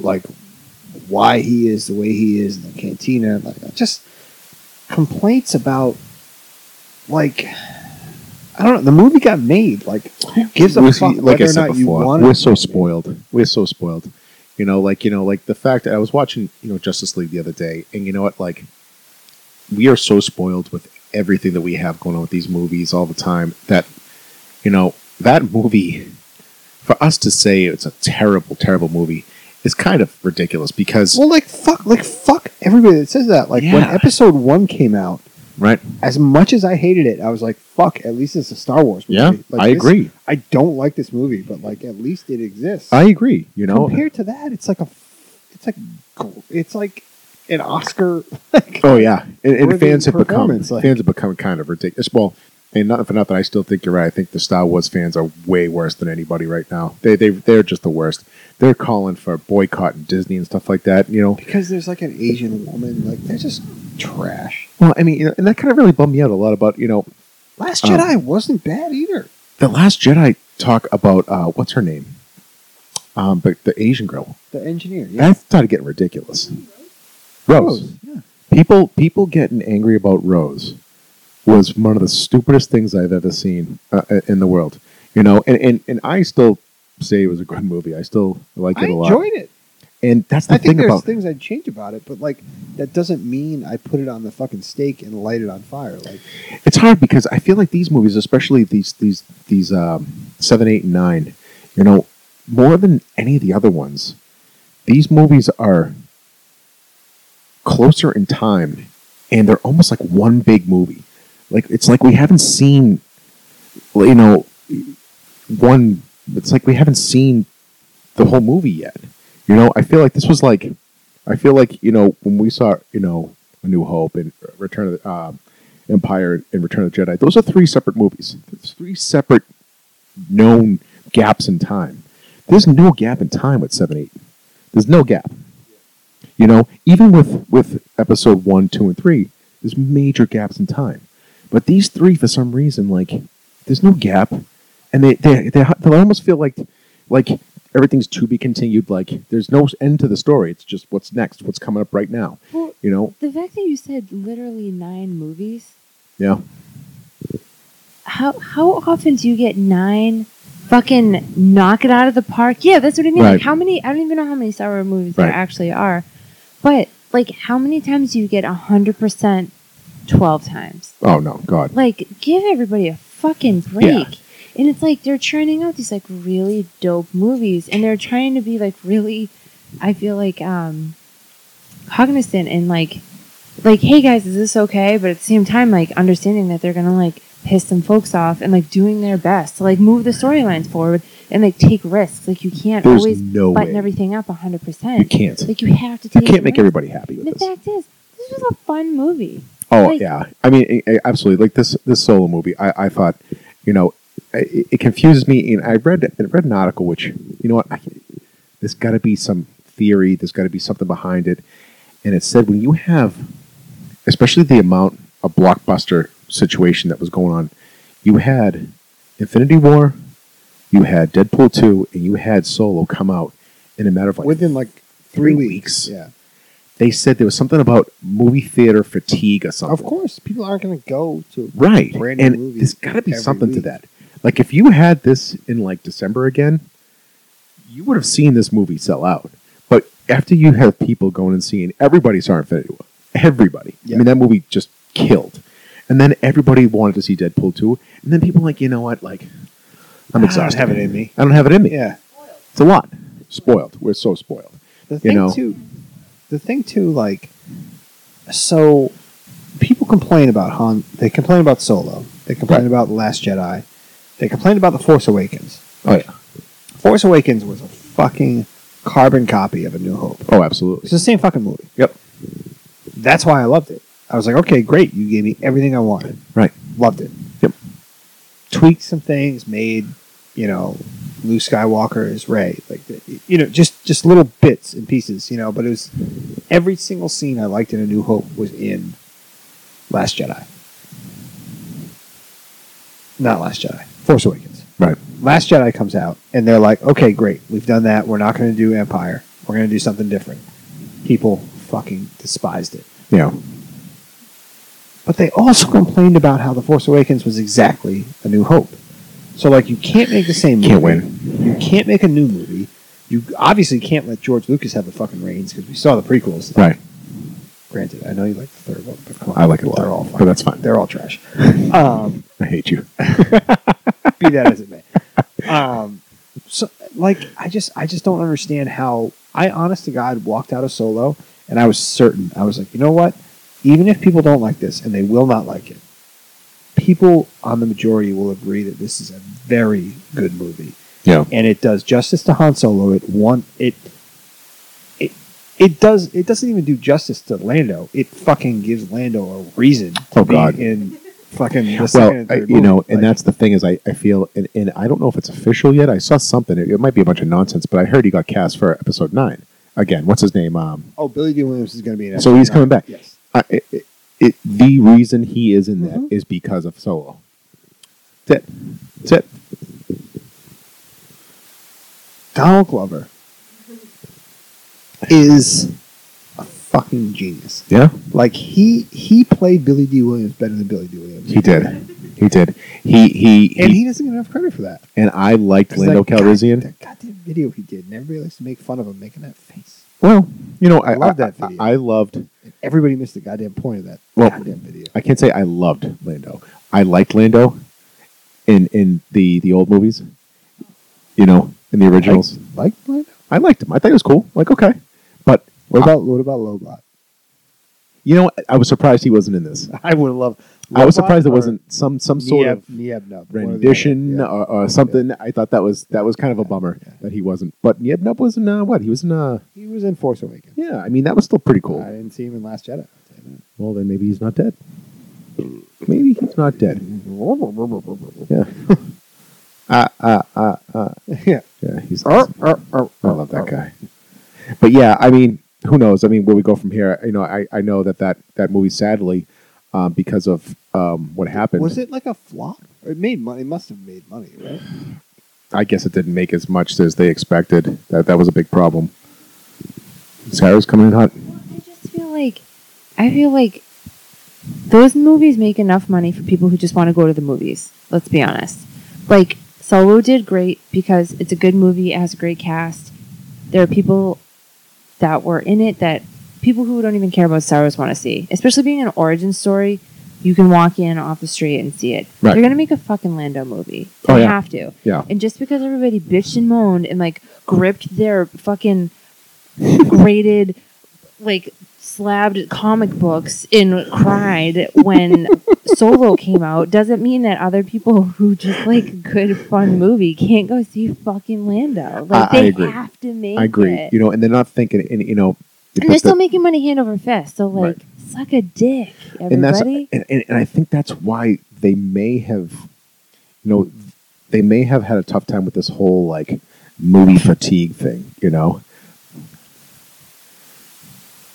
Speaker 1: like why he is the way he is in the cantina. Like just complaints about like I don't know. The movie got made. Like who gives a
Speaker 2: We're-
Speaker 1: fuck
Speaker 2: like
Speaker 1: whether
Speaker 2: I
Speaker 1: or
Speaker 2: said
Speaker 1: not you
Speaker 2: before,
Speaker 1: want
Speaker 2: we're
Speaker 1: it
Speaker 2: so
Speaker 1: made?
Speaker 2: spoiled. We're so spoiled. You know, like you know, like the fact that I was watching, you know, Justice League the other day, and you know what, like we are so spoiled with everything that we have going on with these movies all the time that you know that movie for us to say it's a terrible, terrible movie is kind of ridiculous because
Speaker 1: Well, like fuck, like fuck everybody that says that. Like when
Speaker 2: Yeah.
Speaker 1: episode one came out,
Speaker 2: right?
Speaker 1: as much as I hated it, I was like, fuck. At least it's a Star Wars movie.
Speaker 2: Yeah,
Speaker 1: like,
Speaker 2: I
Speaker 1: this-
Speaker 2: agree.
Speaker 1: I don't like this movie, but like at least it exists.
Speaker 2: I agree. You know,
Speaker 1: compared to that, it's like a, it's like, gl- it's like an Oscar.
Speaker 2: Oh yeah, and, and
Speaker 1: Or the
Speaker 2: fans have become
Speaker 1: performance, like-
Speaker 2: fans have become kind of ridiculous. Well, and not for nothing, I still think you're right. I think the Star Wars fans are way worse than anybody right now. They they they're just the worst. They're calling for boycotting Disney and stuff like that. You know.
Speaker 1: because there's like an Asian woman, like they're just trash.
Speaker 2: Well, I mean, you know, and that kind of really bummed me out a lot about you know
Speaker 1: Last
Speaker 2: Um,
Speaker 1: Jedi wasn't bad either.
Speaker 2: the Last Jedi talk about uh, what's her name, um, but the Asian girl.
Speaker 1: The engineer, yeah, Oh,
Speaker 2: That started getting ridiculous. Rose.
Speaker 1: yeah.
Speaker 2: People people getting angry about Rose was one of the stupidest things I've ever seen uh, in the world. You know, and, and, and I still say it was a good movie. I still like
Speaker 1: I
Speaker 2: it a lot.
Speaker 1: enjoyed it.
Speaker 2: And that's the
Speaker 1: I think
Speaker 2: thing
Speaker 1: there's
Speaker 2: about
Speaker 1: things I'd change about it, but like that doesn't mean I put it on the fucking stake and light it on fire. Like
Speaker 2: it's hard because I feel like these movies, especially these these these um, seven, eight, and nine, you know, more than any of the other ones, these movies are closer in time, and they're almost like one big movie. Like it's like we haven't seen, you know, one. It's like we haven't seen the whole movie yet. You know, I feel like this was like, I feel like you know when we saw you know A New Hope and Return of the. Uh, Empire and Return of the Jedi. Those are three separate movies. There's three separate known gaps in time. There's no gap in time with seven, eight. There's no gap. You know, even with with episode one, two, and three, there's major gaps in time. But these three, for some reason, like there's no gap, and they they they, they almost feel like like everything's to be continued. Like there's no end to the story. It's just what's next, what's coming up right now.
Speaker 3: Well,
Speaker 2: You know?
Speaker 3: the fact that you said literally nine movies,
Speaker 2: Yeah.
Speaker 3: how how often do you get nine fucking knock it out of the park? Yeah, that's what I mean.
Speaker 2: Right.
Speaker 3: Like how many? I don't even know how many Star Wars movies
Speaker 2: Right.
Speaker 3: there actually are, but like how many times do you get hundred percent, twelve times?
Speaker 2: Oh no, God.
Speaker 3: Like give everybody a fucking break.
Speaker 2: Yeah.
Speaker 3: And it's like they're churning out these like really dope movies, and they're trying to be like really, I feel like um, cognizant and like like, hey guys, is this okay? But at the same time, like understanding that they're gonna like piss some folks off and like doing their best to like move the storylines forward and like take risks. Like you can't
Speaker 2: There's
Speaker 3: always
Speaker 2: no
Speaker 3: button
Speaker 2: way.
Speaker 3: everything up hundred
Speaker 2: You
Speaker 3: percent.
Speaker 2: can't.
Speaker 3: Like you have to
Speaker 2: You
Speaker 3: take.
Speaker 2: can't make
Speaker 3: risks.
Speaker 2: everybody happy
Speaker 3: And The
Speaker 2: with this.
Speaker 3: fact is, this was a fun movie.
Speaker 2: Oh
Speaker 3: like-
Speaker 2: yeah, I mean, I- I- absolutely. Like this, this solo movie, I, I thought, you know, it, it confuses me. And I read, I read an article, which you know what, I, there's got to be some theory. There's got to be something behind it. And it said when you have, especially the amount of blockbuster situation that was going on, you had Infinity War, you had Deadpool two, and you had Solo come out, in a matter of like
Speaker 1: within like three,
Speaker 2: three weeks.
Speaker 1: weeks. Yeah,
Speaker 2: they said there was something about movie theater fatigue or something.
Speaker 1: of course, people aren't going to go to.
Speaker 2: Right.
Speaker 1: Brand new
Speaker 2: and there's
Speaker 1: movies
Speaker 2: got to be
Speaker 1: every
Speaker 2: something to
Speaker 1: week.
Speaker 2: that. Like if you had this in like December again, you would have seen this movie sell out. But after you have people going and seeing, everybody saw Infinity War. Everybody.
Speaker 1: Yeah.
Speaker 2: I mean, that movie just killed. And then everybody wanted to see Deadpool 2. And then people were like, you know what? Like, I'm
Speaker 1: I
Speaker 2: exhausted.
Speaker 1: don't have it in me.
Speaker 2: I don't have it in me.
Speaker 1: Yeah,
Speaker 2: It's a lot. Spoiled. We're so spoiled.
Speaker 1: the thing
Speaker 2: know.
Speaker 1: too. The thing too, like, so people complain about Han. They complain about Solo. They complain
Speaker 2: Right.
Speaker 1: about The Last Jedi. They complain about The Force Awakens.
Speaker 2: Oh, yeah.
Speaker 1: Force Awakens was a fucking carbon copy of A New Hope.
Speaker 2: Oh, absolutely.
Speaker 1: It's the same fucking movie.
Speaker 2: Yep.
Speaker 1: That's why I loved it. I was like, okay, great. You gave me everything I wanted.
Speaker 2: Right.
Speaker 1: Loved it.
Speaker 2: Yep.
Speaker 1: Tweaked some things, made, you know, Luke Skywalker is Ray. Like, the- you know, just, just little bits and pieces, you know, but it was every single scene I liked in A New Hope was in Last Jedi. Not Last Jedi, Force Awakens.
Speaker 2: Right.
Speaker 1: Last Jedi comes out, and they're like, okay, great, we've done that. We're not going to do Empire. We're going to do something different. People fucking despised it.
Speaker 2: Yeah.
Speaker 1: But they also complained about how The Force Awakens was exactly A New Hope. So, like, you can't make the same
Speaker 2: Can't
Speaker 1: movie. You can't make a new movie. You obviously can't let George Lucas have the fucking reins because we saw the prequels.
Speaker 2: Right.
Speaker 1: Granted, I know you like the third one, but come on.
Speaker 2: I like it a lot.
Speaker 1: They're all
Speaker 2: But
Speaker 1: fucking,
Speaker 2: that's fine.
Speaker 1: they're all trash. Um,
Speaker 2: I hate you.
Speaker 1: be that as it may. Um, so, like, I just, I just don't understand how. I, honest to God, walked out of Solo, and I was certain. I was like, you know what? Even if people don't like this, and they will not like it, people on the majority will agree that this is a very good movie,
Speaker 2: Yeah.
Speaker 1: and it does justice to Han Solo. It one, it, it, it does. It doesn't even do justice to Lando. It fucking gives Lando a reason. To
Speaker 2: Oh,
Speaker 1: be
Speaker 2: God.
Speaker 1: in fucking the second
Speaker 2: well,
Speaker 1: and
Speaker 2: I,
Speaker 1: third
Speaker 2: you know,
Speaker 1: movie.
Speaker 2: and
Speaker 1: Like,
Speaker 2: that's the thing is, I, I feel, and, and I don't know if it's official yet. I saw something. It, it might be a bunch of nonsense, but I heard he got cast for episode nine again. What's his name? Um,
Speaker 1: oh, Billy D. Williams is going to be in.
Speaker 2: so
Speaker 1: episode
Speaker 2: he's
Speaker 1: nine.
Speaker 2: coming back.
Speaker 1: Yes.
Speaker 2: I, it, it, it, the reason he is in that is
Speaker 1: Mm-hmm.
Speaker 2: because of Solo. That's it. That's it.
Speaker 1: Donald Glover is a fucking genius.
Speaker 2: Yeah,
Speaker 1: Like he he played Billy D. Williams better than Billy D. Williams,
Speaker 2: he did. He did. He he he.
Speaker 1: and
Speaker 2: And,
Speaker 1: he doesn't get enough credit for that.
Speaker 2: I liked
Speaker 1: 'Cause
Speaker 2: Lando
Speaker 1: that god-
Speaker 2: Calrissian.
Speaker 1: that goddamn video he did, and everybody likes to make fun of him making that face.
Speaker 2: well, you know, I,
Speaker 1: I loved
Speaker 2: I-
Speaker 1: that video.
Speaker 2: I, I loved.
Speaker 1: And everybody missed the goddamn point of that
Speaker 2: Well,
Speaker 1: goddamn video.
Speaker 2: I can't say I loved Lando. I liked Lando in in the the old movies. You know, in the originals.
Speaker 1: Like Lando?
Speaker 2: I liked him. I thought he was cool. Like, okay. But
Speaker 1: What about what about Lobot?
Speaker 2: you know, what? I was surprised he wasn't in this.
Speaker 1: I would love.
Speaker 2: I was surprised there wasn't some some sort of
Speaker 1: Nieb Nub, one or the other.
Speaker 2: rendition
Speaker 1: Yeah.
Speaker 2: or, or something. I thought that was that was kind of a bummer
Speaker 1: Yeah.
Speaker 2: that he wasn't. But Yeb Nub was in uh, what? He was in uh
Speaker 1: He was in Force Awakens.
Speaker 2: yeah, I mean that was still pretty
Speaker 1: I
Speaker 2: cool.
Speaker 1: didn't see him in Last Jedi. I'll tell you
Speaker 2: Well then maybe he's not dead. Maybe he's not dead.
Speaker 1: that.
Speaker 2: Yeah. uh, uh, uh, uh.
Speaker 1: yeah.
Speaker 2: Yeah, he's
Speaker 1: Arr, arr, arr,
Speaker 2: I
Speaker 1: arr,
Speaker 2: love that
Speaker 1: arr.
Speaker 2: guy. But yeah, I mean, who knows? I mean, where we go from here? You know, I, I know that that that movie sadly, um, because of um, what happened,
Speaker 1: Was it like a flop? It made money. It must have made money, right?
Speaker 2: I guess it didn't make as much as they expected. That that was a big problem. Sarah's coming in hot.
Speaker 3: Well, I just feel like I feel like those movies make enough money for people who just want to go to the movies. Let's be honest. Like Solo did great because it's a good movie, it has a great cast. There are people that were in it that people who don't even care about Star Wars want to see. Especially being an origin story, you can walk in off the street and see it.
Speaker 2: Right.
Speaker 3: They're gonna make a fucking Lando movie.
Speaker 2: Oh,
Speaker 3: they
Speaker 2: yeah.
Speaker 3: have to.
Speaker 2: Yeah,
Speaker 3: And just because everybody bitched and moaned and like gripped their fucking graded, like slabbed comic books and cried when Solo came out, doesn't mean that other people who just like a good fun movie can't go see fucking Lando. Like
Speaker 2: I- I
Speaker 3: they
Speaker 2: agree.
Speaker 3: have to make
Speaker 2: I agree.
Speaker 3: it.
Speaker 2: You know, and they're not thinking, and you know,
Speaker 3: and they're
Speaker 2: but the-
Speaker 3: still making money hand over fist. So like
Speaker 2: Right.
Speaker 3: suck a dick, everybody.
Speaker 2: and that's and, and, and I think that's why they may have, you know, they may have had a tough time with this whole like movie fatigue thing. You know.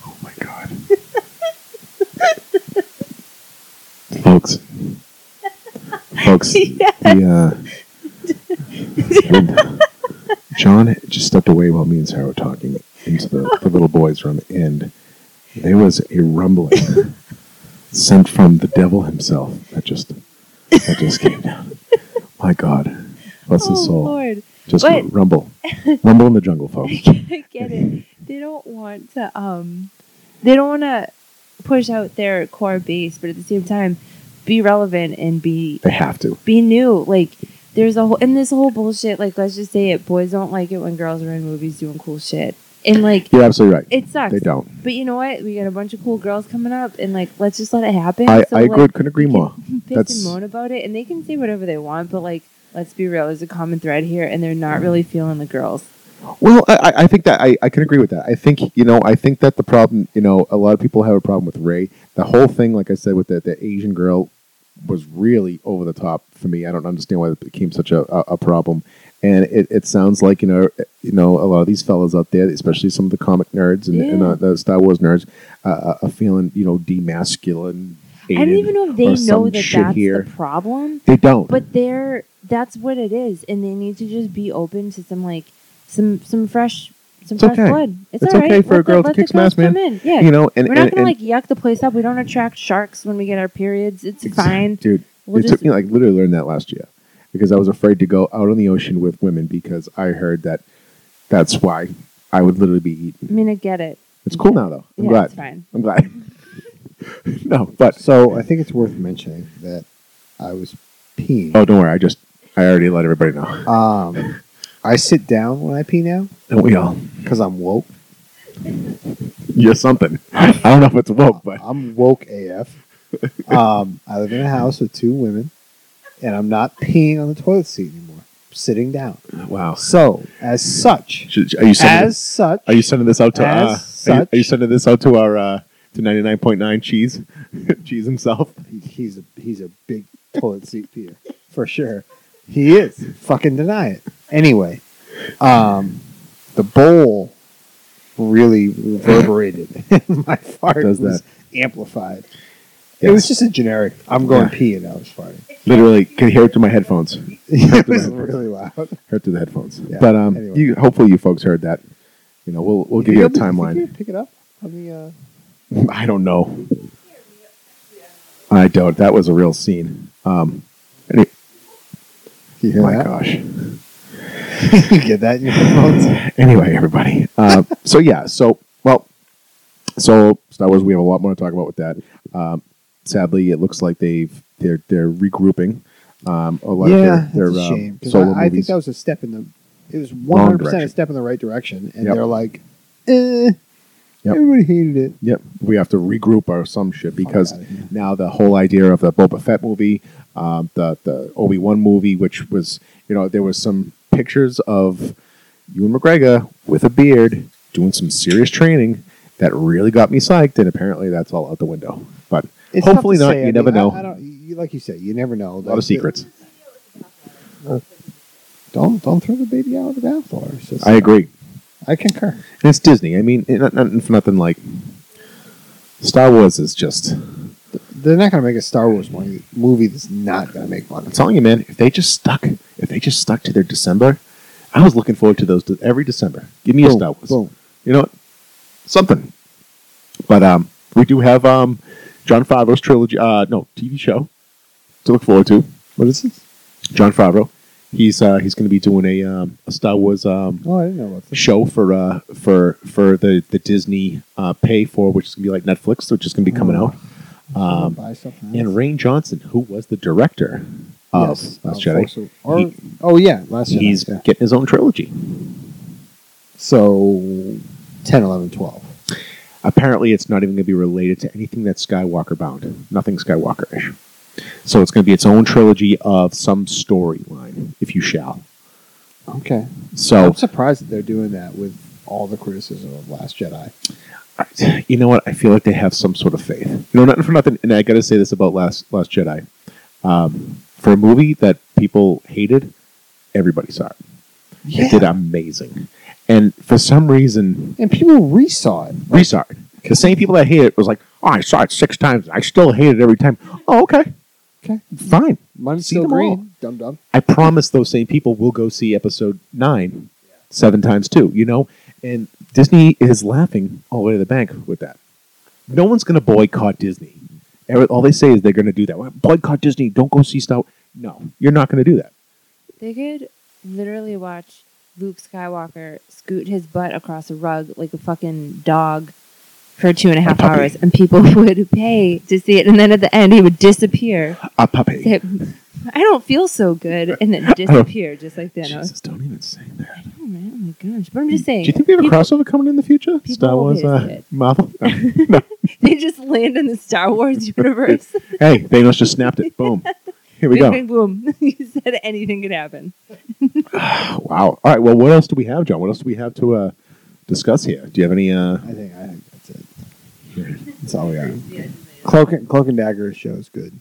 Speaker 2: Oh my god, folks, folks,
Speaker 3: Yeah.
Speaker 2: the, uh, John just stepped away while me and Sarah were talking into the, the little boys' room, and there was a rumbling sent from the devil himself that just that just came down. My God, bless
Speaker 3: oh
Speaker 2: his soul.
Speaker 3: Lord,
Speaker 2: Just
Speaker 3: But-
Speaker 2: rumble, rumble in the jungle, folks.
Speaker 3: I get it. They don't want to. Um, they don't want to push out their core base, but at the same time, be relevant and be
Speaker 2: They have to.
Speaker 3: be new. Like there's a whole and this whole bullshit. Like let's just say it. Boys don't like it when girls are in movies doing cool shit, and like
Speaker 2: You're absolutely right.
Speaker 3: it sucks.
Speaker 2: They don't.
Speaker 3: But you know what? We got a bunch of cool girls coming up, and like let's just let it happen.
Speaker 2: I,
Speaker 3: So,
Speaker 2: I
Speaker 3: like,
Speaker 2: could, couldn't agree more.
Speaker 3: piss
Speaker 2: That's-
Speaker 3: and moan about it, and they can say whatever they want, but like, let's be real, there's a common thread here, and they're not really feeling the girls.
Speaker 2: Well, I, I- I think that I, I can agree with that. I think you know I think that the problem you know a lot of people have a problem with Ray. The whole thing, like I said, with the, the Asian girl was really over the top for me. I don't understand why it became such a, a, a problem. And it, it sounds like you know you know a lot of these fellas out there, especially some of the comic nerds and, and
Speaker 3: Yeah.
Speaker 2: uh, the Star Wars nerds, uh, uh, are feeling you know demasculine.
Speaker 3: I don't even know if
Speaker 2: or
Speaker 3: they
Speaker 2: some
Speaker 3: know that
Speaker 2: shit
Speaker 3: that's
Speaker 2: here.
Speaker 3: the problem,
Speaker 2: They don't.
Speaker 3: but they're that's what it is, and they need to just be open to some like some some fresh some
Speaker 2: It's
Speaker 3: fresh
Speaker 2: okay.
Speaker 3: blood. It's,
Speaker 2: It's
Speaker 3: all
Speaker 2: okay
Speaker 3: right.
Speaker 2: for a
Speaker 3: Let the-
Speaker 2: girl to
Speaker 3: let the
Speaker 2: kick some ass,
Speaker 3: girls
Speaker 2: man.
Speaker 3: come in. Yeah,
Speaker 2: you know, and
Speaker 3: we're not
Speaker 2: and-
Speaker 3: gonna
Speaker 2: and-
Speaker 3: like yuck the place up. We don't attract sharks when we get our periods. It's
Speaker 2: Ex-
Speaker 3: fine.
Speaker 2: dude.
Speaker 3: We'll
Speaker 2: it
Speaker 3: just
Speaker 2: took me like literally learned that last year because I was afraid to go out on the ocean with women because I heard that that's why I would literally be
Speaker 3: I
Speaker 2: eaten.
Speaker 3: mean, I get it.
Speaker 2: It's cool now though. I'm
Speaker 3: yeah,
Speaker 2: glad.
Speaker 3: it's fine.
Speaker 2: I'm glad. no, but
Speaker 1: So uh, I think it's worth mentioning that I was peeing.
Speaker 2: oh, don't worry. I just I already let everybody know.
Speaker 1: Um, I sit down when I pee now
Speaker 2: Don't we all?
Speaker 1: because I'm woke.
Speaker 2: You're something. I don't know if it's woke, Oh, but
Speaker 1: I'm woke AF. Um, I live in a house with two women, and I'm not peeing on the toilet seat anymore. I'm sitting down.
Speaker 2: wow.
Speaker 1: So, as such,
Speaker 2: Should- Are you sending,
Speaker 1: as such,
Speaker 2: are you sending this out to uh,
Speaker 1: as
Speaker 2: are, you,
Speaker 1: such-
Speaker 2: are you sending this out to our uh, to 99.9 cheese cheese himself?
Speaker 1: He- he's a he's a big toilet seat peer for sure.
Speaker 2: Hmm.
Speaker 1: He is. Fucking deny it. Anyway, um, the bowl really reverberated. My fart
Speaker 2: Does
Speaker 1: was amplified. It
Speaker 2: Yes.
Speaker 1: was just a generic. I'm going
Speaker 2: Yeah.
Speaker 1: pee and I was farting.
Speaker 2: Literally, can hear it through my headphones.
Speaker 1: it was really loud.
Speaker 2: Heard through the headphones.
Speaker 1: Yeah,
Speaker 2: But um,
Speaker 1: anyway.
Speaker 2: you hopefully you folks heard that. You know, we'll we'll give you a timeline.
Speaker 1: Pick it up on the. Uh,
Speaker 2: I don't know. I don't. That was a real scene. Um, any,
Speaker 1: do you hear
Speaker 2: my
Speaker 1: that?
Speaker 2: gosh.
Speaker 1: you get that in your headphones?
Speaker 2: Anyway, everybody. Uh, so yeah. So well. So Star Wars, we have a lot more to talk about with that. Um, sadly, it looks like they've they're they're regrouping. Um, a lot
Speaker 1: yeah,
Speaker 2: of their,
Speaker 1: that's
Speaker 2: their
Speaker 1: a
Speaker 2: um,
Speaker 1: shame. 'cause
Speaker 2: solo
Speaker 1: I, I think
Speaker 2: movies.
Speaker 1: that was a step in the. It was 100 percent a
Speaker 2: direction.
Speaker 1: step in the right direction, and
Speaker 2: Yep.
Speaker 1: they're like, eh,
Speaker 2: Yep.
Speaker 1: everybody hated it.
Speaker 2: Yep, we have to regroup or some shit because
Speaker 1: outta
Speaker 2: now the whole idea of the Boba Fett movie, um, the the Obi Wan movie, which was you know there was some pictures of Ewan McGregor with a beard doing some serious training that really got me psyched, and apparently that's all out the window. But
Speaker 1: It's tough
Speaker 2: hopefully
Speaker 1: to
Speaker 2: not.
Speaker 1: say.
Speaker 2: You
Speaker 1: I mean,
Speaker 2: never
Speaker 1: I-
Speaker 2: know.
Speaker 1: I don't- you- like you say, you never know.
Speaker 2: a lot of secrets.
Speaker 1: Don't don't throw the baby out with the bathwater. It's just-
Speaker 2: I agree.
Speaker 1: I concur.
Speaker 2: And it's Disney. I mean, it, not, not for nothing. Like Star Wars is just.
Speaker 1: They're not going to make a Star Wars mo- movie that's not going to make money.
Speaker 2: I'm telling you, man. If they just stuck, if they just stuck to their December, I was looking forward to those de- every December. Give me a Star Wars.
Speaker 1: Boom.
Speaker 2: You know, something. But um, we do have um, John Favreau's trilogy. Uh, no TV show to look forward to.
Speaker 1: What is this?
Speaker 2: John Favreau. He's uh, he's going to be doing a um, a Star Wars um,
Speaker 1: Oh, I didn't know about this.
Speaker 2: show for uh, for for the the Disney uh, pay for, which is going to be like Netflix, which is going to be coming out.
Speaker 1: Um,
Speaker 2: Um, and Rain Johnson, who was the director of Last Jedi,
Speaker 1: Or,
Speaker 2: He-
Speaker 1: oh yeah, Last Jedi.
Speaker 2: he's
Speaker 1: yeah.
Speaker 2: getting his own trilogy.
Speaker 1: So 10, 11, 12.
Speaker 2: Apparently, it's not even going to be related to anything that's Skywalker bound. Nothing Skywalker ish. So it's going to be its own trilogy of some storyline, if you shall.
Speaker 1: Okay.
Speaker 2: So
Speaker 1: I'm surprised that they're doing that with all the criticism of Last Jedi.
Speaker 2: I- you know what? I feel like they have some sort of faith. You know, not for nothing. And I got to say this about Last Last Jedi. Um, for a movie that people hated, everybody saw it. It did amazing. And for some reason,
Speaker 1: And people resaw it.
Speaker 2: we saw it. The same people that hate it was like, oh, I saw it six times. I still hate it every time. Oh, okay.
Speaker 1: Okay.
Speaker 2: Fine.
Speaker 1: Money's
Speaker 2: See
Speaker 1: still
Speaker 2: them all.
Speaker 1: green. Dum dum.
Speaker 2: I promise those same people will go see episode nine seven times two, you know? And Disney is laughing all the way to the bank with that. No one's going to boycott Disney. Every- All they say is they're going to do that. Well, Boycott Disney. Don't go see Star Wars. No, you're not going to do that.
Speaker 3: They could literally watch Luke Skywalker scoot his butt across a rug like a fucking dog for two and a half
Speaker 2: puppy.
Speaker 3: hours, and people would pay to see it. And then at the end, he would disappear.
Speaker 2: A puppy.
Speaker 3: Say, I don't feel so good, and then disappear just like Thanos.
Speaker 2: Jesus, don't even say that.
Speaker 3: Oh, man, oh my gosh! But I'm just saying,
Speaker 2: Do you think we have a
Speaker 3: people-
Speaker 2: crossover coming in the future?
Speaker 3: people
Speaker 2: Star Wars,
Speaker 3: always do
Speaker 2: uh,
Speaker 3: it.
Speaker 2: Marvel. No.
Speaker 3: they just land in the Star Wars universe.
Speaker 2: hey, Thanos just snapped it. Boom. Here we
Speaker 3: Bing,
Speaker 2: go.
Speaker 3: bing, boom! you said anything could happen.
Speaker 2: Wow. All right. Well, what else do we have, John? What else do we have to uh, discuss here? Do you have any? Uh,
Speaker 1: I think I think that's it. That's all we got. Cloak and, Cloak and Dagger show is good.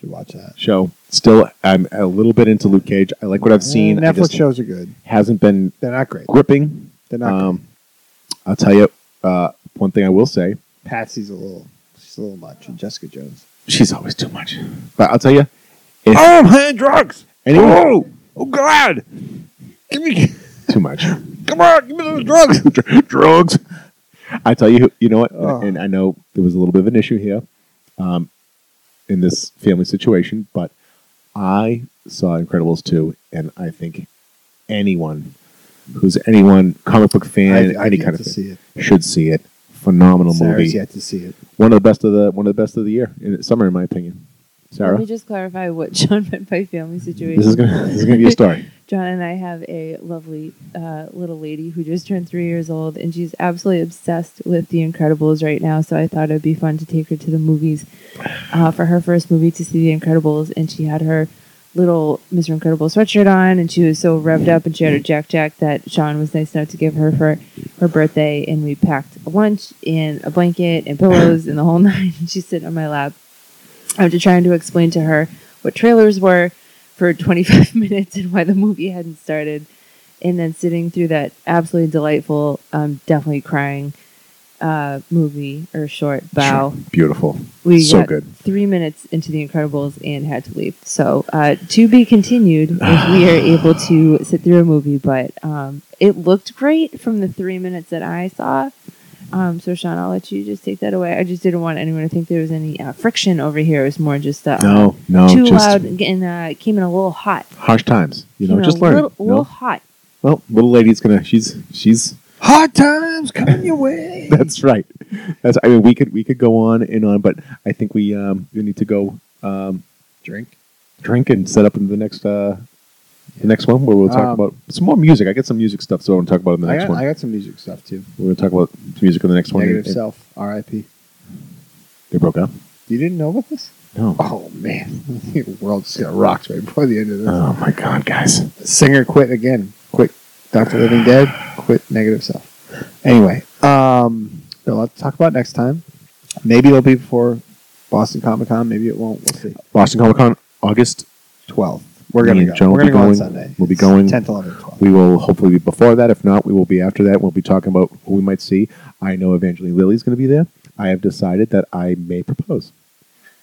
Speaker 1: Should watch that.
Speaker 2: show. Still, I'm a little bit into Luke Cage. I like what I've seen.
Speaker 1: Uh,
Speaker 2: I
Speaker 1: Netflix
Speaker 2: just
Speaker 1: shows are good.
Speaker 2: hasn't been
Speaker 1: They're not great.
Speaker 2: gripping.
Speaker 1: They're not. great.
Speaker 2: Um, I'll tell you uh, one thing. I will say
Speaker 1: Patsy's a little, she's a little much. And Jessica Jones.
Speaker 2: she's always too much. But I'll tell you, if
Speaker 4: I'm high on drugs.
Speaker 2: anyone
Speaker 4: oh God! Give me,
Speaker 2: too much
Speaker 4: come on, give me those drugs.
Speaker 2: Dr- drugs, I tell you, you know what?
Speaker 1: Oh.
Speaker 2: And I know there was a little bit of an issue here um, in this family situation, but I saw Incredibles 2, and I think anyone who's anyone comic book fan,
Speaker 1: I, I
Speaker 2: any
Speaker 1: need
Speaker 2: kind
Speaker 1: to
Speaker 2: of fan,
Speaker 1: see it.
Speaker 2: should see it. Phenomenal
Speaker 1: Sarah's
Speaker 2: movie.
Speaker 1: yet to see it.
Speaker 2: One of the best of the one of the best of the year in summer, in my opinion. Sarah,
Speaker 3: Let me just clarify what John meant by family situation.
Speaker 2: this is gonna this is gonna be a story.
Speaker 3: John and I have a lovely uh, little lady who just turned three years old, and she's absolutely obsessed with The Incredibles right now. So I thought it'd be fun to take her to the movies uh, for her first movie to see The Incredibles, and she had her little Mr. Incredible sweatshirt on, and she was so revved up, and she had her Jack Jack that Sean was nice enough to give her for her birthday, and we packed a lunch and a blanket and pillows and the whole nine. And she's sitting on my lap after trying to explain to her what trailers were for 25 minutes and why the movie hadn't started, and then sitting through that absolutely delightful, um, definitely crying uh, movie or short bow.
Speaker 2: Beautiful.
Speaker 3: We
Speaker 2: so
Speaker 3: got
Speaker 2: good.
Speaker 3: three minutes into The Incredibles and had to leave. So uh, to be continued if we are able to sit through a movie, but um, it looked great from the three minutes that I saw. Um, so Sean, I'll let you just take that away. I just didn't want anyone to think there was any uh, friction over here. It was more just uh,
Speaker 2: No, no,
Speaker 3: too
Speaker 2: just
Speaker 3: loud and uh, came in a little hot.
Speaker 2: harsh times. You know,
Speaker 3: Came in
Speaker 2: just
Speaker 3: a
Speaker 2: learn.
Speaker 3: little,
Speaker 2: you know?
Speaker 3: little hot.
Speaker 2: Well, little lady's gonna. She's she's.
Speaker 4: Hard times coming your way.
Speaker 2: That's right. That's. I mean, we could we could go on and on, but I think we um we need to go um
Speaker 1: Drink.
Speaker 2: drink and set up into the next uh the next one where we'll talk
Speaker 1: Um,
Speaker 2: about some more music. I got some music stuff, so I want to talk about in the
Speaker 1: I
Speaker 2: next
Speaker 1: got,
Speaker 2: one.
Speaker 1: I got some music stuff too.
Speaker 2: We're gonna talk about some music in the next one.
Speaker 1: Negative
Speaker 2: And- and-
Speaker 1: self. R.I.P.
Speaker 2: They broke up.
Speaker 1: You didn't know about this?
Speaker 2: No. Oh,
Speaker 1: Oh man, the world's gonna rock right before the end of this.
Speaker 2: Oh my God, guys.
Speaker 1: singer quit again. Quit Dr. Living Dead. Quit Negative Self. Anyway, um, we'll have to talk about next time. Maybe it'll be before Boston Comic Con. Maybe it won't. We'll see.
Speaker 2: Boston Comic Con, August.
Speaker 1: 12th. We're
Speaker 2: Me
Speaker 1: gonna
Speaker 2: and
Speaker 1: go.
Speaker 2: John will
Speaker 1: We're gonna
Speaker 2: be
Speaker 1: go on
Speaker 2: going.
Speaker 1: Sunday.
Speaker 2: We'll be going.
Speaker 1: Tenth, eleventh, twelfth.
Speaker 2: We will hopefully be before that. If not, we will be after that. We'll be talking about who we might see. I know Evangeline Lilly's going to be there. I have decided that I may propose.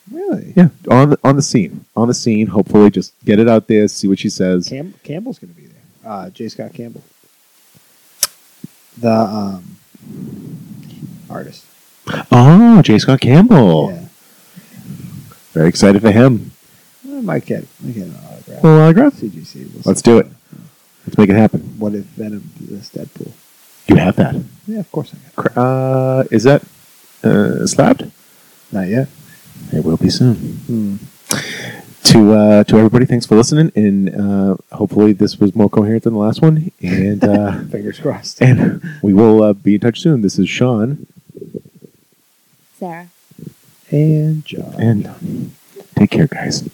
Speaker 1: Really?
Speaker 2: Yeah, on the, on the scene, on the scene. Hopefully, just get it out there, see what she says.
Speaker 1: Cam- Campbell's gonna be there. Uh, J. Scott Campbell, the um, artist.
Speaker 2: Oh, J. Scott Campbell.
Speaker 1: Yeah.
Speaker 2: Very excited for him.
Speaker 1: I might get, might get an autograph.
Speaker 2: Little autograph.
Speaker 1: CGC. We'll
Speaker 2: Let's
Speaker 1: see.
Speaker 2: do it. Let's make it happen.
Speaker 1: What if Venom did this Deadpool?
Speaker 2: You have that.
Speaker 1: Yeah, of course I got.
Speaker 2: Cr- Uh, is that uh, slapped?
Speaker 1: it. Not yet.
Speaker 2: It will be soon.
Speaker 1: Hmm.
Speaker 2: To uh, to everybody, thanks for listening, and uh, hopefully this was more coherent than the last one. And uh,
Speaker 1: Fingers crossed.
Speaker 2: and we will uh, be in touch soon. This is Sean,
Speaker 3: Sarah.
Speaker 1: and John.
Speaker 2: and take care, guys.